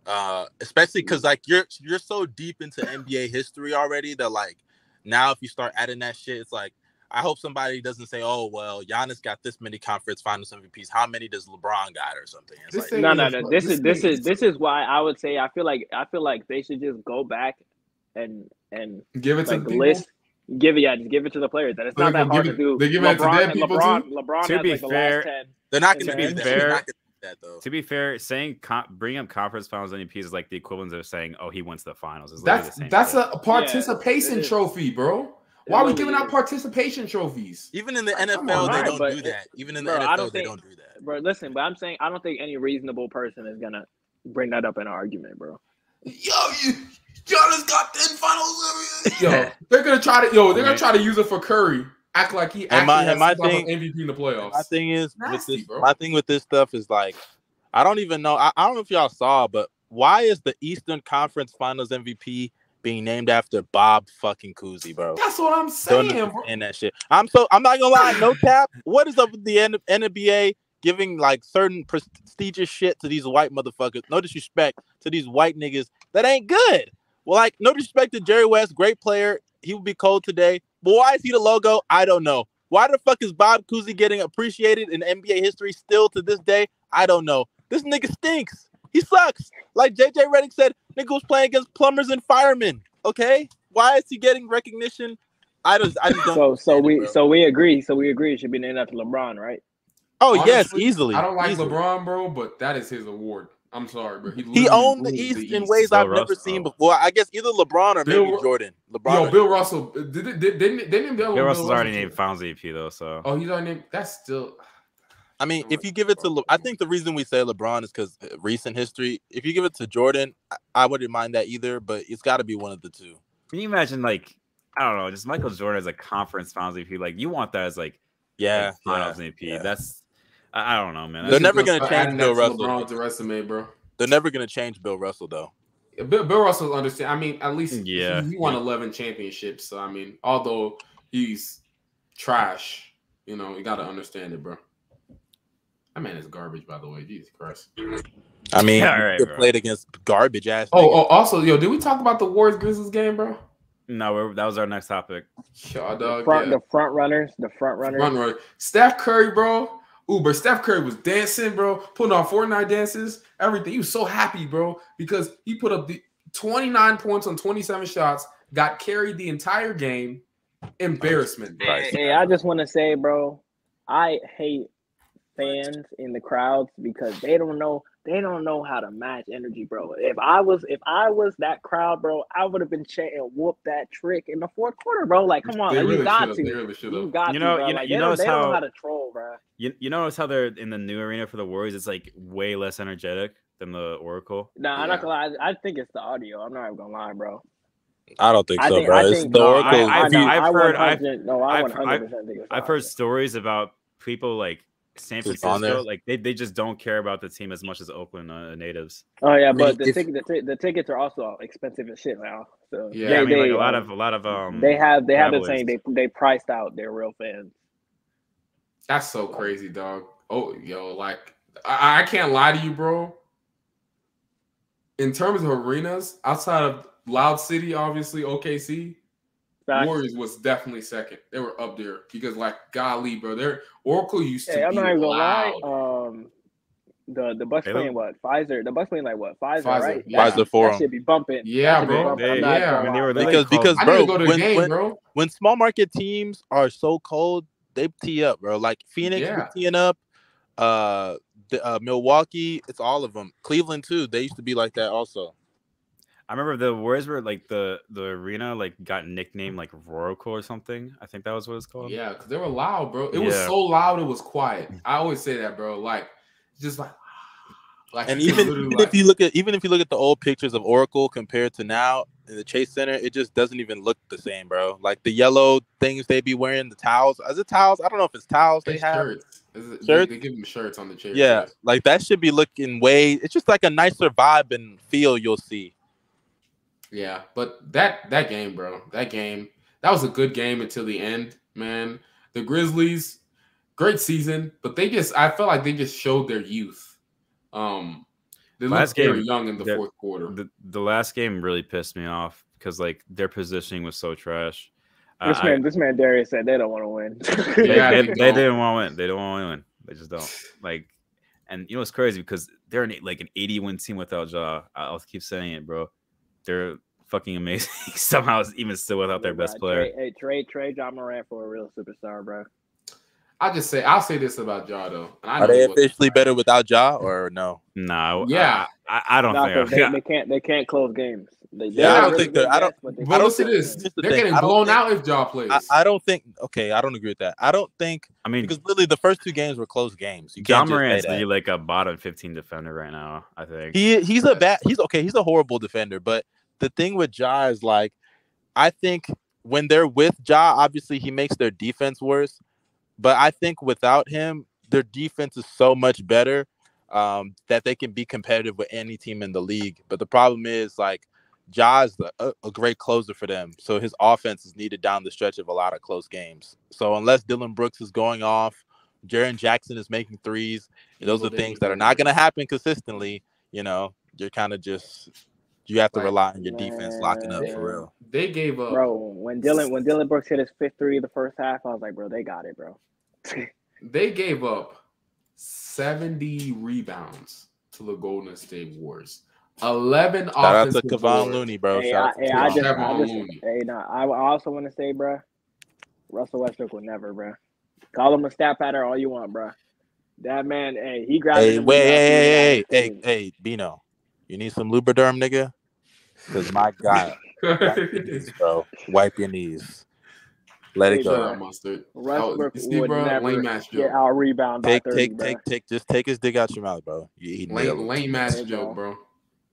S4: uh, especially because like you're you're so deep into NBA history already that like now if you start adding that shit, it's like I hope somebody doesn't say, "Oh well, Giannis got this many conference finals MVPs. How many does LeBron got or something?" It's
S1: This
S4: like,
S1: thing
S3: no,
S1: is
S3: no,
S1: a-
S3: no. This is this
S1: thing
S3: is this is why I would say I feel like I feel like they should just go back and and
S1: Give it to
S3: like
S1: the people.
S3: list. Give it, yeah, just give it to the players. And it's
S1: So
S3: not
S1: they
S3: that
S1: gonna
S3: hard
S1: give
S3: to
S1: it-
S3: do.
S1: they give it to
S3: LeBron,
S1: dead people
S3: LeBron,
S1: too?
S3: LeBron
S2: To
S3: has
S2: be
S3: like the
S2: fair-
S3: last ten.
S4: they're not
S3: to
S4: going to
S3: be
S4: be that.
S2: fair-
S4: They're not going to do that though.
S2: To be fair, saying con- bring up conference finals MVPs is like the equivalent of saying, "Oh, he went to the finals." It's literally
S1: That's
S2: the same
S1: that's
S2: shit.
S1: a participation
S3: it is.
S1: trophy, bro.
S3: It
S1: Why are we
S3: really
S1: giving
S3: is.
S1: out participation trophies?
S4: Even in the
S1: Like,
S4: NFL,
S1: come on,
S4: they
S1: right,
S4: don't
S3: but
S4: do
S3: it-
S4: that. Even in the
S3: bro, I
S4: NFL,
S3: don't
S4: they
S3: think-
S4: don't do that.
S3: Bro, listen, but I'm saying I don't think any reasonable person is gonna bring that up in an argument, bro.
S1: yo, you, Giannis got ten finals. every- Yo, they're gonna try to yo, they're gonna
S4: Right.
S1: try to use it for Curry. Act like he
S4: And
S1: actually
S4: my-
S1: has
S4: and my
S1: some type of
S4: thing-
S1: MVP in the playoffs.
S4: My thing is, with
S1: Nasty,
S4: this,
S1: bro.
S4: my thing with this stuff is like, I don't even know. I, I don't know if y'all saw, but why is the Eastern Conference Finals MVP being named after Bob fucking Cousy, bro?
S1: That's what I'm
S4: Don't
S1: saying, bro.
S4: understand that shit. I'm so I'm not gonna lie, no cap. What is up with the N- NBA giving like certain prestigious shit to these white motherfuckers? No disrespect to these white niggas that ain't good. Well, like no disrespect to Jerry West, great player. He would be cold today, but why is he the logo? I don't know. Why the fuck is Bob Cousy getting appreciated in NBA history still to this day? I don't know. This nigga stinks. He sucks. Like JJ Redick said, nigga was playing against plumbers and firemen. Okay, why is he getting recognition? I just, I just don't.
S3: So so
S4: understand it,
S3: we
S4: bro.
S3: so we agree. So we agree it should be named after LeBron, right?
S4: Oh yes,
S1: Honestly,
S4: easily.
S1: I don't like
S4: easily.
S1: LeBron, bro, but that is his award. I'm sorry, bro. He,
S4: He
S1: literally
S4: owned the
S1: ruled
S4: East in ways
S2: Bill
S4: I've never
S2: Russell.
S4: seen before. I guess either LeBron or
S1: Bill
S4: maybe
S1: Ru-
S4: Jordan.
S1: Yo,
S4: LeBron.
S1: Bill Russell. Did, did, did, didn't- didn't the other one
S2: Bill
S1: Bill
S2: Russell's already
S1: Russell
S2: named
S1: too?
S2: Finals MVP though, so
S1: Oh, he's already named. That's still.
S4: I mean, if you give it to, Le- I think the reason we say LeBron is because recent history. If you give it to Jordan, I, I wouldn't mind that either. But it's got to be one of the two.
S2: can you imagine like I don't know, just Michael Jordan as a conference Finals MVP? Like you want that as like
S4: Yeah,
S2: like, Finals MVP?
S4: yeah.
S2: That's I, I don't know, man.
S4: They're
S2: That's-
S4: never gonna
S1: start
S4: change
S1: adding
S4: Bill
S1: that to
S4: Russell.
S1: LeBron's resume, bro.
S4: they're never gonna change Bill Russell though.
S1: Bill, Bill Russell's understand. I mean, at least
S2: Yeah.
S1: he, he won 11 championships. So I mean, although he's trash, you know, you got to understand it, bro. That man is garbage, by the way. Jesus Christ.
S4: I mean,
S2: Yeah, all right,
S4: he
S2: bro.
S4: played against garbage ass.
S1: Oh, oh, also, yo, did we talk about the Warriors Grizzlies game, bro?
S2: no, we're, that was our next topic.
S1: Y'all
S3: the
S1: dog.
S3: front
S1: yeah.
S3: the front runners, the front runners.
S1: Run, run. Steph Curry, bro. Uber. Steph Curry was dancing, bro. Putting on Fortnite dances, everything. He was so happy, bro, because he put up the 29 points on 27 shots, got carried the entire game. Embarrassment. bro.
S4: Christ.
S3: Hey, I just want to say, bro, I hate fans in the crowds because they don't know they don't know how to match energy, bro. If I was if I was that crowd, bro, I would have been chanting whoop that trick in the fourth quarter, bro. Like, come on,
S1: They
S3: like,
S1: really
S3: you got
S1: should've. They
S3: to,
S1: really should
S3: you
S1: have.
S3: got
S2: You
S3: to,
S2: know-
S3: bro.
S2: you know-
S3: Like,
S2: you
S3: they don't,
S2: notice
S3: they don't know
S2: how-
S3: how to troll, bro.
S2: You you notice how they're in the new arena for the Warriors? It's like way less energetic than the Oracle.
S3: Nah, I'm
S1: Yeah.
S3: not gonna lie. I, I think it's the audio. I'm not even gonna lie, bro.
S4: I don't think
S3: I
S4: so,
S3: think-
S4: bro.
S3: I
S4: It's
S3: think-
S4: the
S3: no,
S4: Oracle.
S2: I-
S4: if you-
S2: I've heard-
S3: 100% no, I
S2: I've-
S3: 100 percent think it's the
S2: I've heard
S3: audio.
S2: stories about people like San
S4: Just on there.
S2: Francisco, like they, they just don't care about the team as much as Oakland uh, natives.
S3: Oh yeah,
S4: mean,
S3: but the
S4: if-
S3: ticket, the, ti- the tickets are also expensive as shit now. So
S1: Yeah,
S2: Yeah, I
S1: They-
S2: mean, like a
S3: um,
S2: lot of a lot of um,
S3: they have they have been
S2: travelers.
S3: saying they they priced out their real fans.
S1: That's so crazy, dog. Oh, yo, like I, I can't lie to you, bro. In terms of arenas, outside of Loud City, obviously OKC,
S3: Facts.
S1: Warriors was definitely second. They were up there because, like, golly, bro, their Oracle used to
S3: Hey, I'm
S1: be
S3: not even gonna
S1: loud.
S3: lie. Um, the the Bucks
S2: They
S3: playing what? Pfizer. The Bucks playing like what? Pfizer,
S1: Pfizer,
S3: right?
S1: yeah.
S4: Pfizer for
S3: That
S4: 'em.
S3: should be bumping.
S1: Yeah,
S3: That should be
S1: bro.
S3: bumping.
S2: They-
S3: I'm not
S1: yeah,
S3: gonna
S1: I mean,
S2: they
S3: lie.
S2: were literally
S4: Because-
S2: called-
S4: because-
S1: I
S4: Bro,
S1: didn't go to the
S4: when-
S1: game,
S4: when-
S1: bro.
S4: when small market teams are so cold, they tee up, bro. Like Phoenix
S1: Yeah.
S4: was teeing up, uh, the, uh, Milwaukee. It's all of them. Cleveland too. They used to be like that also.
S2: I remember the Warriors were like the the arena like got nicknamed like Roracle or something. I think that was what it's called.
S1: Yeah, because they were loud, bro. It was
S2: Yeah.
S1: so loud, it was quiet. I always say that, bro. Like, just like, like
S4: And
S1: you could
S4: even,
S1: literally,
S4: even
S1: like-
S4: if you look at even if you look at the old pictures of Oracle compared to now in the Chase Center, it just doesn't even look the same, bro. Like the yellow things they be wearing, the towels. Is it towels? I don't know if it's towels they
S1: It's
S4: have.
S1: shirts. Is it- They,
S4: Shirts?
S1: they give them shirts on the chair.
S4: Yeah, like that should be looking way. It's just like a nicer vibe and feel you'll see.
S1: yeah. But that that game, bro, that game, that was a good game until the end, man. The Grizzlies, great season, but they just I felt like they just showed their youth. Um, they
S2: Last
S1: looked very
S2: game,
S1: young in the
S2: they're-
S1: fourth quarter.
S2: The the last game really pissed me off because like their positioning was so trash. Uh,
S3: This
S2: I-
S3: man, this man Darius said they don't want to win.
S2: they,
S1: Yeah,
S2: they,
S1: they
S2: they
S1: don't.
S2: didn't want to win. They don't want to win. They just don't like. And you know it's crazy because they're an, like an 80 win team without Jaw. I'll keep saying it, bro. They're fucking amazing. Somehow, even still without their best
S3: Nah,
S2: player.
S3: Trey, hey, trade Trey John Morant for a real superstar, bro.
S1: I just say I'll say this about Ja though. And I
S4: Are
S1: know
S4: they
S1: what-
S4: officially better without Ja or no?
S2: No, I-
S1: Yeah.
S2: I, I don't
S3: Nah, 'cause
S2: think.
S3: they,
S2: I,
S3: they can't they can't close games. They,
S1: Yeah, I don't
S4: think they're- I don't-
S1: But
S4: don't
S1: listen
S4: think-
S1: to this.
S4: Here's the
S1: They're
S4: thing,
S1: getting
S4: I don't
S1: blown
S4: think-
S1: out if Ja plays.
S4: I, I don't think. Okay, I don't agree with that. I don't think
S2: I mean,
S4: because literally the first two games were close games. You
S2: John
S4: can't just say
S2: Morant's
S4: that.
S2: really like a bottom 15 defender right now. I think.
S4: He he's a bad he's okay, he's a horrible defender, but the thing with Ja is like I think when they're with Ja, obviously he makes their defense worse, but I think without him, their defense is so much better um, that they can be competitive with any team in the league. But the problem is like Ja is the, a, a great closer for them, so his offense is needed down the stretch of a lot of close games. So unless Dylan Brooks is going off, Jaron Jackson is making threes, and those are
S1: Evil
S4: things
S1: Davis
S4: that are not
S1: Bertans.
S4: going to happen consistely you know, you're kind of just you have to
S1: Like,
S4: rely on your defense locking up
S1: man.
S4: for real.
S1: They gave up.
S3: bro. When Dylan when Dylan Brooks hit his fifth three the first half, I was like, bro, they got it, bro.
S1: They gave up 70 rebounds to the Golden State Warriors. 11
S4: Shout out to
S1: offensive boards.
S4: Kevon Looney, bro.
S3: hey,
S4: Shout
S3: I,
S4: out to
S3: hey, I
S4: Kevon.
S3: just, I
S1: Kevon
S3: just
S1: Looney.
S3: hey, nah, I I also want to say, bro, Russell Westbrook will never, bro. Call him a stat pattern all you want, bro. That man, hey, he grabbed.
S4: hey,
S3: him
S4: wait,
S3: and
S4: hey, hey,
S3: he
S4: hey, hey,
S3: grabbed him.
S4: hey, Bino, you need some Lubriderm, nigga? Because my God, wipe your knees, bro. Wipe your knees. Let it
S1: Shut
S4: go.
S1: up, mustard. Oh,
S3: Westbrook
S1: you see,
S3: would
S1: bro,
S3: never
S1: lame ass
S3: get
S1: joke.
S3: out rebound by
S4: Take,
S3: thirty,
S4: take,
S3: bro.
S4: take, take. Just take his dick out your mouth, bro. You eating it.
S1: Lame, lame ass
S3: Hey,
S1: joke,
S3: bro.
S1: bro.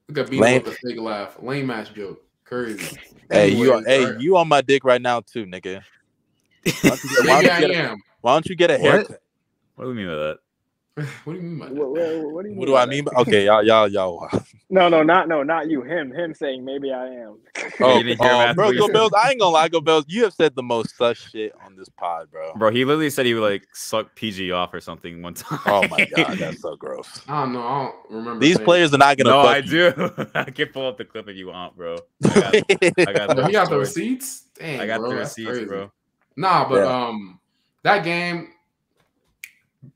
S1: Look at Bean
S4: Lame.
S1: with the fake laugh. Lame ass joke. Crazy.
S4: Hey, you, are,
S1: Anyways,
S4: hey,
S1: alright.
S4: you on my dick right now too, nigga. Why don't you get, why
S1: Maybe I
S4: don't you get a,
S1: am.
S4: why don't you get a
S2: What?
S4: haircut?
S2: What do we mean by that?
S1: What do you mean by
S3: What,
S1: that?
S3: what, what do you
S4: What do I
S3: by
S4: mean? by- Okay, y'all, y'all, y'all.
S3: that? No, no, not no, not you. Him, him saying maybe I am.
S4: Oh,
S2: You didn't hear him
S4: um,
S2: ask
S4: bro,
S2: what you
S4: Go
S2: said?
S4: Bills. I ain't gonna lie, Go Bills. You have said the most sus shit on this pod, bro.
S2: Bro, he literally said he would like suck PG off or something one time.
S4: Oh my god, that's so gross.
S1: I don't know. I don't remember.
S4: These
S1: saying-
S4: players are not gonna.
S2: no,
S4: fuck
S2: I
S4: you.
S2: do. I can pull up the clip if you want, bro. I got, I got,
S1: Oh,
S2: the,
S1: you got the
S2: story.
S1: receipts? Dang,
S2: I got
S1: bro,
S2: the
S1: that's
S2: receipts,
S1: crazy.
S2: bro.
S1: Nah, but um, that game,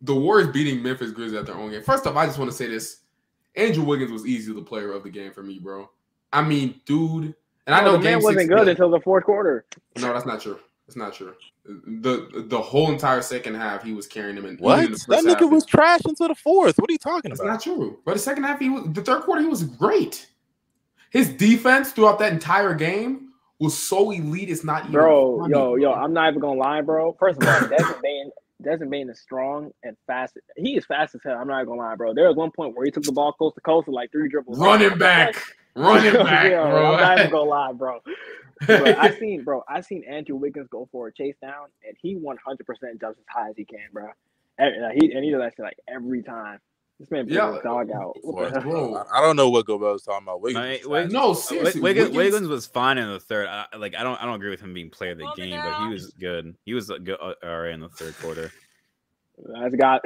S1: the Warriors beating Memphis Grizzlies at their own game. First off, I just want to say this: Andrew Wiggins was easily the player of the game for me, bro. I mean, dude, and I
S3: No,
S1: know
S3: the man
S1: game
S3: wasn't
S1: six,
S3: good until the fourth quarter.
S1: No, that's not true. That's not true. The the whole entire second half, he was carrying him. And
S4: What?
S1: even in the
S4: That
S1: first half,
S4: nigga was trash until the fourth. What are you talking
S1: That's
S4: about?
S1: not true. But the second half, he was the third quarter, he was great. His defense throughout that entire game was so elite. It's not even
S3: Bro,
S1: funny.
S3: yo, yo, I'm not even gonna lie, bro. First of all, Desmond Bain, Desmond Bain is strong and fast. He is fast as hell. I'm not gonna lie, bro. There was one point where he took the ball coast to coast with like three dribbles.
S1: running back, running back,
S3: Yo,
S1: bro.
S3: I'm not even gonna lie, bro. Bro, I seen, bro, I seen Andrew Wiggins go for a chase down, and he 100% jumps as high as he can, bro. And, uh, he and he does that shit like every time. This man blew
S1: Yeah.
S3: his dog out. What the
S4: Fourth,
S3: hell?
S4: bro. I I don't know what Go Bills talking about. Wiggins
S2: No,
S4: was
S2: it- Wiggins-
S4: trash.
S1: no,
S2: Wig-
S1: seriously,
S2: Wiggins,
S1: Wiggins-
S2: Wiggins was fine in the third. I, I- like I don't, I don't agree with him being player of the game, but he was good. He was uh, good uh, alright in the third quarter.
S3: That's got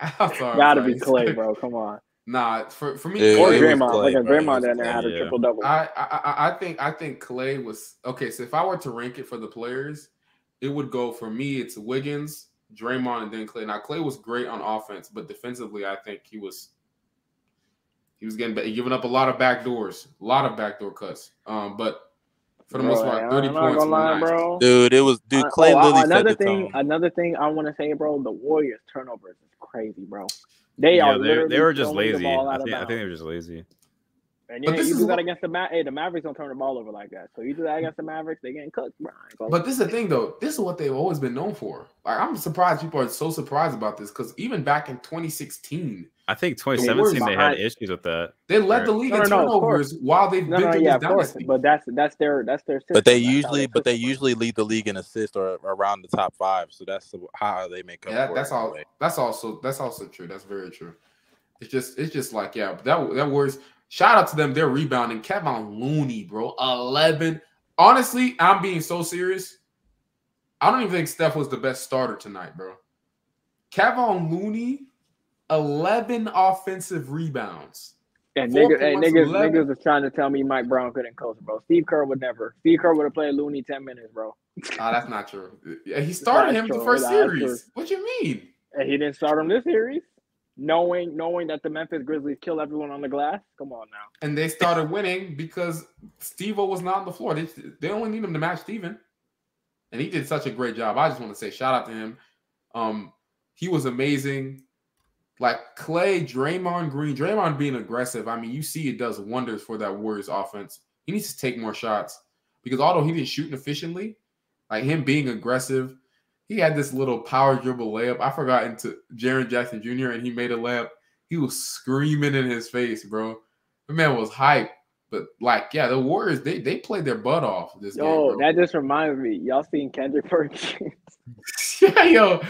S1: I'm sorry,
S3: gotta
S1: sorry.
S3: be Clay, bro. Come on,
S1: Nah, for for me,
S4: Yeah,
S3: or
S4: it was
S3: Draymond.
S4: Clay,
S3: Look at
S4: bro. It
S3: Draymond
S4: was
S3: down there
S4: Clay,
S3: had a
S2: yeah.
S3: triple double.
S1: I, I I- I think I think Clay was okay. So if I were to rank it for the players, it would go for me. It's Wiggins, Draymond, and then Clay. Now Clay was great on offense, but defensively, I think he was he was getting giving up a lot of backdoors, a lot of backdoor cuts. Um, but for the most part, thirty
S3: I'm not
S1: points. was
S3: gonna lie,
S1: nice.
S3: bro.
S4: dude, it was dude.
S3: I-
S4: Clay
S3: oh, I-
S4: literally set
S3: another
S4: the
S3: thing,
S4: tone.
S3: another thing I want to say, bro. The Warriors turnovers is crazy, bro. They
S2: yeah,
S3: are
S2: they,
S3: literally
S2: they were just
S3: throwing the
S2: lazy.
S3: ball
S2: I
S3: out of
S2: think, I think
S3: bounds.
S2: they were just lazy.
S3: And
S1: But
S3: yeah,
S1: this
S3: you
S1: is
S3: do that
S1: what-
S3: against the Ma- hey, the Mavericks don't turn the ball over like that. So you do that against the Mavericks, they getting cooked, bro. I ain't gonna-
S1: But this is the thing, though. This is what they've always been known for. Like, I'm surprised people are so surprised about this because even back in 2016,
S2: I think
S1: Warriors
S2: 2017 they had
S1: behind-
S2: issues with that.
S1: they led the league in
S3: No, no, no, of
S1: turnovers while they've
S3: no,
S1: been
S3: no,
S1: through
S3: yeah, of
S1: this
S3: course.
S1: dynasty.
S3: But that's that's their that's their system.
S4: But they
S3: That's how
S4: usually,
S3: their
S4: but they
S3: system works.
S4: usually lead the league in assists or around the top five. So that's how they make up.
S1: yeah, that,
S4: for it
S1: that's
S4: in a
S1: all.
S4: way.
S1: That's also that's also true. That's very true. It's just it's just like yeah. That that works. Shout out to them. They're rebounding. Kevin Looney, bro, eleven. Honestly, I'm being so serious. I don't even think Steph was the best starter tonight, bro. Kevin Looney, eleven offensive rebounds.
S3: And
S1: four
S3: niggas, hey,
S1: points,
S3: niggas,
S1: 11.
S3: niggas is trying to tell me Mike Brown couldn't coach, bro. Steve Kerr would never. Steve Kerr would have played Looney ten minutes, bro.
S1: Ah, that's not true. Yeah, he started
S3: not
S1: him the
S3: true.
S1: first
S3: That's
S1: series. What you mean?
S3: And he didn't start him this series, knowing knowing that the Memphis Grizzlies kill everyone on the glass. Come on now.
S1: And they started winning because Steve O was not on the floor. They, they only need him to match Steven. And he did such a great job. I just want to say shout out to him. Um, he was amazing. Like Clay, Draymond Green, Draymond being aggressive. I mean, you see it does wonders for that Warriors offense. He needs to take more shots because although he didn't shoot efficiently, like him being aggressive, he had this little power dribble layup. I forgot into Jaron Jackson Jr. and he made a layup. He was screaming in his face, bro. The man was hype. But like, yeah, the Warriors they they played their butt off this
S3: Yo,
S1: game. bro.
S3: that just reminds me. Y'all seen Kendrick Perkins?
S1: yeah, yo,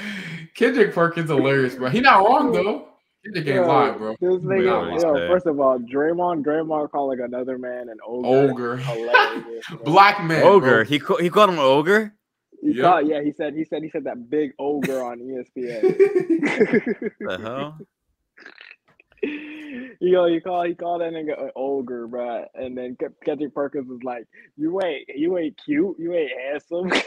S1: Kendrick Perkins hilarious, bro. He not wrong though. Kendrick ain't
S3: Yo,
S1: lying, bro.
S3: This
S2: Yeah,
S3: nigga,
S2: he's
S3: yo,
S2: bad.
S3: first of all, Draymond, Draymond calling another man an ogre.
S1: Ogre,
S3: Hilarious, bro.
S1: black man, bro.
S2: ogre. He ca- he called him ogre.
S3: He
S1: Yep.
S3: called- yeah, he said he said he said that big ogre on E ESPN.
S2: What the hell?
S3: Yo, you call he called that nigga an ogre, bruh. And then Ke- Kendrick Perkins was like, "You ain't, you ain't cute, you ain't handsome."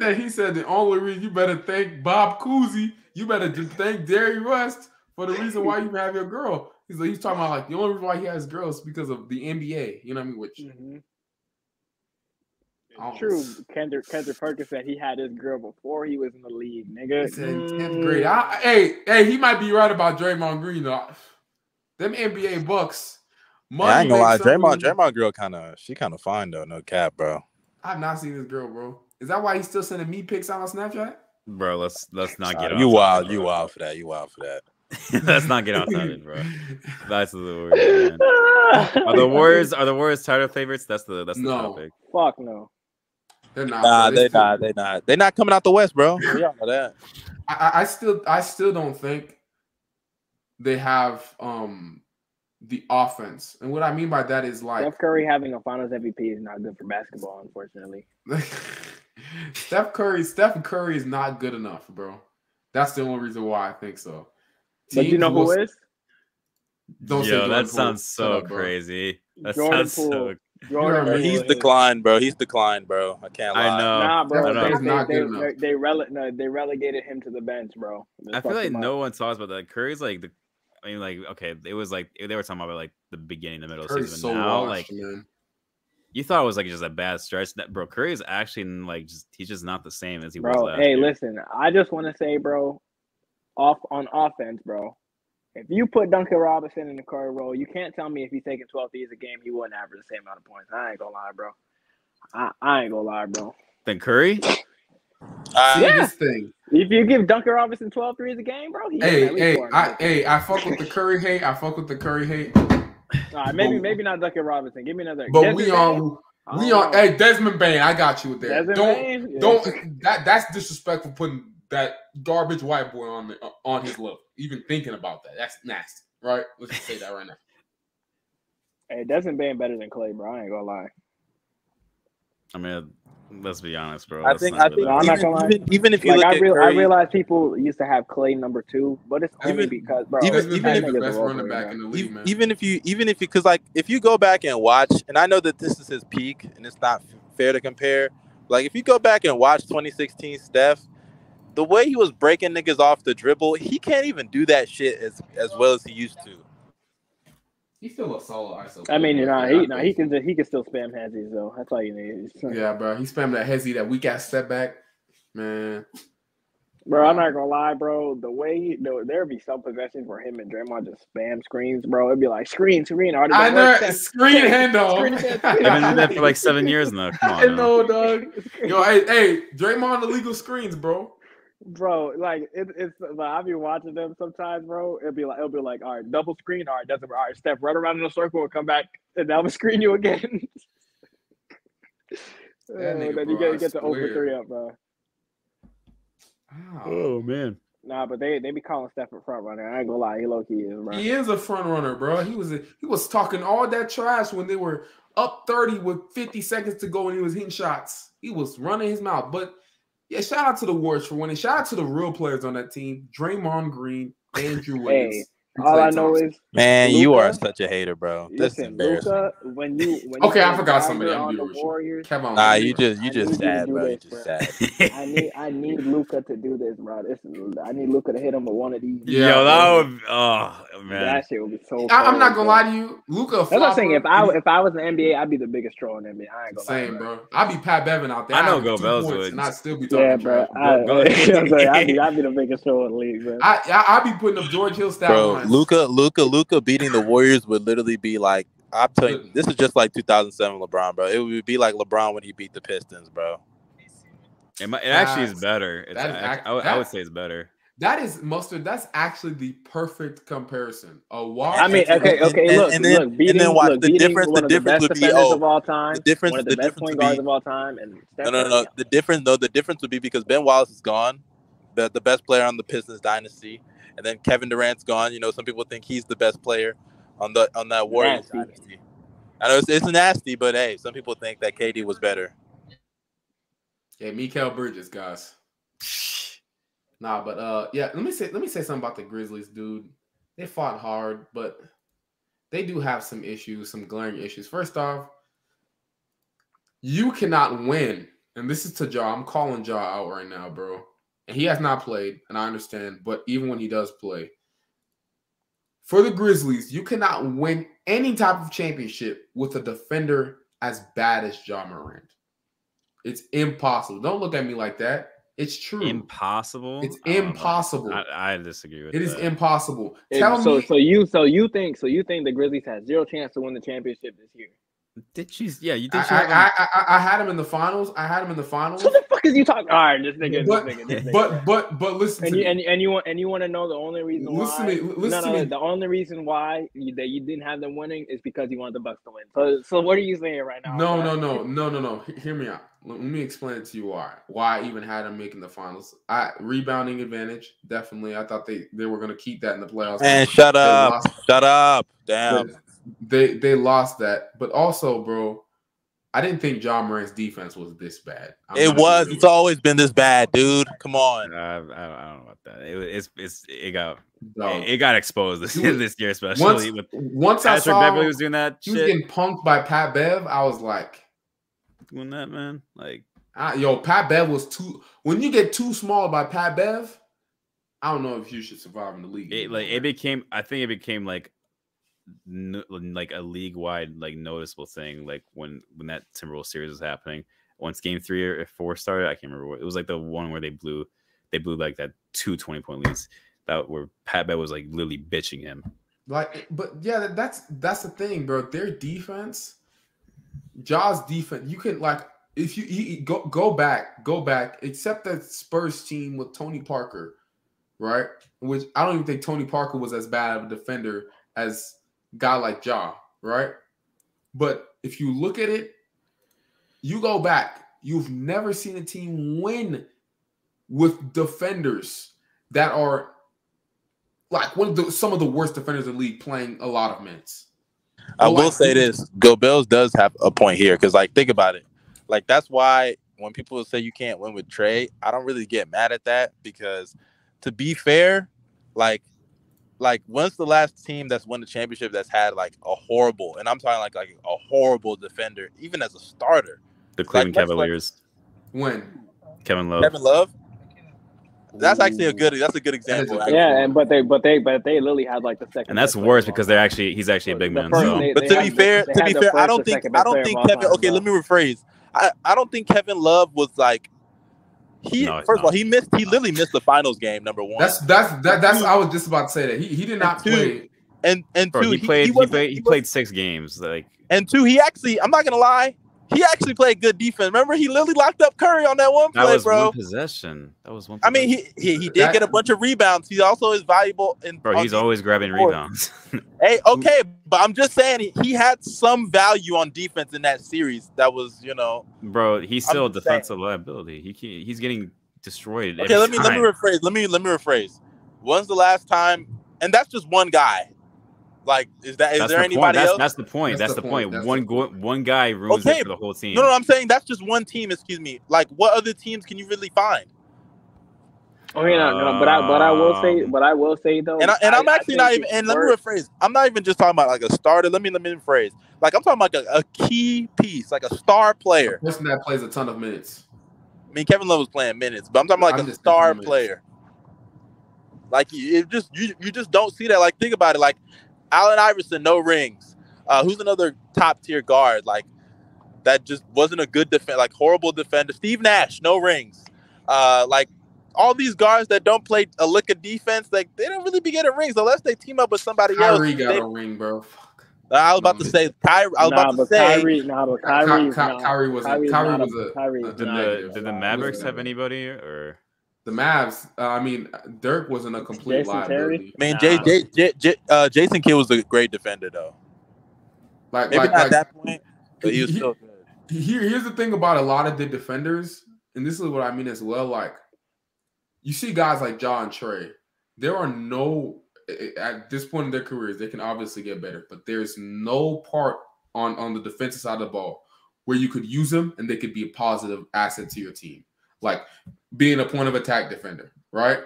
S1: Yeah, he said the only reason you better thank Bob Cousy, you better just thank Derry West for the reason why you have your girl. He's like, he's talking about like the only reason why he has girls is because of the NBA. You know what I mean? Which
S3: Mhm.
S1: Oh.
S3: True, Kendrick Kendrick Perkins said he had his girl before he was in the league, nigga.
S1: he said in
S2: Mm.
S1: tenth grade. I, hey, hey, he might be right about Draymond Green though. Them NBA Bucks.
S4: Yeah, I ain't gonna lie.
S1: makes something.
S4: Draymond, Draymond girl kind of she kind of fine though. No cap, bro.
S1: I've not seen this girl, bro. Is that why he's still sending me pics out on Snapchat?
S2: Bro, let's let's not get
S4: Nah,
S2: off
S4: you
S2: topic,
S4: wild. You
S2: bro.
S4: wild for that. You wild for that.
S2: let's not get off topic, bro. That's the Warriors. Man. Are the
S3: Like,
S2: Warriors are the Warriors title favorites? That's the that's the
S1: No.
S2: topic.
S3: Fuck no.
S1: They're not.
S4: Nah,
S1: bro.
S4: they
S1: still-
S4: not. They not. They not coming out the West, bro. We all know that.
S1: I, I- I still I still don't think they have um the offense. And what I mean by that is like
S3: Steph Curry having a Finals MVP is not good for basketball, unfortunately.
S1: Steph Curry, Steph Curry is not good enough, bro. That's the only reason why I think so.
S3: But you
S1: Teams
S3: know who
S1: will-
S3: is?
S1: Don't say
S2: Yo,
S1: Jordan
S2: that
S1: Poole.
S2: sounds
S1: Shut
S2: so
S1: up, bro.
S2: crazy. That
S3: Jordan
S2: sounds
S3: Poole.
S2: so.
S1: You're
S3: Jordan
S1: a
S3: Poole
S1: man.
S4: He's
S3: is-
S4: declined, bro. He's declined, bro. I can't lie.
S2: I know.
S3: Nah,
S1: Steph
S3: bro.
S2: I know.
S1: Curry's
S3: They,
S1: not
S3: they,
S1: good enough.
S3: they, they, rele- no, they relegated him to the bench, bro. They
S2: I feel
S3: fucked
S2: like
S3: him up.
S2: no one talks about that. Curry's like the. I mean, like okay, it was like they were talking about like the beginning, the middle of the
S1: Curry's
S2: season.
S1: so
S2: now,
S1: washed,
S2: like
S1: man.
S2: you thought it was like just a bad stretch. That bro, Curry is actually like just he's just not the same as he was
S3: bro.
S2: last
S3: Hey,
S2: year.
S3: listen, I just want to say, bro, off on offense, bro. If you put Duncan Robinson in the Curry role, you can't tell me if he's taking 12 threes a game, he wouldn't average the same amount of points. I ain't gonna lie, bro. I, I ain't gonna lie, bro.
S2: Then Curry,
S1: See,
S4: I-
S3: Yeah.
S1: this thing.
S3: If you give Duncan Robinson 12 threes a game, bro, he
S1: Hey,
S3: at least
S1: hey,
S3: four.
S1: I, hey, I fuck with the Curry hate. I fuck with the Curry hate.
S3: All right, maybe
S1: but-
S3: maybe not Duncan Robinson. Give me another.
S1: But
S3: Desmond
S1: we
S3: Bain?
S1: on,
S3: I don't
S1: we on.
S3: know.
S1: Hey, Desmond Bain, I got you with that.
S3: Desmond
S1: Don't
S3: Bain? Yeah.
S1: Don't that that's disrespectful putting that garbage white boy on the, on his level. Even thinking about that, that's nasty, right? Let's just say that right now.
S3: Hey, Desmond Bain better than Clay, bro. I ain't gonna lie.
S2: I mean, let's be honest, bro.
S4: I
S2: That's
S4: think.
S2: not
S4: I think.
S2: really-
S3: I'm not
S4: even-
S3: gonna lie.
S4: even- Even if you
S3: Like
S4: look
S3: I,
S4: at
S3: real, I
S4: Curry,
S3: realize people used to have Clay number two, but it's only
S4: Even-
S3: because bro,
S4: even-
S1: Desmond Bain
S4: even
S3: that
S1: is
S3: nigga's
S1: the
S3: a
S1: best
S3: Wolverine,
S1: running back
S3: bro.
S1: in the
S4: E-
S1: league, man.
S4: even if you even if you because like if you go back and watch and i know that this is his peak and it's not f- fair to compare like if you go back and watch 2016 steph the way he was breaking niggas off the dribble he can't even do that shit as as well as he used to
S1: He's still a solid ISO.
S3: I mean, you know,
S1: player,
S3: he
S1: I
S3: no, he
S1: think.
S3: can just, he can still spam Hezzy's though. That's all you need. It's-
S1: Yeah, bro, he spammed that hezzy that we got set back, man.
S3: Bro, I'm not gonna lie, bro. The way he, no, there'd be some possessions where him and Draymond just spam screens, bro. It'd be like screen, screen, already.
S1: I
S3: done
S1: know
S3: work, set-
S1: screen handoff.
S3: Screen
S2: I've been doing that for like seven years now. Come
S1: I
S2: on, now.
S1: know, dog. Yo, hey, hey, Draymond illegal screens, bro.
S3: bro. Like it, it's like I be watching them sometimes, bro. It'd be like it'll be like all right, double screen, all right, doesn't all right, step right around in a circle and come back, and that will screen you again. Oh,
S1: nigga,
S3: then you
S1: bro, I
S3: get, get the open
S1: swear.
S3: three up, bro.
S1: Ow.
S2: Oh man,
S3: Nah, but they they be calling Steph a front runner. I ain't gonna lie, he low key is, bro.
S1: He is a front runner, bro. He was he was talking all that trash when they were up 30 with 50 seconds to go and he was hitting shots. He was running his mouth. But yeah, shout out to the Warriors for winning. Shout out to the real players on that team, Draymond Green, Andrew Wiggins.
S3: Hey,
S1: and
S3: All
S1: Klay
S3: I know
S1: Thompson.
S3: is
S4: man you are
S3: Luka?
S4: such a hater bro this is
S3: listen,
S4: embarrassing
S3: Luca. When you when
S1: Okay,
S3: you
S1: I
S3: put
S1: forgot
S3: Zion
S1: somebody. I'm
S3: on
S1: being
S3: the
S1: with you.
S3: Warriors,
S1: Kevin,
S4: nah you just
S3: I
S4: you
S3: need you
S4: just
S3: to
S4: sad
S3: do
S4: bro you
S3: this,
S4: just
S3: bro.
S4: sad
S3: I need I need Luca to do this, bro. This is, I need Luca to hit him with one of these.
S1: Yeah,
S2: Yo, that
S1: bro.
S2: would oh, man.
S3: That shit would be so.
S1: I, I'm not
S3: cold,
S1: gonna lie to you, Luca.
S3: bro. That's what I'm saying. If I if I was in the NBA, I'd be the biggest troll in the NBA. I ain't gonna lie,
S1: same, bro. I'd be Pat Bevan out there.
S2: I know
S1: I'd get two
S2: Gobert's
S1: points
S2: would.
S1: and I'd still be talking
S3: Yeah, bro.
S1: trash.
S3: I,
S2: Go- go ahead.
S3: I'm saying, I'd, be, I'd be the biggest troll in the league, bro.
S1: I, I I'd be putting up George Hill stat
S4: bro.
S1: lines.
S4: Luca, Luca, Luca beating the Warriors would literally be like I'm telling you, this is just like 2007 LeBron, bro. It would be like LeBron when he beat the Pistons, bro.
S2: It, might- it actually is
S1: Facts.
S2: better. It's
S1: That is
S2: act-
S1: act-
S2: I would- I
S1: that-
S2: would say it's better.
S1: That is mustard. That's actually the perfect comparison. A wall.
S3: I mean, okay,
S4: And-
S3: okay.
S4: and-
S3: look,
S4: and then-
S3: look, beating,
S4: and then watch
S3: look,
S4: the
S3: beating
S4: difference-
S3: One
S4: the
S3: of the
S4: difference
S3: best
S4: would be,
S3: defenders
S4: oh,
S3: of all time.
S4: The difference,
S3: one of
S4: the,
S3: the, best
S4: difference
S3: point
S4: would
S3: guards
S4: be
S3: of all time, and Steph
S4: no, no, no,
S3: Curry.
S4: no. The difference, though, the difference would be because Ben Wallace is gone, the the best player on the Pistons dynasty, and then Kevin Durant's gone. You know, some people think he's the best player on the on that Warriors
S3: Nasty.
S4: dynasty. I know it's, it's nasty, but hey, some people think that KD was better.
S1: Yeah, Mikael Bridges, guys. Nah, but uh, yeah. Let me say let me say something about the Grizzlies, dude. They fought hard, but they do have some issues, some glaring issues. First off, you cannot win, and this is to Jaw. I'm calling Jaw out right now, bro. And he has not played, and I understand. But even when he does play, for the Grizzlies, you cannot win any type of championship with a defender as bad as John Morant. It's impossible. Don't look at me like that. It's true.
S2: Impossible.
S1: Hmm. It's
S2: I don't know.
S1: impossible.
S2: I, I disagree with
S1: It is
S2: that.
S1: impossible.
S3: And
S1: Tell
S3: so,
S1: me,
S3: so you, so you think, so you think the Grizzlies had zero chance to win the championship this year?
S2: Did you? Yeah, you did.
S1: I,
S2: you
S1: I,
S2: have a-
S1: I, I, I had him in the finals. I had him in the finals.
S3: So the fuck is you talking? All right, this nigga,
S1: But-
S3: this nigga, this nigga.
S1: But but but listen
S3: and
S1: to
S3: you,
S1: me.
S3: and, and you want and you want to know the only reason
S1: Listen
S3: why?
S1: to me, listen
S3: no,
S1: to
S3: no,
S1: me.
S3: the only reason why you, that you didn't have them winning is because you wanted the Bucks to win. So, so what are you saying right now?
S1: no, no,
S3: bro?
S1: no, no, no, no. He- Hear me out. Let me explain to you why. Why I even had him making the finals. I rebounding advantage, definitely. I thought they, they were gonna keep that in the playoffs.
S4: And shut
S1: They
S4: up,
S1: lost
S4: shut up, damn.
S1: they they lost that. But also, bro, I didn't think John Morant's defense was this bad. I'm
S4: It
S1: not gonna
S4: was.
S1: do
S4: It's always been this bad, dude. Come on.
S2: uh, I, I, don't, I don't know about that. It, was- it's it's it got
S1: Dog.
S2: it, it got exposed this,
S1: Dude,
S2: this year, especially
S1: once
S2: with
S1: once I
S2: Patrick
S1: saw
S2: Beverly was doing that
S1: he was
S2: shit,
S1: getting punked by Pat Bev, I was like,
S2: doing that man. Like
S1: ah, yo, Pat Bev was too. When you get too small by Pat Bev, I don't know if you should survive in the league.
S2: it, like it became. I think it became like no, like a league wide like noticeable thing. Like when when that Timberwolves series was happening, once Game three or four started, I can't remember. What, it was like the one where they blew they blew like that two 20 point leads that where Pat Bev was like literally bitching him.
S1: Like, but yeah, that- that's that's the thing, bro. Their defense, Jaw's defense. You can like if you, you you go go back, go back. Except that Spurs team with Tony Parker, right? Which I don't even think Tony Parker was as bad of a defender as guy like Ja, right? But if you look at it, you go back. You've never seen a team win with defenders that are like one of the some of the worst defenders in the league playing a lot of minutes. Oh,
S4: I
S1: I
S4: will say
S1: do.
S4: this: Gobels does have a point here because, like, think about it. Like, that's why when people say you can't win with Trey, I don't really get mad at that because, to be fair, like, like once the last team that's won the championship that's had like a horrible, and I'm talking like like a horrible defender, even as a starter,
S2: The Cleveland
S4: that's like-
S2: Cavaliers,
S1: When
S2: Kevin Love.
S4: Kevin Love. That's actually a good. That's a good
S1: a
S4: example.
S1: good
S4: actually.
S3: Yeah, and but they but they but they literally had like the second.
S2: and that's
S3: best player
S2: worse
S3: of all
S2: because
S3: time.
S2: they're actually he's actually a big
S3: The
S2: man.
S3: first
S2: So
S3: name-
S4: but
S3: they
S4: to
S3: had
S4: be
S3: the-
S4: fair,
S3: they
S4: to
S3: had
S4: be
S3: the
S4: fair, I
S3: first
S4: don't
S3: and
S4: think
S3: second
S4: I
S3: best
S4: don't
S3: player of
S4: think
S3: all
S4: Kevin.
S3: time,
S4: okay,
S3: bro.
S4: let me rephrase. I I don't think Kevin Love was like he.
S2: No, he's
S4: first of all,
S2: not.
S4: he missed. He literally missed the finals game. Number one.
S1: that's that's that, that's I was just about to say that he, he did not
S4: Dude.
S1: play.
S4: and and
S2: Bro,
S4: two,
S2: he played. He,
S4: wasn't-
S2: played. He,
S4: he
S2: played six games. Like
S4: wasn't- And two, he actually. I'm not gonna lie. He actually played good defense. Remember, he literally locked up Curry on that one
S2: that
S4: play,
S2: was
S4: bro.
S2: one possession. That was one.
S4: I mean,
S2: possession.
S4: he, he he did
S1: That-
S4: get a bunch of rebounds. He also is valuable in.
S2: bro,
S4: on
S2: he's
S4: defense.
S2: always grabbing
S4: Fourth.
S2: rebounds.
S4: Hey, okay, but I'm just saying he, he had some value on defense in that series. That was, you know.
S2: bro, he's still a
S4: just saying.
S2: defensive liability. He can, he's getting destroyed.
S4: Okay,
S2: every
S4: let me let me
S2: time.
S4: rephrase. Let me let me rephrase. When's the last time? And that's just one guy. Like, is that is
S2: that's
S4: there
S2: the point.
S4: anybody
S2: That's,
S4: else?
S2: that's the point. That's, the point.
S1: That's
S2: one
S1: the
S2: go, one guy ruins
S4: Okay,
S2: it for the whole team.
S4: No, no, I'm saying that's just one team. Excuse me. Like, what other teams can you really find?
S3: Oh yeah, no, no, but I but I will say
S2: Um,
S3: but I will say though,
S4: And I, and I'm actually
S3: think
S4: not even.
S3: it's
S4: And let me
S3: worse.
S4: rephrase. I'm not even just talking about like a starter. Let me let me rephrase. Like, I'm talking about like, a, a key piece, like a star player.
S1: Person that plays a ton of minutes.
S4: I mean, Kevin Love was playing minutes, but I'm talking about like
S1: I'm
S4: a
S1: just thinking
S4: star
S1: minutes.
S4: player. Like you it just you, you just don't see that. Like think about it. Like Allen Iverson, no rings. Uh, who's another top tier guard? Like that just wasn't a good defense. Like horrible defender. Steve Nash, no rings. Uh, like all these guards that don't play a lick of defense, like they don't really be getting rings unless they team up with somebody
S1: Kyrie
S4: else.
S1: got
S4: They-
S1: a ring, bro. Fuck.
S4: I was about to say Kyrie. I was
S3: nah,
S4: about to
S3: but
S4: say
S3: Kyrie, nah, but
S1: Ky-
S3: Kyrie,
S1: Ky- Kyrie was a- Kyrie was a- a-
S2: Did the
S1: Negative.
S2: did the Mavericks have anybody or
S1: The Mavs. Uh, I mean, Dirk wasn't a complete
S3: Jason
S1: liability.
S4: I mean,
S2: Nah.
S4: J, J, J, J, uh, Jason Kidd was a great defender, though.
S1: Like,
S4: Maybe
S1: like,
S4: not
S1: like
S4: at that point, but he was
S1: he-
S4: still good.
S1: here, here's the thing about a lot of the defenders, and this is what I mean as well. Like, you see guys like John Trey. There are no at this point in their careers, they can obviously get better, but there's no part on on the defensive side of the ball where you could use them and they could be a positive asset to your team, like being a point of attack defender, right?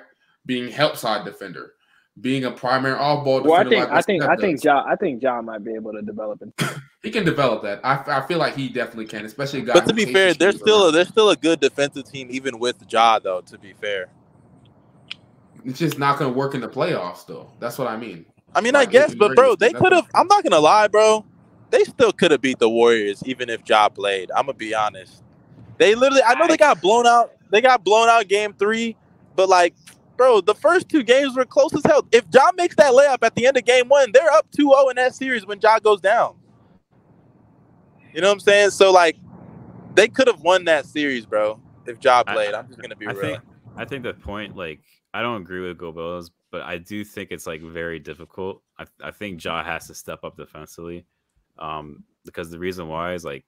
S1: Being help side defender, being a primary off ball
S3: Well, I
S1: defender. like
S3: think I think
S1: Steph
S3: I think
S1: does.
S3: John I think John might be able to develop into
S1: he can develop that. I, I feel like he definitely can, especially a guy.
S4: But
S1: who
S4: to be
S1: hates
S4: fair,
S1: his
S4: they're
S1: shoes
S4: still
S1: around.
S4: a, they're still a good defensive team, even with Ja, though. To be fair,
S1: it's just not going to work in the playoffs, though. That's what I mean.
S4: I mean, I
S1: Right,
S4: guess,
S1: even
S4: but bro,
S1: Warriors,
S4: they
S1: that's
S4: could have.
S1: okay.
S4: I'm not gonna lie, bro. They still could have beat the Warriors, even if Ja played. I'm gonna be honest. They literally, I know they got blown out. They got blown out game three, but like, bro, the first two games were close as hell. If Ja makes that layup at the end of game one, they're up 2-0 in that series when Ja goes down. You know what I'm saying? So like, they could have won that series, bro, if Ja
S2: I-
S4: played. I, am just gonna be
S2: I
S4: real.
S2: think I think the point like I don't agree with Gobel's, but I do think it's like very difficult. I, I think Ja has to step up defensively, um, because the reason why is like,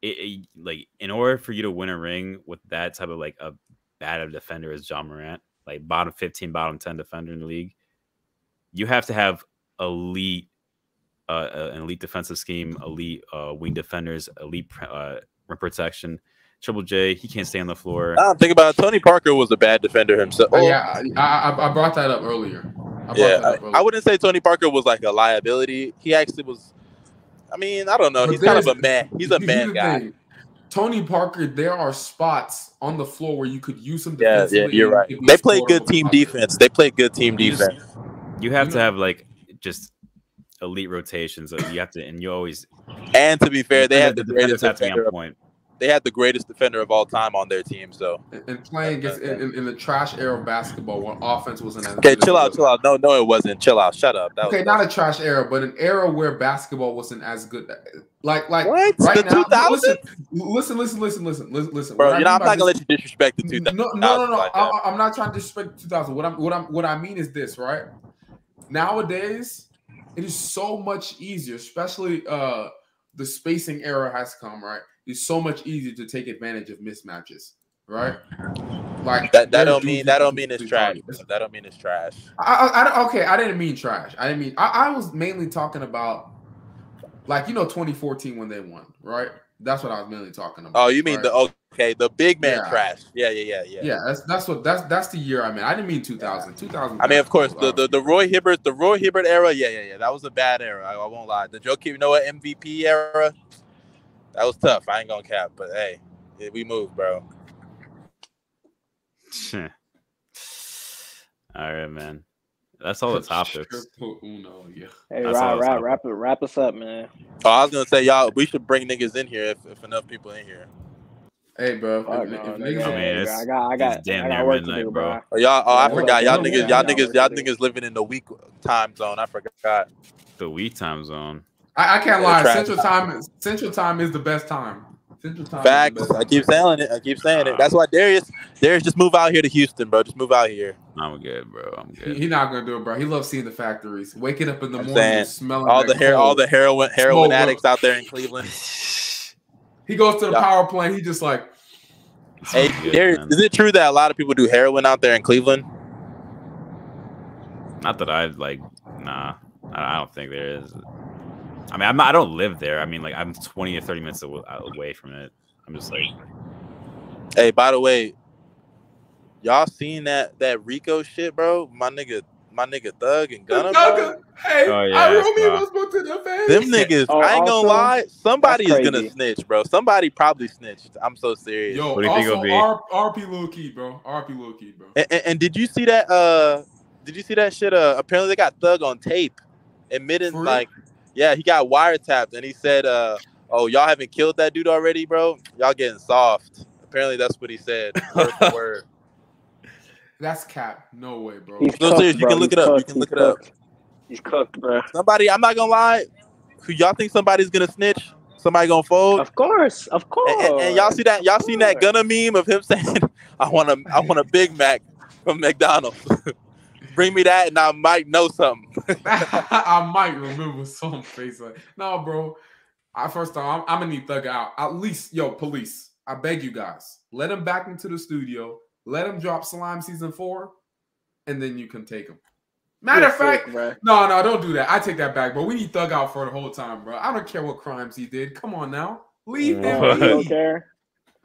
S2: it, it- like in order for you to win a ring with that type of like a bad of defender as John Morant, like bottom fifteen, bottom ten defender in the league, you have to have elite, uh, uh, an elite defensive scheme, elite uh, wing defenders, elite pr- uh, rim protection. Triple J, he can't stay on the floor.
S4: I don't think about it. Tony Parker was a bad defender himself.
S1: But yeah, I, I I brought that up earlier. I brought
S4: yeah,
S1: that up
S4: I,
S1: earlier.
S4: I wouldn't say Tony Parker was like a liability. He actually was. I mean, I don't know.
S1: But
S4: He's kind of a
S1: there's-
S4: man. He's a
S1: Here's
S4: man
S1: the
S4: guy.
S1: thing. Tony Parker, there are spots on the floor where you could use him.
S4: Yeah, yeah,
S1: defensively
S4: you're
S1: and
S4: right.
S1: he could be
S4: They
S1: a
S4: play
S1: scorer
S4: good team
S1: without it.
S4: defense. They play good team
S2: You just-
S4: defense.
S2: You have
S1: You
S2: to
S1: know-
S2: have like just elite rotations. Like, You have to, and you always
S4: And to be fair, they had the
S2: defenders
S4: greatest
S2: have to be
S4: defender.
S2: on
S4: Of,
S2: point.
S4: they had the greatest defender of all time on their team. So
S1: And, and playing against in, in, in the trash era of basketball when offense wasn't as
S4: okay,
S1: good as
S4: chill
S1: it
S4: out,
S1: was.
S4: chill out. No, no, it wasn't. Chill out. Shut up. That
S1: Okay,
S4: was
S1: not a trash era, but an era where basketball wasn't as good. Like like
S4: what
S1: right
S4: the
S1: now.
S4: two thousand,
S1: Listen, listen, listen, listen, listen, listen, listen. What
S4: bro.
S1: I
S4: You know,
S1: mean
S4: I'm
S1: by
S4: not gonna
S1: this-
S4: let you disrespect the two thousand.
S1: No, no, no, uh, no.
S4: like uh,
S1: I,
S4: that.
S1: I- I'm not trying to disrespect 2000. What I'm, what I'm, what I mean is this, right? Nowadays, it is so much easier, especially uh the spacing era has come, right? It's so much easier to take advantage of mismatches, right? Like
S4: That that
S1: there's
S4: don't
S1: dudes
S4: mean
S1: who
S4: that
S1: can
S4: don't mean it's
S1: completely
S4: trash.
S1: target.
S4: bro. That don't mean it's trash.
S1: I, I, I don't- okay, I didn't mean trash. I didn't mean I, I was mainly talking about like you know 2014 when they won, right? That's what I was mainly talking about.
S4: Oh, you mean
S1: right?
S4: the okay, the big man
S1: Yeah.
S4: trash? Yeah, yeah, yeah, yeah.
S1: Yeah, that's that's what that's that's the year I mean. I didn't mean 2000. 2000.
S4: I mean, of course, the,
S1: was
S4: the, the Roy Hibbert, the Roy Hibbert era, yeah, yeah, yeah. That was a bad era. I, I won't lie. The Joe Noah MVP era, that was tough. I ain't gonna cap, but hey, yeah, we moved, bro.
S2: all right, man. That's all the topics.
S1: Triple Uno, yeah.
S3: Hey,
S2: That's all
S3: Rob,
S2: it's
S3: Rob,
S2: about.
S3: wrap it, wrap us up, man.
S4: Oh, I was gonna say, y'all, we should bring niggas in here if, if enough people in here.
S1: Hey, bro. if-
S3: Fuck
S1: if-
S3: no,
S1: if niggas-
S2: I
S3: nigga,
S2: mean,
S3: hey, bro,
S2: Oh, it's-
S3: I got, I
S2: it's
S3: got,
S2: damn
S3: I got
S2: near
S3: work to
S2: midnight,
S3: do,
S2: bro.
S3: bro.
S4: Oh, y'all, oh, I
S1: Yeah,
S4: forgot.
S1: we
S4: Y'all
S1: don't-
S4: niggas,
S1: yeah,
S4: y'all
S1: we
S3: don't
S4: niggas, y'all
S3: really do.
S4: niggas living in the weak time zone. I forgot.
S1: Oh,
S2: The wheat time zone.
S1: I, I can't
S4: Yeah,
S1: lie.
S4: trash.
S1: Central time. is- Central time is the best time. Central time. Is
S4: Facts.
S1: the best
S4: I keep saying it. I keep saying
S2: Ah.
S4: it. That's why Darius, Darius, just move out here to Houston, bro. Just move out here.
S2: I'm good, bro. I'm
S1: time. He,
S2: good.
S1: he not gonna do it, bro. He loves seeing the factories. Waking up in the
S4: I'm
S1: morning,
S4: saying,
S1: and smelling
S4: All
S1: that
S4: the hair,
S1: coal.
S4: all the heroin,
S1: Smoke,
S4: heroin
S1: bro.
S4: addicts out there in Cleveland.
S1: He goes to the
S4: Yeah.
S1: power plant. He just like
S4: Hey,
S2: I'm good,
S4: Darius,
S2: man.
S4: is it true that a lot of people do heroin out there in Cleveland?
S2: Not that I like. Nah, I I don't think there is. I mean, I'm not, I don't live there. I mean, like I'm 20 or 30 minutes aw- away from it. I'm just like,
S4: Hey, by the way, y'all seen that that Rico shit, bro? My nigga my nigga Thug and Gunna. bro.
S1: Nugga, hey,
S2: Oh, yeah,
S1: I Romeo
S2: wow.
S1: was booked in the face.
S4: Them niggas,
S3: Oh,
S4: I ain't
S3: also,
S4: gonna lie. Somebody is
S3: that's
S4: gonna
S3: crazy.
S4: snitch, bro. Somebody probably snitched. I'm so serious.
S1: Yo,
S2: What do you think
S1: also,
S2: it'll be?
S1: R- RP Lil Key, bro. RP Lil Key, bro.
S4: And, and, and did you see that? Uh, did you see that shit? Uh, apparently they got Thug on tape, admitting
S1: For real?
S4: like, yeah, he got wiretapped, and he said, uh, "Oh, y'all haven't killed that dude already, bro. Y'all getting soft." Apparently that's what he said, word for word.
S1: That's cap. No way, bro.
S3: He's
S4: No,
S3: cooked,
S4: serious, you
S3: bro.
S4: can look
S3: He's
S4: it up. You
S3: cooked.
S4: can
S3: He's
S4: look it up.
S3: cooked. He's cooked, bro.
S4: Somebody, I'm not gonna lie. Who y'all think somebody's gonna snitch? Somebody gonna fold?
S3: Of course, of course.
S4: And, and- and y'all see that? Y'all seen that
S3: Sure.
S4: Gunna meme of him saying, "I want a, I want a Big Mac from McDonald's. Bring me that, and I might know something."
S1: I might remember some face like, no, bro. I first time I'm, I'm gonna need Thug out. At least, yo, police. I beg you guys, let him back into the studio. Let him drop Slime season four, and then you can take him. Matter of
S3: You're
S1: fact,
S3: sick, bro.
S1: no, no, don't do that. I take that back, bro. We need Thug out for the whole time, bro. I don't care what crimes he did. Come on now, leave him.
S2: What?
S3: You don't
S1: be.
S3: care.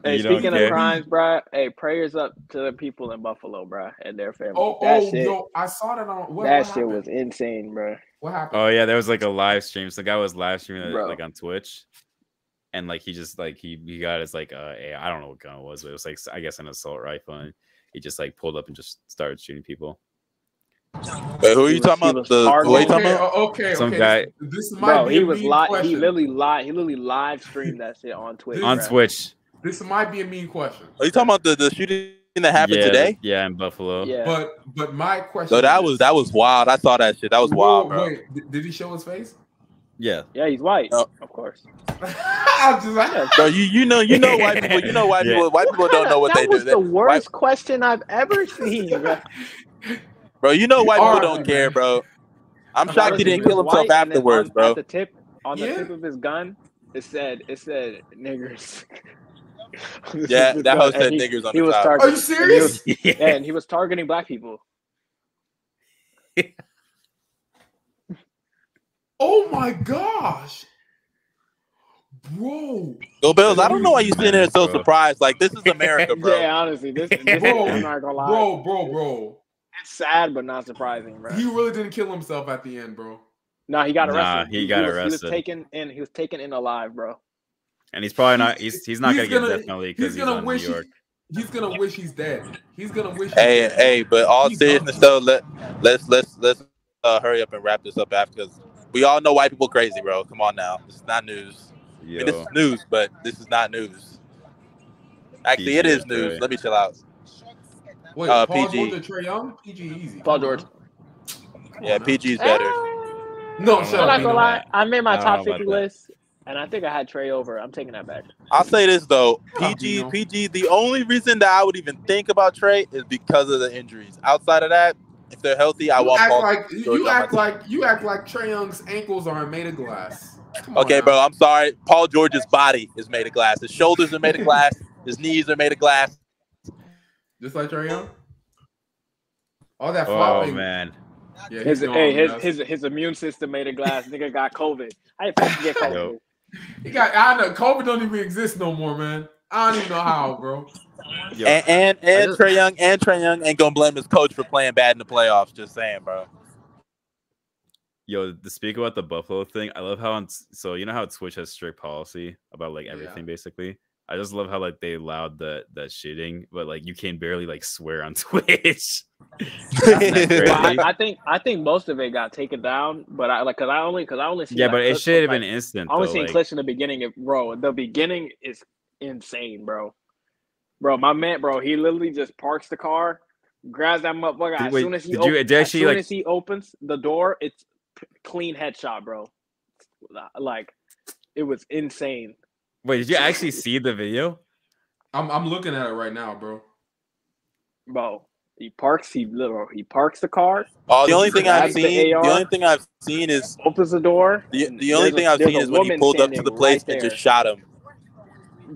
S3: Hey,
S2: You don't
S3: speaking
S2: care.
S3: of crimes, bro. Hey, prayers up to the people in Buffalo, bro, and their family.
S1: Oh,
S3: that
S1: oh,
S3: shit,
S1: yo, I saw that on what,
S3: that
S1: what
S3: shit
S1: happened?
S3: was insane, bro.
S1: what happened?
S2: Oh yeah, there was like a live stream. So the guy was live streaming it,
S3: Bro.
S2: like on Twitch, and like he just like he he got his like uh a- I don't know what gun it was, but it was like s- I guess an assault rifle. And he just like pulled up and just started shooting people.
S4: Wait, who are
S3: He was-
S4: you talking
S3: he
S4: about?
S3: was
S4: The
S3: hard
S4: who are Uh, you
S1: okay,
S4: talking about?
S1: oh, okay,
S2: Some
S1: okay.
S2: guy-
S1: This, this might
S3: Bro,
S1: be
S3: he
S1: a
S3: was
S1: mean
S3: live. He
S1: question.
S3: literally live. He literally live streamed that shit on Twitch.
S2: on
S3: bro.
S2: Twitch.
S1: This might be a mean question.
S4: Are you talking about the, the shooting that happened
S2: yeah,
S4: today?
S2: Yeah, in Buffalo.
S3: Yeah.
S1: But but my question.
S4: So that was that was wild. I saw that shit. That was wild, bro.
S1: Wait, did- did he show his face?
S2: Yeah.
S3: yeah, he's white,
S4: No.
S3: of course.
S1: I just, I,
S4: Bro, you you know you know white people. You know white
S2: Yeah.
S4: people. White people
S3: What
S4: don't
S3: kinda-
S4: know what
S3: that
S4: they do.
S3: was
S4: They-
S3: the
S4: white-
S3: worst question I've ever seen. bro.
S4: bro, you know
S1: You
S4: white
S1: are,
S4: people don't
S1: man.
S4: care, bro. I'm
S1: I'm
S4: shocked he
S1: honestly
S4: didn't
S1: with
S4: kill
S3: was
S4: himself
S3: white, and then
S4: afterwards,
S3: on-
S4: bro.
S3: At the tip, on the
S1: Yeah.
S3: tip of his gun, it said, it said niggers. On the tip of
S4: Yeah,
S3: his
S4: that
S3: gun,
S4: host
S3: and
S4: said
S3: he-
S4: niggers on
S3: he
S4: the
S3: was
S4: top.
S3: targeted.
S1: are you
S3: and he was-
S1: serious?
S2: yeah.
S3: and he was targeting black people.
S1: Oh my gosh, bro,
S4: Go Bills. I don't know why you sitting there so
S2: Bro.
S4: surprised. Like this is America, bro.
S3: Yeah, honestly, this, this
S1: Bro,
S3: I'm not gonna lie.
S1: bro, bro, bro.
S3: It's sad but not surprising, bro.
S1: He really didn't kill himself at the end, bro.
S3: no, he got
S2: Nah,
S3: arrested.
S2: he got
S3: was, He
S2: arrested.
S3: was taken in. He was taken in alive, bro.
S2: And he's probably not. He's he's not
S1: He's
S2: gonna,
S1: gonna-
S2: get definitely
S1: He's
S2: because he's,
S1: gonna
S2: on
S1: wish
S2: New York.
S1: He, he's gonna wish he's dead. He's gonna wish.
S4: Hey,
S1: he's dead.
S4: hey, but all
S1: He's
S4: seriousness
S1: done.
S4: though, let let's let's let's uh, hurry up and wrap this up after because we all know white people crazy, bro. Come on now, it's not news. I mean, this
S2: Yo.
S4: is news, but this is not news. Actually,
S2: PG
S4: it
S2: is
S4: is news.
S2: right.
S4: Let me chill out.
S1: Wait,
S4: uh,
S1: Paul
S4: PG.
S1: George or Trey Young? PG easy.
S3: Paul
S1: Come on
S3: George.
S1: now. Come
S4: Yeah,
S1: on now. Ah.
S4: PG's better.
S1: No,
S2: I'm
S1: shut
S3: I'm
S1: up.
S3: not
S1: Nino.
S3: gonna lie. I made
S2: I
S3: my
S2: don't know
S3: top
S2: about
S3: fifty
S2: that.
S3: list, and I think I had Trey over. I'm taking that back.
S4: I'll say this though,
S1: Shut up,
S4: PG
S1: Dino.
S4: PG. The only reason that I would even think about Trey is because of the injuries. Outside of that, if they're healthy, I
S1: you
S4: want
S1: act
S4: Paul.
S1: like you,
S4: George
S1: you
S4: on my
S1: act
S4: team.
S1: like you act like Trey Young's ankles are made of glass. Come on
S4: Okay,
S1: now.
S4: bro, I'm sorry. Paul George's body is made of glass. His shoulders are made of glass. His knees are made of glass.
S1: Just like Trey Young. All that
S2: Oh
S1: flopping.
S2: man.
S1: Yeah,
S3: His,
S1: he's
S3: hey,
S1: gone,
S3: his,
S1: yes.
S3: his his immune system made a glass. Nigga got COVID. I didn't fucking get COVID.
S2: Yo.
S1: he got. I know COVID don't even exist no more, man. I don't even know how, bro.
S2: Yo.
S4: And and,
S2: I
S4: and
S2: just-
S4: Trey Young and Trey Young ain't gonna blame his coach for playing bad in the playoffs. Just saying, bro.
S2: Yo, to speak about the Buffalo thing, I love how on s- so you know how Twitch has strict policy about like
S1: Yeah.
S2: everything basically. I just love how like they allowed the that shitting, but like you can barely like swear on Twitch.
S3: Well,
S2: crazy?
S4: yeah,
S3: I, I think I think most of it got taken down, but I like because I only because I only seen
S2: yeah,
S3: like,
S2: but it
S3: clips
S2: should have
S3: of, like,
S2: been instant.
S3: I only
S2: though,
S3: seen
S2: like-
S3: clips in the beginning of bro. The beginning is insane, bro. Bro, my man, bro, he literally just parks the car, grabs that motherfucker.
S2: Did-
S3: as
S2: wait,
S3: soon as he
S2: did
S3: op-
S2: you- did
S3: as
S2: actually,
S3: soon
S2: like-
S3: as he opens the door, it's p- clean headshot, bro. Like it was insane.
S2: Wait, did you actually see the video?
S1: I'm I'm looking at it right now, bro.
S3: bro. He parks. He literally he parks the car,
S4: the only thing I've
S3: Grabs the
S4: seen, the
S3: AR.
S4: only thing I've seen is
S3: opens the door.
S4: the,
S3: and
S4: the only
S3: there's a-
S4: thing I've
S3: there's
S4: seen
S3: a
S4: is when he
S3: woman
S4: pulled up to the
S3: standing
S4: place
S3: right
S4: and
S3: there.
S4: just shot him.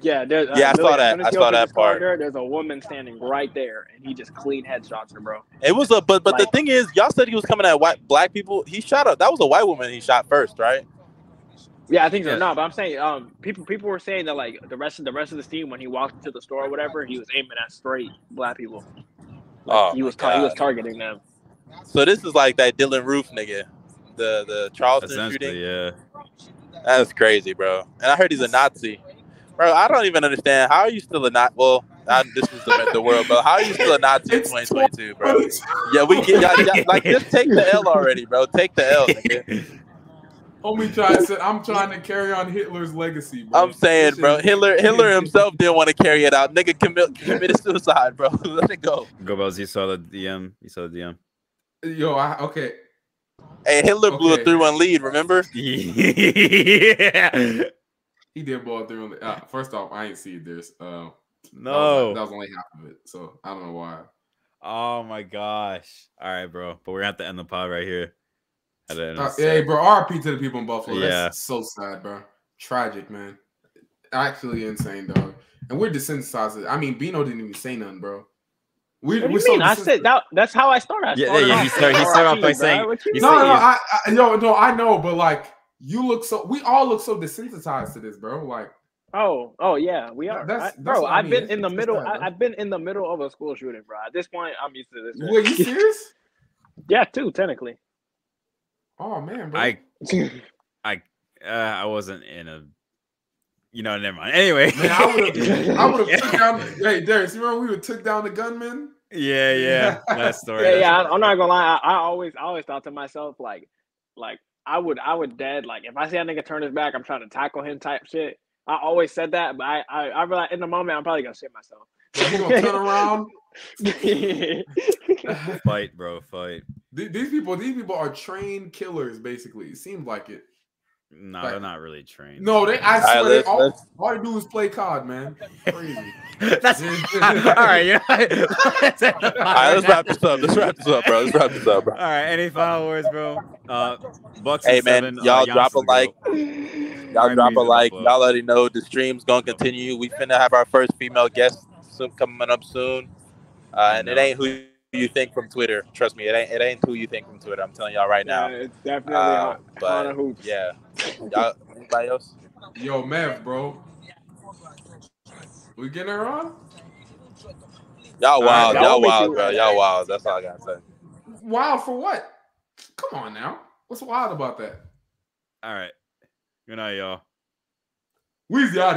S3: Yeah, there's, uh,
S4: Yeah, I saw
S3: literally, as
S4: that.
S3: soon as
S4: I
S3: he
S4: saw
S3: opens
S4: that
S3: his car
S4: part.
S3: Door, there's a woman standing right there, and he just clean headshots her, bro.
S4: It was a but but the
S3: Like-
S4: thing is, y'all said he was coming at white black people. He shot up. That was a white woman he shot first, right?
S3: Yeah, I think so.
S2: Yeah.
S3: No, but I'm saying, um, people people were saying that like the rest of the rest of the team when he walked into the store or whatever, he was aiming at straight black people. Like
S4: Oh
S3: he
S4: my
S3: was tar- he was
S4: God.
S3: targeting them.
S4: So this is like that Dylan Roof nigga, the the Charleston shooting.
S2: Essentially, yeah.
S4: That's crazy, bro. And I heard he's a Nazi, bro. I don't even understand how are you still a Nazi. Well, I, this is the, the world, but how are you still a Nazi in
S1: It's
S4: 2022, bro? Yeah, we get y'all, y'all- like just take the L already, bro. Take the L. Nigga.
S1: Homie tried said, I'm trying to carry on Hitler's legacy, bro.
S4: I'm saying, bro, Hitler Hitler himself didn't want to carry it out. Nigga commi- committed suicide, bro. Let it go.
S2: Gobels, you saw the DM. You saw the DM.
S1: Yo, I, okay.
S4: Hey, Hitler blew
S1: Okay.
S4: a three one lead. Remember?
S2: yeah.
S1: He did ball through. Uh, first off, I ain't see this. Um, that was- that
S2: No.
S1: was only half of it, so I don't know why.
S2: Oh my gosh. All right, bro. But we're gonna have to end the pod right here. Had to end
S1: Uh,
S2: this, uh,
S1: hey, bro, RP to the people in Buffalo.
S2: Yeah.
S1: That's so sad, bro. Tragic, man. Actually insane, dog. And we're desensitized. I mean, Bino didn't even say nothing, bro. We,
S3: What do
S1: we're
S3: you mean? I
S1: desensit-
S3: said that, that's how I started. I
S2: Yeah,
S3: started
S2: yeah,
S3: off
S2: he started-
S1: he
S3: with
S2: started off
S3: RP,
S2: by
S3: bro.
S2: saying-
S3: What you
S2: he
S1: no,
S2: said
S1: no,
S2: he's-
S1: I, I, yo, no, I know, but like, you look so. We all look so desensitized to this, bro. Like,
S3: Oh, oh yeah, we
S1: That-
S3: are.
S1: that's-
S3: I-
S1: that's
S3: bro,
S1: what I
S3: I've
S1: mean.
S3: been
S1: It's-
S3: in the
S1: it's
S3: middle.
S1: bad, bro.
S3: I, I've been in the middle of a school shooting, bro. At this point, I'm used to this. shit.
S1: were you serious?
S3: yeah, too technically.
S1: Oh man, bro.
S2: I uh, I wasn't in a you know, never mind. Anyway.
S1: man, I would have, I would have took
S2: yeah.
S1: down. Hey, Darius, you remember we would took down the gunman?
S2: yeah, yeah. That story.
S3: yeah,
S2: that's-
S3: yeah. I, am not gonna lie. I, I always, I always thought to myself, like, like I would, I would dead. Like if I see a nigga turn his back, I'm trying to tackle him type shit. I always said that, but I, I, I realized in the moment, I'm probably gonna shit myself.
S1: Like, you gonna turn around?
S2: Fight, bro. Fight.
S1: Th- These people, these people are trained killers, basically. It seems like it.
S2: No,
S1: Fight.
S2: they're not really trained.
S1: No, they. I
S4: All right,
S1: swear, they
S4: let's-
S1: all,
S4: let's-
S1: all they do is play COD, man. Crazy.
S2: That's all right. Yeah. Let's end the pod
S4: All right,
S2: right
S4: let's
S2: now.
S4: wrap this up. Let's wrap this up, bro. Let's wrap this up, bro.
S2: All right. Any final words, bro? Uh, Bucks.
S4: Hey,
S2: and
S4: man,
S2: seven, uh,
S4: y'all
S2: Giannis
S4: drop a
S2: is the GOAT.
S4: like. Y'all
S2: R.I.P.
S4: drop a
S2: to
S4: like.
S2: Buffalo.
S4: Y'all already know the streams gonna continue. We finna have our first female guest soon, coming up soon, uh, and it
S2: No.
S4: ain't who you think from Twitter. Trust me, it ain't it ain't who you think from Twitter. I'm telling y'all right
S3: yeah,
S4: now.
S3: it's definitely
S4: Uh,
S3: on- on a
S4: but
S3: hoops.
S4: yeah, y'all. Anybody else?
S1: Yo, Mev, bro. We getting her on?
S4: Y'all
S2: All right,
S4: wild.
S3: y'all
S4: Y'all
S3: be
S4: wild,
S3: too-
S4: bro. Y'all wild. That's all I gotta say.
S1: Wild for what? Come on now. What's wild about that?
S2: All right. Good night, y'all.
S1: Weezy out